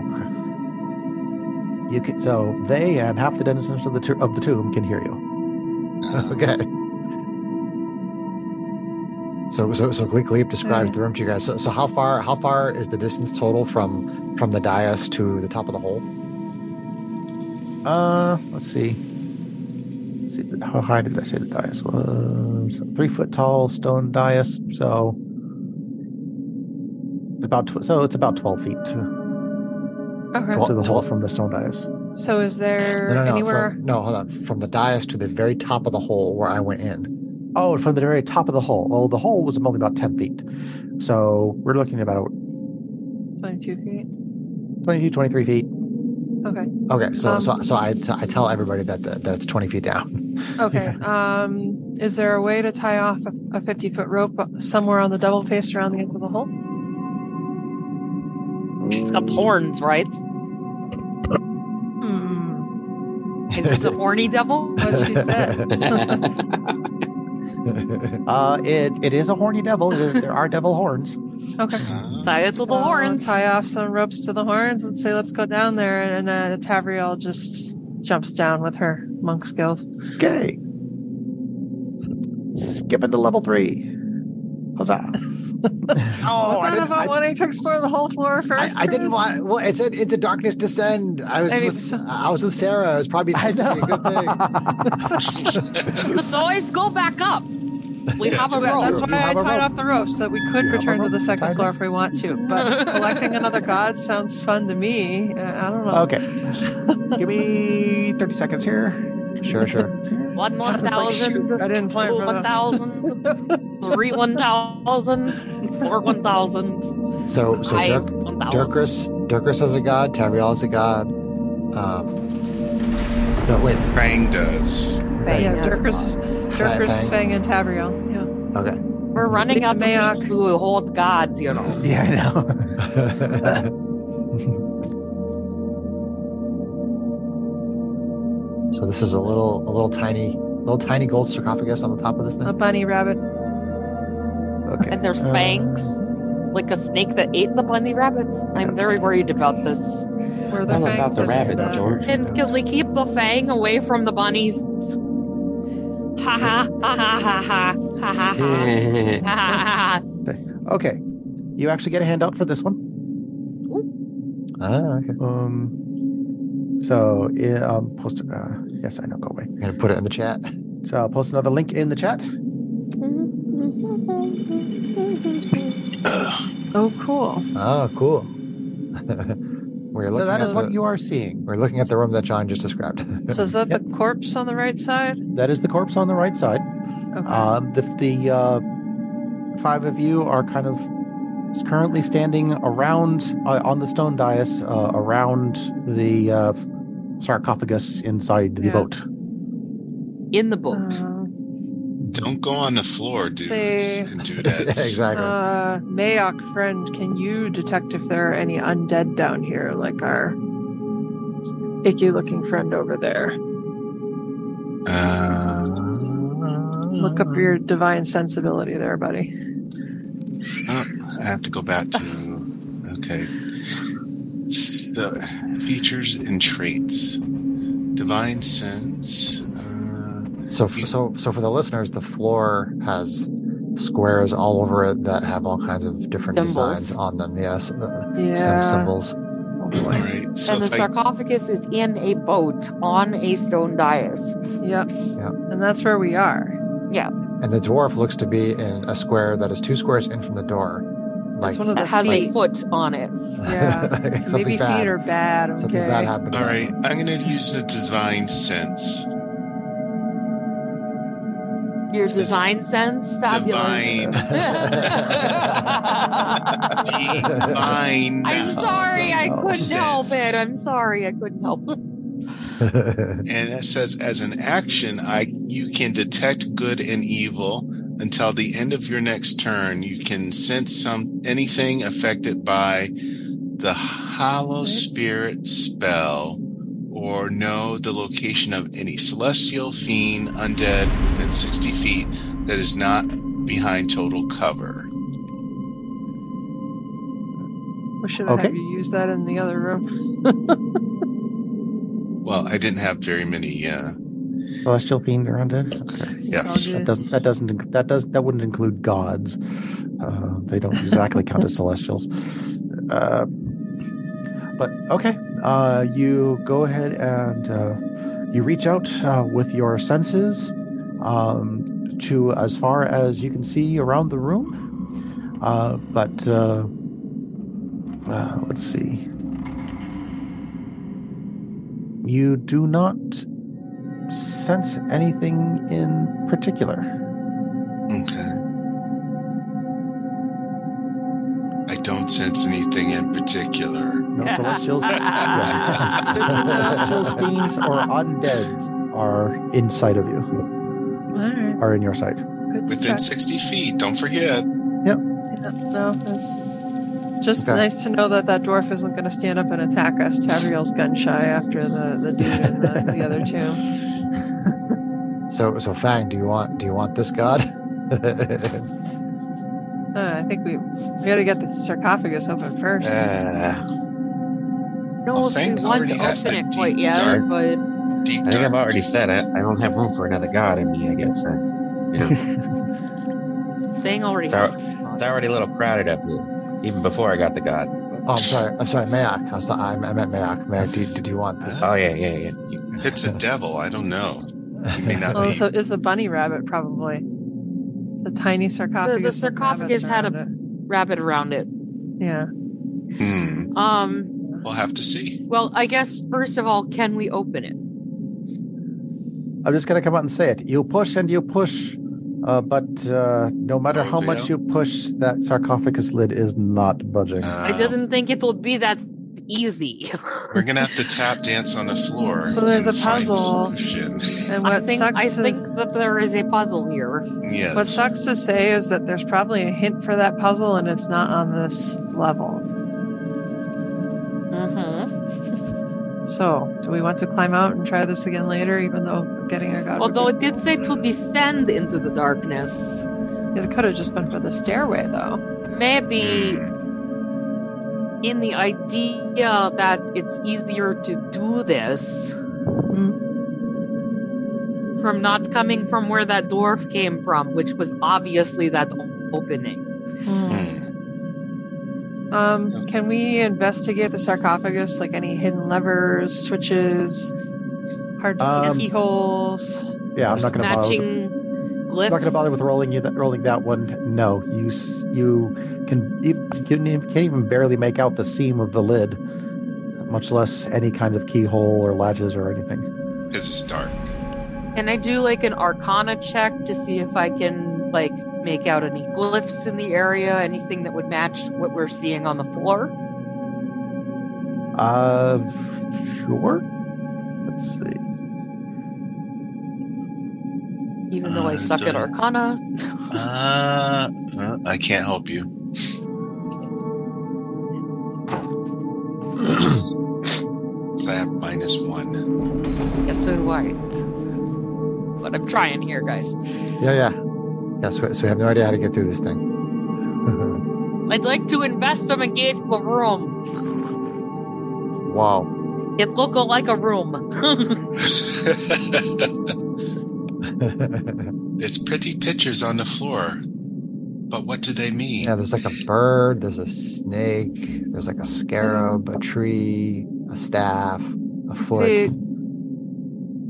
Speaker 2: you can. So they and half the denizens of the tu- of the tomb can hear you.
Speaker 1: Okay. So so so Gleep Gleep describes
Speaker 5: Mm.
Speaker 1: the room to you guys. So, so how far how far is the distance total from from the dais to the top of the hole?
Speaker 2: Uh, let's see. Let's see the, how high did I say the dais was? Three foot tall stone dais, so about tw- so it's about twelve feet to,
Speaker 5: Okay.
Speaker 1: Well-
Speaker 2: to the hole
Speaker 1: Twelve-
Speaker 2: from the stone dais.
Speaker 5: So is there
Speaker 1: No, no, no.
Speaker 5: anywhere?
Speaker 1: From, no, hold on. From the dais to the very top of the hole where I went in.
Speaker 2: Oh, from the very top of the hole. Well, the hole was only about ten feet, so we're looking at about
Speaker 5: 22 feet.
Speaker 2: 22, 23 feet.
Speaker 5: Okay.
Speaker 1: Okay, so
Speaker 5: Um,
Speaker 1: so so I, t- I tell everybody that, that that it's twenty feet down.
Speaker 5: Okay. Um, is there a way to tie off a, a 50 foot rope somewhere on the double face around the end of the hole?
Speaker 3: It's got horns, right?
Speaker 5: Hmm.
Speaker 3: Is it a horny devil?
Speaker 5: What she said.
Speaker 2: Uh, it it is a horny devil. There, there are devil horns.
Speaker 5: Okay.
Speaker 4: Uh,
Speaker 3: Tie it to
Speaker 5: So
Speaker 3: the horns.
Speaker 5: Tie off some ropes to the horns and say, let's go down there. And uh, Tavriel just jumps down with her monk skills.
Speaker 2: Okay. Skipping to level three. Huzzah!
Speaker 5: Oh,
Speaker 1: oh,
Speaker 5: was
Speaker 1: I
Speaker 5: that
Speaker 1: didn't,
Speaker 5: about
Speaker 1: I,
Speaker 5: wanting to explore the whole floor
Speaker 1: I,
Speaker 5: first?
Speaker 1: I didn't
Speaker 5: Chris?
Speaker 1: want. Well, it said into darkness descend. I was
Speaker 5: I mean,
Speaker 1: with
Speaker 5: so-
Speaker 1: I was with Sarah. It was probably
Speaker 2: I
Speaker 1: supposed to
Speaker 2: know.
Speaker 1: be a good thing.
Speaker 3: could always go back up. We
Speaker 4: Yes.
Speaker 3: have a
Speaker 5: That-
Speaker 3: rope.
Speaker 5: That's
Speaker 2: rope.
Speaker 5: why
Speaker 2: You
Speaker 5: I
Speaker 2: have a
Speaker 5: tied
Speaker 2: rope.
Speaker 5: off the rope so that we could
Speaker 2: You have a
Speaker 5: return to
Speaker 2: rope.
Speaker 5: the
Speaker 2: Tied
Speaker 5: second
Speaker 2: it.
Speaker 5: floor if we want to. But collecting another god sounds fun to me. Uh, I don't know.
Speaker 2: okay. Give me thirty seconds here.
Speaker 1: Sure, sure.
Speaker 3: One one
Speaker 5: Sounds like,
Speaker 3: thousand.
Speaker 5: shoot, I didn't plan
Speaker 3: two
Speaker 5: for
Speaker 3: one
Speaker 5: this.
Speaker 3: thousand. Three one thousand. Four one thousand.
Speaker 1: So so
Speaker 3: Five
Speaker 1: Dirk,
Speaker 3: one thousand.
Speaker 1: Dirkris Dirkris as a god, Tariel as a god. Um, no wait.
Speaker 4: Krang does.
Speaker 5: Yeah,
Speaker 3: Fang has a
Speaker 5: Dirkers,
Speaker 1: Fang.
Speaker 5: Dirkers, Fang, and Tabriel. Yeah.
Speaker 1: Okay.
Speaker 3: We're running out of
Speaker 5: Mayock.
Speaker 3: people who hold gods, you know.
Speaker 2: Yeah, I know.
Speaker 1: so this is a little, a little tiny, little tiny gold sarcophagus on the top of this thing.
Speaker 2: Um,
Speaker 5: A bunny rabbit.
Speaker 2: Okay.
Speaker 3: And there's
Speaker 2: Uh,
Speaker 3: fangs, like a snake that ate the bunny rabbit. I'm very worried about this.
Speaker 5: Where the
Speaker 7: All
Speaker 5: fangs
Speaker 7: about the
Speaker 5: are just uh,
Speaker 7: rabbit,
Speaker 5: that.
Speaker 7: George.
Speaker 3: Can, can we keep the fang away from the bunnies? Ha ha ha ha ha ha ha ha
Speaker 7: Uh,
Speaker 3: ha ha
Speaker 7: All
Speaker 3: ha ha.
Speaker 2: Okay. You actually get a handout for this one.
Speaker 1: Ah, okay.
Speaker 2: Um. So, yeah, um, post. Uh, yes, I know. Go away.
Speaker 1: I'm gonna put it in the chat.
Speaker 2: So, I'll post another link in the chat.
Speaker 5: Oh, cool.
Speaker 1: Oh, cool. we're looking
Speaker 2: So that
Speaker 1: at
Speaker 2: is
Speaker 1: the,
Speaker 2: what you are seeing.
Speaker 1: we're looking at the room that John just described.
Speaker 5: So is that the corpse on the right side?
Speaker 2: That is the corpse on the right side.
Speaker 5: Okay.
Speaker 2: Um, the the uh, five of you are kind of currently standing around uh, on the stone dais uh, around the uh, sarcophagus inside the
Speaker 5: Yeah.
Speaker 2: boat.
Speaker 3: In the boat.
Speaker 5: Uh,
Speaker 4: Don't go on the floor, dudes
Speaker 5: Say-
Speaker 4: and
Speaker 1: Yeah,
Speaker 4: dudettes.
Speaker 1: exactly.
Speaker 5: uh, Mayok friend, can you detect if there are any undead down here, like our icky-looking friend over there?
Speaker 4: Uh,
Speaker 5: Look up your
Speaker 1: Mm.
Speaker 5: divine sensibility, there, buddy.
Speaker 4: oh, I have to go back to. Okay. So, features and traits. Divine sense. Uh,
Speaker 1: so, f- so, so for the listeners, the floor has squares all over it that have all kinds of different
Speaker 3: Symbols.
Speaker 1: designs on them. Yes, uh,
Speaker 5: Yeah. Oh,
Speaker 1: some symbols.
Speaker 4: all right. So
Speaker 3: And the
Speaker 4: if I,
Speaker 3: sarcophagus is in a boat on a stone dais.
Speaker 5: Yep.
Speaker 1: Yeah.
Speaker 5: And that's where we are.
Speaker 1: And the dwarf looks to be in a square that is two squares in from the door. Like,
Speaker 5: It's one of the
Speaker 3: That has
Speaker 5: feet.
Speaker 3: a foot on it.
Speaker 5: Yeah.
Speaker 1: Like
Speaker 5: So
Speaker 1: something
Speaker 5: maybe
Speaker 1: bad.
Speaker 5: feet are bad. Okay.
Speaker 1: something bad happened.
Speaker 4: all right. I'm going to use a divine sense.
Speaker 3: Your design sense, fabulous.
Speaker 4: Divine. Divine.
Speaker 3: I'm sorry, I couldn't help
Speaker 4: sense.
Speaker 3: it. I'm sorry, I couldn't help it.
Speaker 4: and it says as an action i you can detect good and evil until the end of your next turn you can sense some anything affected by the hollow spirit spell or know the location of any celestial fiend undead within 60 feet that is not behind total cover
Speaker 5: We should have
Speaker 2: Okay.
Speaker 5: had you use that in the other room.
Speaker 4: well i didn't have very many uh
Speaker 2: Celestial fiend or undead. Okay.
Speaker 4: yeah
Speaker 5: It's all
Speaker 2: That
Speaker 5: good.
Speaker 2: doesn't that doesn't inc- that does that wouldn't include gods. Uh, they don't exactly count as celestials. Uh, but okay, uh, you go ahead and uh, you reach out uh, with your senses um, to as far as you can see around the room. Uh, but uh, uh, let's see. You do not sense anything in particular.
Speaker 4: Okay. I don't sense anything in particular.
Speaker 2: No celestials, celestials, fiends, or undeads are inside of you,
Speaker 5: All right.
Speaker 2: are in your sight.
Speaker 5: Good to
Speaker 4: Within
Speaker 5: check.
Speaker 4: 60 feet, don't forget.
Speaker 5: Yeah, no, that's just
Speaker 1: Okay.
Speaker 5: nice to know that that dwarf isn't going to stand up and attack us. Tavriel's gun shy after the, the dude and the, the other two.
Speaker 1: So, so Fang, do you want do you want this god?
Speaker 5: Uh, I think we we got to get the sarcophagus open first.
Speaker 7: Uh,
Speaker 3: No,
Speaker 4: Well,
Speaker 3: if
Speaker 4: Fang
Speaker 3: we want
Speaker 4: already
Speaker 3: to
Speaker 4: has
Speaker 3: open
Speaker 4: the
Speaker 3: it quite
Speaker 4: deep
Speaker 3: yet,
Speaker 4: dark-
Speaker 3: but
Speaker 4: Deep
Speaker 7: I think I've
Speaker 4: dark.
Speaker 7: already said I, I don't have room for another god in me. I guess I, you know,
Speaker 3: Fang already
Speaker 7: Sorry.
Speaker 3: has.
Speaker 7: it's already a little crowded up here, even before I got the god.
Speaker 1: oh, I'm sorry, I'm sorry, Mayak. I'm sorry, I, I meant Mayak. Mayak, do, did you want this?
Speaker 7: Oh yeah, yeah, yeah. You-
Speaker 4: It's a devil. I don't know. It may not
Speaker 5: Well,
Speaker 4: be.
Speaker 5: it's a, it's a bunny rabbit, probably. It's a tiny sarcophagus. with
Speaker 3: sarcophagus had
Speaker 5: rabbits
Speaker 3: a-
Speaker 5: around
Speaker 3: Wrap it around it.
Speaker 5: it. Yeah.
Speaker 4: Hmm.
Speaker 3: Um.
Speaker 4: We'll have to see.
Speaker 3: Well, I guess first of all, can we open it?
Speaker 2: I'm just going to come out and say it. You push and you push, uh, but uh, no matter
Speaker 4: Oh,
Speaker 2: how much
Speaker 4: yeah.
Speaker 2: you push, that sarcophagus lid is not budging.
Speaker 4: Uh,
Speaker 3: I didn't think it would be that easy.
Speaker 4: We're gonna have to tap dance on the floor.
Speaker 5: So there's
Speaker 4: and
Speaker 5: a
Speaker 4: find
Speaker 5: puzzle.
Speaker 4: solution.
Speaker 5: And
Speaker 3: I
Speaker 5: what
Speaker 3: think,
Speaker 5: sucks
Speaker 3: I
Speaker 5: is,
Speaker 3: think that there is a puzzle here.
Speaker 4: Yes.
Speaker 5: what sucks to say is that there's probably a hint for that puzzle and it's not on this level.
Speaker 3: Mm-hmm.
Speaker 5: So, do we want to climb out and try this again later, even though getting a god? would be-
Speaker 3: Although it did say to descend into the darkness.
Speaker 5: it could have just been for the stairway, though.
Speaker 4: Hmm,
Speaker 3: Maybe in the idea that it's easier to do this from not coming from where that dwarf came from, which was obviously that opening.
Speaker 4: Hmm.
Speaker 5: Um, can we investigate the sarcophagus? Like any hidden levers, switches, hard to see
Speaker 2: Um,
Speaker 5: keyholes?
Speaker 2: Yeah, I'm
Speaker 3: Just
Speaker 2: not going to bother.
Speaker 3: matching
Speaker 2: I'm
Speaker 3: glyphs.
Speaker 2: not going to bother with rolling you that rolling that one. No, you s- you can you can, you can't even barely make out the seam of the lid, much less any kind of keyhole or latches or anything.
Speaker 4: Is a start.
Speaker 3: Can I do like an arcana check to see if I can like make out any glyphs in the area, anything that would match what we're seeing on the floor?
Speaker 2: Uh, sure. Let's see.
Speaker 3: Even though I
Speaker 4: Uh,
Speaker 3: suck at
Speaker 4: don't-
Speaker 3: arcana.
Speaker 4: Uh, uh, I can't help you. So I have minus one.
Speaker 3: Yeah, so do I. But I'm trying here, guys.
Speaker 1: Yeah, yeah. Yeah, so, so we have no idea how to get through this thing.
Speaker 3: I'd like to investigate the room.
Speaker 1: wow.
Speaker 3: It look like a room.
Speaker 4: There's pretty pictures on the floor, but what do they mean?
Speaker 1: Yeah, there's like a bird, there's a snake, there's like a scarab, a tree, a staff, a foot.
Speaker 5: See,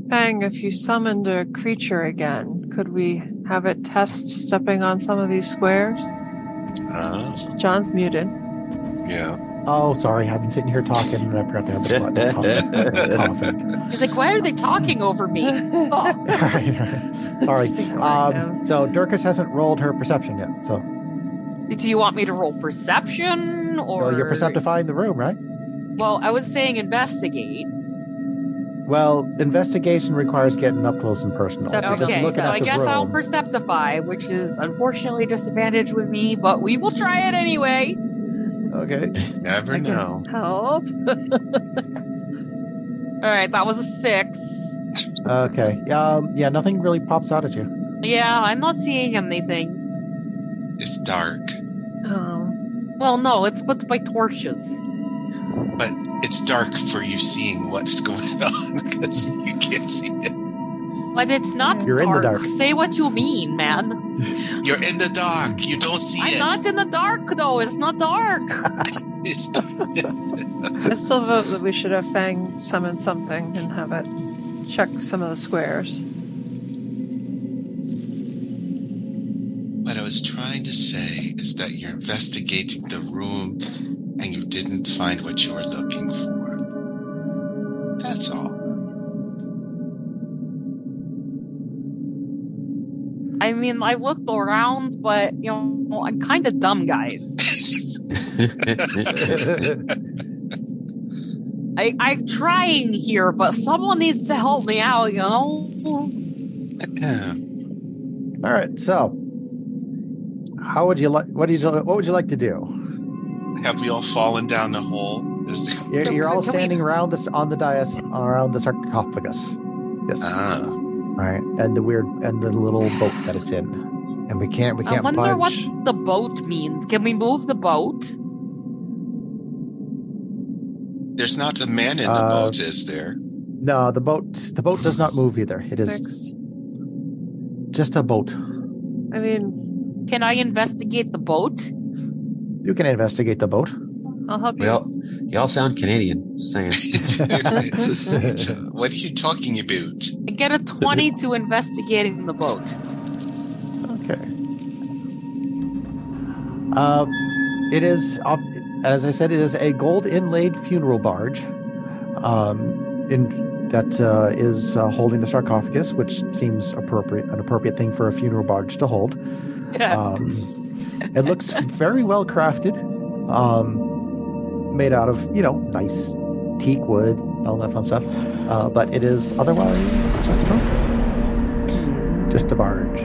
Speaker 5: Fang, if you summoned a creature again, could we have it test stepping on some of these squares?
Speaker 4: Uh,
Speaker 5: John's muted.
Speaker 4: yeah.
Speaker 2: Oh, sorry, I've been sitting here talking and I forgot to have the button on top of the coffee.
Speaker 3: He's like, why are they talking over me? Oh,
Speaker 2: All right, all right. Sorry.
Speaker 5: Just ignoring him.
Speaker 2: Um, so Durkas hasn't rolled her perception yet. So
Speaker 3: do you want me to roll perception or
Speaker 2: well, you're perceptifying the room, right?
Speaker 3: Well, I was saying investigate.
Speaker 2: Well, investigation requires getting up close and personal.
Speaker 5: Step
Speaker 2: You're just
Speaker 3: Okay,
Speaker 2: looking
Speaker 3: so
Speaker 2: at
Speaker 3: I
Speaker 2: the
Speaker 3: guess I'll
Speaker 2: room.
Speaker 3: perceptify, which is unfortunately disadvantage with me, but we will try it anyway.
Speaker 2: Okay.
Speaker 4: Never know.
Speaker 5: Help.
Speaker 3: All right, that was a six.
Speaker 2: Okay. Um, yeah, nothing really pops out at you.
Speaker 3: Yeah, I'm not seeing anything.
Speaker 4: It's dark.
Speaker 5: Um,
Speaker 3: Well, no, it's lit by torches.
Speaker 4: It's dark for you seeing what's going on because you can't see it.
Speaker 3: But it's not
Speaker 2: You're in the
Speaker 3: dark.
Speaker 2: dark.
Speaker 3: Say what you mean, man.
Speaker 4: You're in the dark. You don't see
Speaker 3: I'm
Speaker 4: it.
Speaker 3: not in the dark though. It's not dark.
Speaker 4: It's dark.
Speaker 5: I still vote that we should have Fang summon something and have it check some of the squares.
Speaker 4: What I was trying to say is that you're investigating the room and you didn't find what you were looking for. That's all.
Speaker 3: I mean, I looked around, but you know, I'm kind of dumb, guys. I I'm trying here, but someone needs to help me out. You know.
Speaker 2: All right. So, how would you like? What do you? What would you like to do?
Speaker 4: Have we all fallen down the hole? Is-
Speaker 2: You're,
Speaker 3: Can-
Speaker 2: you're all
Speaker 3: can we-
Speaker 2: standing around this on the dais around the sarcophagus. Yes.
Speaker 4: Ah,
Speaker 1: Right.
Speaker 2: and the weird and the little boat that it's in.
Speaker 1: And we can't we
Speaker 3: I
Speaker 1: can't
Speaker 3: wonder
Speaker 1: punch.
Speaker 3: what the boat means. Can we move the boat?
Speaker 4: there's not a man in the
Speaker 2: Uh,
Speaker 4: boat, is there?
Speaker 2: No, the boat. The boat does not move either. It is
Speaker 5: Fixed.
Speaker 2: just a boat.
Speaker 5: I mean,
Speaker 3: Can I investigate the boat?
Speaker 2: You can investigate the boat.
Speaker 5: I'll help you.
Speaker 7: Well, y'all sound Canadian. Just saying.
Speaker 4: what are you talking about?
Speaker 3: I get a twenty to investigating the boat.
Speaker 2: Okay. Uh, it is, op- as I said, it is a gold inlaid funeral barge, um, in that uh, is uh, holding the sarcophagus, which seems appropriate, an appropriate thing for a funeral barge to hold.
Speaker 3: Yeah.
Speaker 2: Uh. Um, it looks very well crafted. Um, made out of, you know, nice teak wood, all that fun stuff. Uh, but it is otherwise just a boat. Just a barge.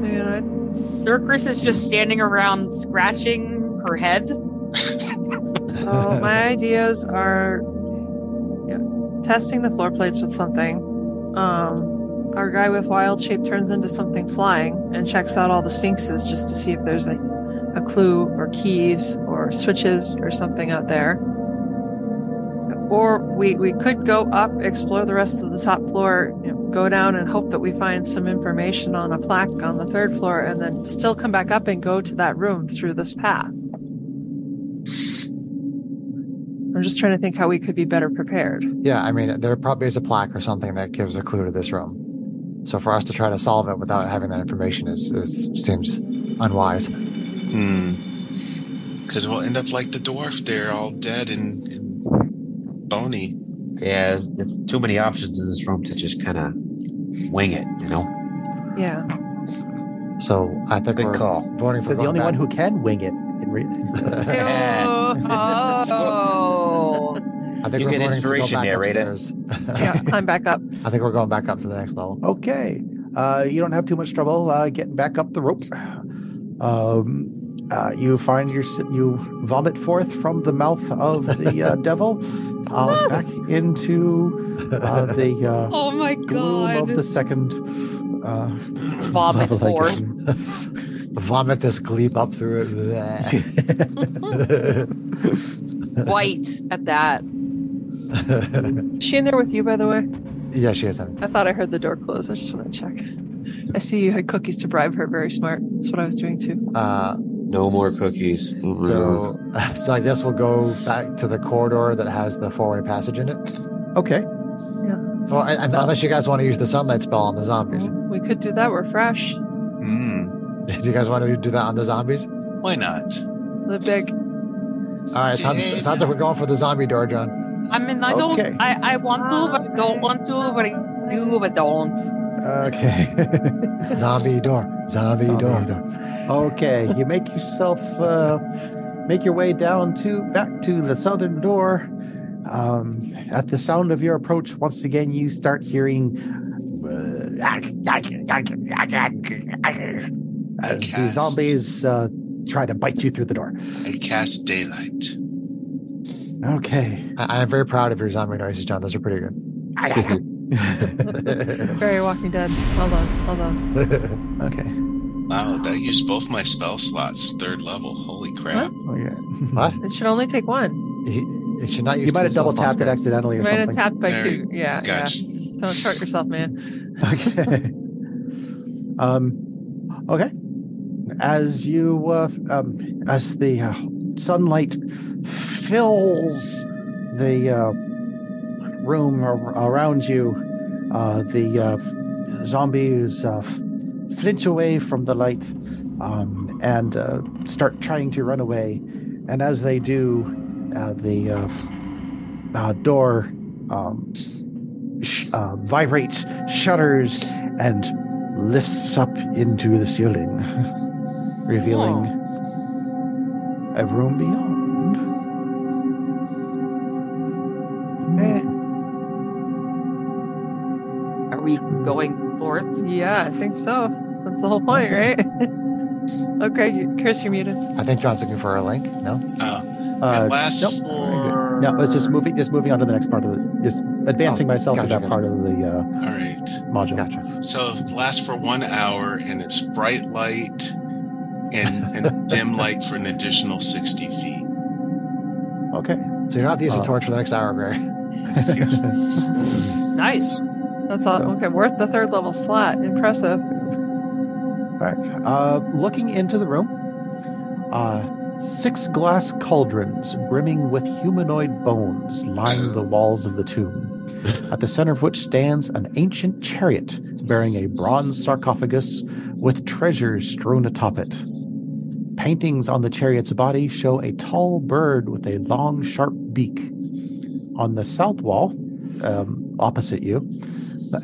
Speaker 5: Man, I-
Speaker 3: Durkris is just standing around scratching her head.
Speaker 5: so my ideas are yeah, testing the floor plates with something. Um, our guy with wild shape turns into something flying and checks out all the sphinxes just to see if there's like a clue or keys or switches or something out there. Or we, we could go up, explore the rest of the top floor, you know, go down and hope that we find some information on a plaque on the third floor, and then still come back up and go to that room through this path. I'm just trying to think how we could be better prepared.
Speaker 1: Yeah, I mean, there probably is a plaque or something that gives a clue to this room. So for us to try to solve it without having that information is, is seems unwise.
Speaker 4: Hmm. Because we'll end up like the dwarf there, all dead and, and bony.
Speaker 7: Yeah, it's, it's too many options in this room to just kind of wing it. You know,
Speaker 5: Yeah.
Speaker 1: So I think
Speaker 7: good
Speaker 1: we're
Speaker 7: call.
Speaker 1: voting for
Speaker 2: So the
Speaker 1: going
Speaker 2: only one
Speaker 1: back.
Speaker 2: who can wing it. In re-
Speaker 3: Oh.
Speaker 1: I think
Speaker 7: You
Speaker 1: we're voting
Speaker 7: get
Speaker 1: to
Speaker 7: inspiration
Speaker 1: go back
Speaker 7: there, Rita.
Speaker 1: upstairs.
Speaker 5: Yeah. Climb back up.
Speaker 1: I think we're going back up to the next level.
Speaker 2: okay. Uh, you don't have too much trouble uh, getting back up the rope. Um, uh, you find your you vomit forth from the mouth of the uh, devil uh, back into uh, the uh,
Speaker 3: oh my
Speaker 2: gloom
Speaker 3: god.
Speaker 2: of the second uh,
Speaker 3: Vomit
Speaker 2: level, I
Speaker 3: forth.
Speaker 2: guess.
Speaker 1: Vomit this gleep up through it. Bleh.
Speaker 3: White at that.
Speaker 5: Is she in there with you, by the way?
Speaker 1: yeah, she is. in.
Speaker 5: I thought I heard the door close. I just want to check. I see you had cookies to bribe her. Very smart. That's what I was doing too.
Speaker 1: Uh,
Speaker 7: No more cookies.
Speaker 1: so, so I guess we'll go back to the corridor that has the four-way passage in it.
Speaker 2: okay.
Speaker 1: Well, I- I- unless you guys want to use the sunlight spell on the zombies.
Speaker 5: We could do that. We're fresh.
Speaker 4: Hmm.
Speaker 1: Do you guys want to do that on the zombies?
Speaker 4: Why not?
Speaker 5: The big.
Speaker 1: All right, sounds,
Speaker 4: Dang.
Speaker 1: sounds like we're going for the zombie door, John.
Speaker 3: I mean, I don't.
Speaker 2: Okay.
Speaker 3: I, I want to, but I don't want to, but I do, but don't.
Speaker 2: Okay.
Speaker 1: Zombie door, zombie door.
Speaker 2: Okay, you make yourself uh, make your way down to back to the southern door. Um, at the sound of your approach, once again, you start hearing uh,
Speaker 4: I
Speaker 2: as the
Speaker 4: cast-
Speaker 2: zombies uh, try to bite you through the door.
Speaker 4: I cast daylight.
Speaker 2: Okay.
Speaker 1: I, I am very proud of your zombie noises, John. Those are pretty good.
Speaker 5: Very Walking Dead. Hold on. Hold on.
Speaker 2: Okay.
Speaker 4: Wow, that used both my spell slots, third level. Holy crap.
Speaker 2: Okay.
Speaker 1: what?
Speaker 5: It should only take one.
Speaker 1: You, you should not use
Speaker 2: You might have
Speaker 1: two
Speaker 2: double
Speaker 1: spell slots,
Speaker 2: tapped it
Speaker 1: guys.
Speaker 2: accidentally
Speaker 5: You
Speaker 2: or
Speaker 5: might have
Speaker 2: something.
Speaker 5: tapped by
Speaker 4: There
Speaker 5: two. Yeah.
Speaker 4: Gotcha.
Speaker 5: Uh, Yeah. Don't short yourself, man.
Speaker 2: okay. um, okay. As you, uh, um, as the uh, sunlight fills the uh, room ar- around you, uh, the uh, zombies uh, flinch away from the light um, and uh, start trying to run away. And as they do, uh, the uh, uh, door um, sh- uh, vibrates, shudders, and lifts up into the ceiling, revealing a room beyond.
Speaker 3: Are we going forth?
Speaker 5: Yeah, I think so. That's the whole point, right? oh, Greg, you, Chris, you're muted.
Speaker 1: I think John's looking for a link. No?
Speaker 2: Uh,
Speaker 4: it lasts
Speaker 2: nope.
Speaker 4: for.
Speaker 2: No, it's just moving. Just moving on to the next part of the. Just advancing
Speaker 1: Oh,
Speaker 2: myself
Speaker 1: gotcha,
Speaker 2: to that
Speaker 1: gotcha.
Speaker 2: part of the
Speaker 4: All right.
Speaker 2: uh, module.
Speaker 1: Gotcha.
Speaker 4: So it lasts for one hour, and it's bright light and, and dim light for an additional sixty feet.
Speaker 2: Okay.
Speaker 1: So you don't have to use the
Speaker 2: Uh,
Speaker 1: torch for the next hour, Greg.
Speaker 4: Yes.
Speaker 3: Nice.
Speaker 5: That's all. Okay, worth the third level slot. Impressive.
Speaker 2: Uh, looking into the room, uh, six glass cauldrons brimming with humanoid bones line the walls of the tomb, at the center of which stands an ancient chariot bearing a bronze sarcophagus with treasures strewn atop it. Paintings on the chariot's body show a tall bird with a long, sharp beak. On the south wall, um, opposite you,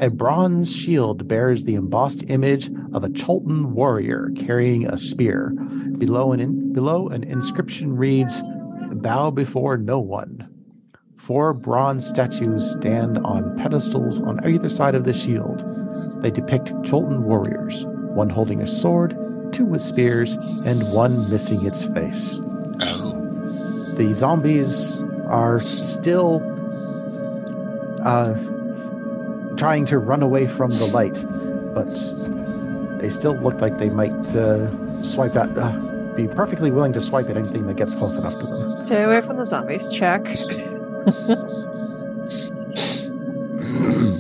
Speaker 2: a bronze shield bears the embossed image of a Cholton warrior carrying a spear. Below an in, below an inscription reads bow before no one. Four bronze statues stand on pedestals on either side of the shield. They depict Cholton warriors, one holding a sword, two with spears, and one missing its face.
Speaker 4: Oh,
Speaker 2: The zombies are still uh, trying to run away from the light, but they still look like they might uh, swipe at, uh, be perfectly willing to swipe at anything that gets close enough to them.
Speaker 5: Stay away from the zombies. Check.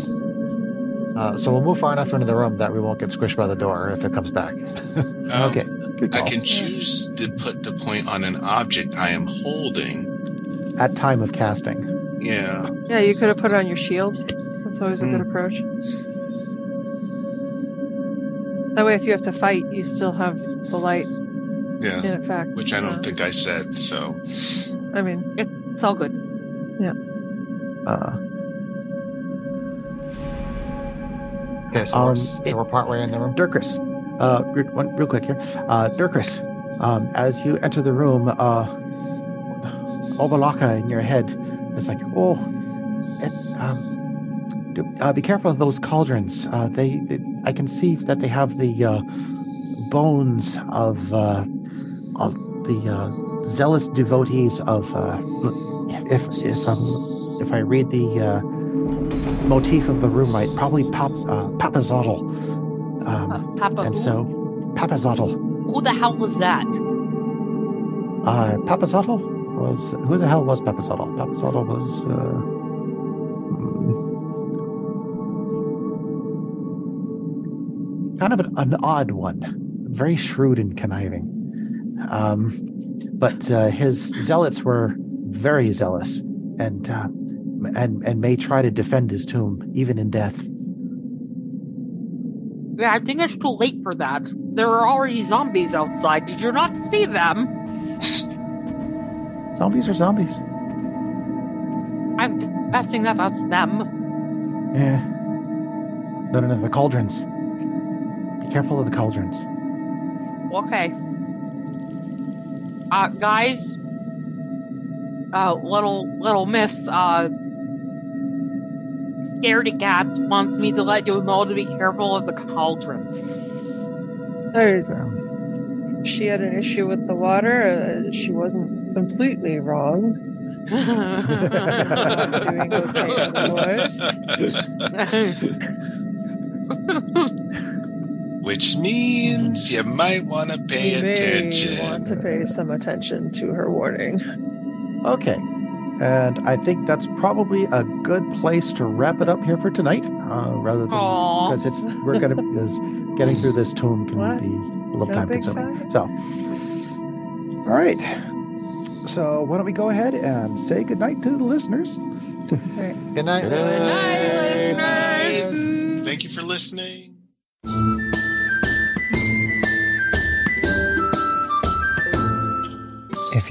Speaker 1: Uh, so we'll move far enough into the room that we won't get squished by the door if it comes back.
Speaker 4: Um,
Speaker 2: okay, good
Speaker 4: I
Speaker 2: call.
Speaker 4: can choose to put the point on an object I am holding.
Speaker 2: At time of casting,
Speaker 4: Yeah.
Speaker 5: Yeah, you could have put it on your shield. That's always a good
Speaker 4: Hmm.
Speaker 5: approach. That way, if you have to fight, you still have the light
Speaker 4: Yeah.
Speaker 5: in effect.
Speaker 4: Which I don't
Speaker 5: so-
Speaker 4: think I said. So,
Speaker 5: I mean,
Speaker 3: It's all good.
Speaker 2: uh,
Speaker 1: Okay, so,
Speaker 2: Um,
Speaker 1: we're, so we're partway in the room.
Speaker 2: Dirkris, uh, re- one, real quick here. Uh, Dirkris, um, as you enter the room, uh, Obalaka in your head is like, oh, it, um, do, uh, be careful of those cauldrons. Uh, they, they, I can see that they have the uh, bones of uh, of the uh, zealous devotees of. Uh, if if um, if I read the uh, motif of the room right, probably Pap, uh, Papazotl. Um,
Speaker 3: Uh, Papa,
Speaker 2: and
Speaker 3: who,
Speaker 2: so, Papazotl.
Speaker 3: who the hell was that?
Speaker 2: Uh, Papazotl was who the hell was Papazotl? Papazotl was. Uh, hmm, kind of an, an odd one, very shrewd and conniving. Um, but uh, his zealots were very zealous, and uh, and and may try to defend his tomb even in death.
Speaker 3: Yeah, I think it's too late for that. There are already zombies outside. Did you not see them?
Speaker 2: Zombies are zombies.
Speaker 3: I'm guessing that that's them.
Speaker 2: Eh. No, no, no. The cauldrons. Be careful of the cauldrons.
Speaker 3: Okay. Uh, guys, uh, little little miss, uh, scaredy cat wants me to let you know to be careful of the cauldrons.
Speaker 5: there-
Speaker 2: Um,
Speaker 5: she had an issue with the water. Uh, she wasn't completely wrong. Doing okay on the voice.
Speaker 4: which means you might want to pay
Speaker 5: You may want
Speaker 4: attention.
Speaker 5: to pay some attention to her warning.
Speaker 2: okay. And I think that's probably a good place to wrap it up here for tonight, uh, rather than
Speaker 3: Aw.
Speaker 2: because it's we're gonna because getting through this tomb can
Speaker 5: What?
Speaker 2: be a little
Speaker 5: No
Speaker 2: time
Speaker 5: big
Speaker 2: consuming. So,
Speaker 5: sigh?
Speaker 2: all right. So why don't we go ahead and say goodnight to the listeners?
Speaker 1: Good night.
Speaker 3: Good night, listeners.
Speaker 4: Thank you for listening.
Speaker 1: If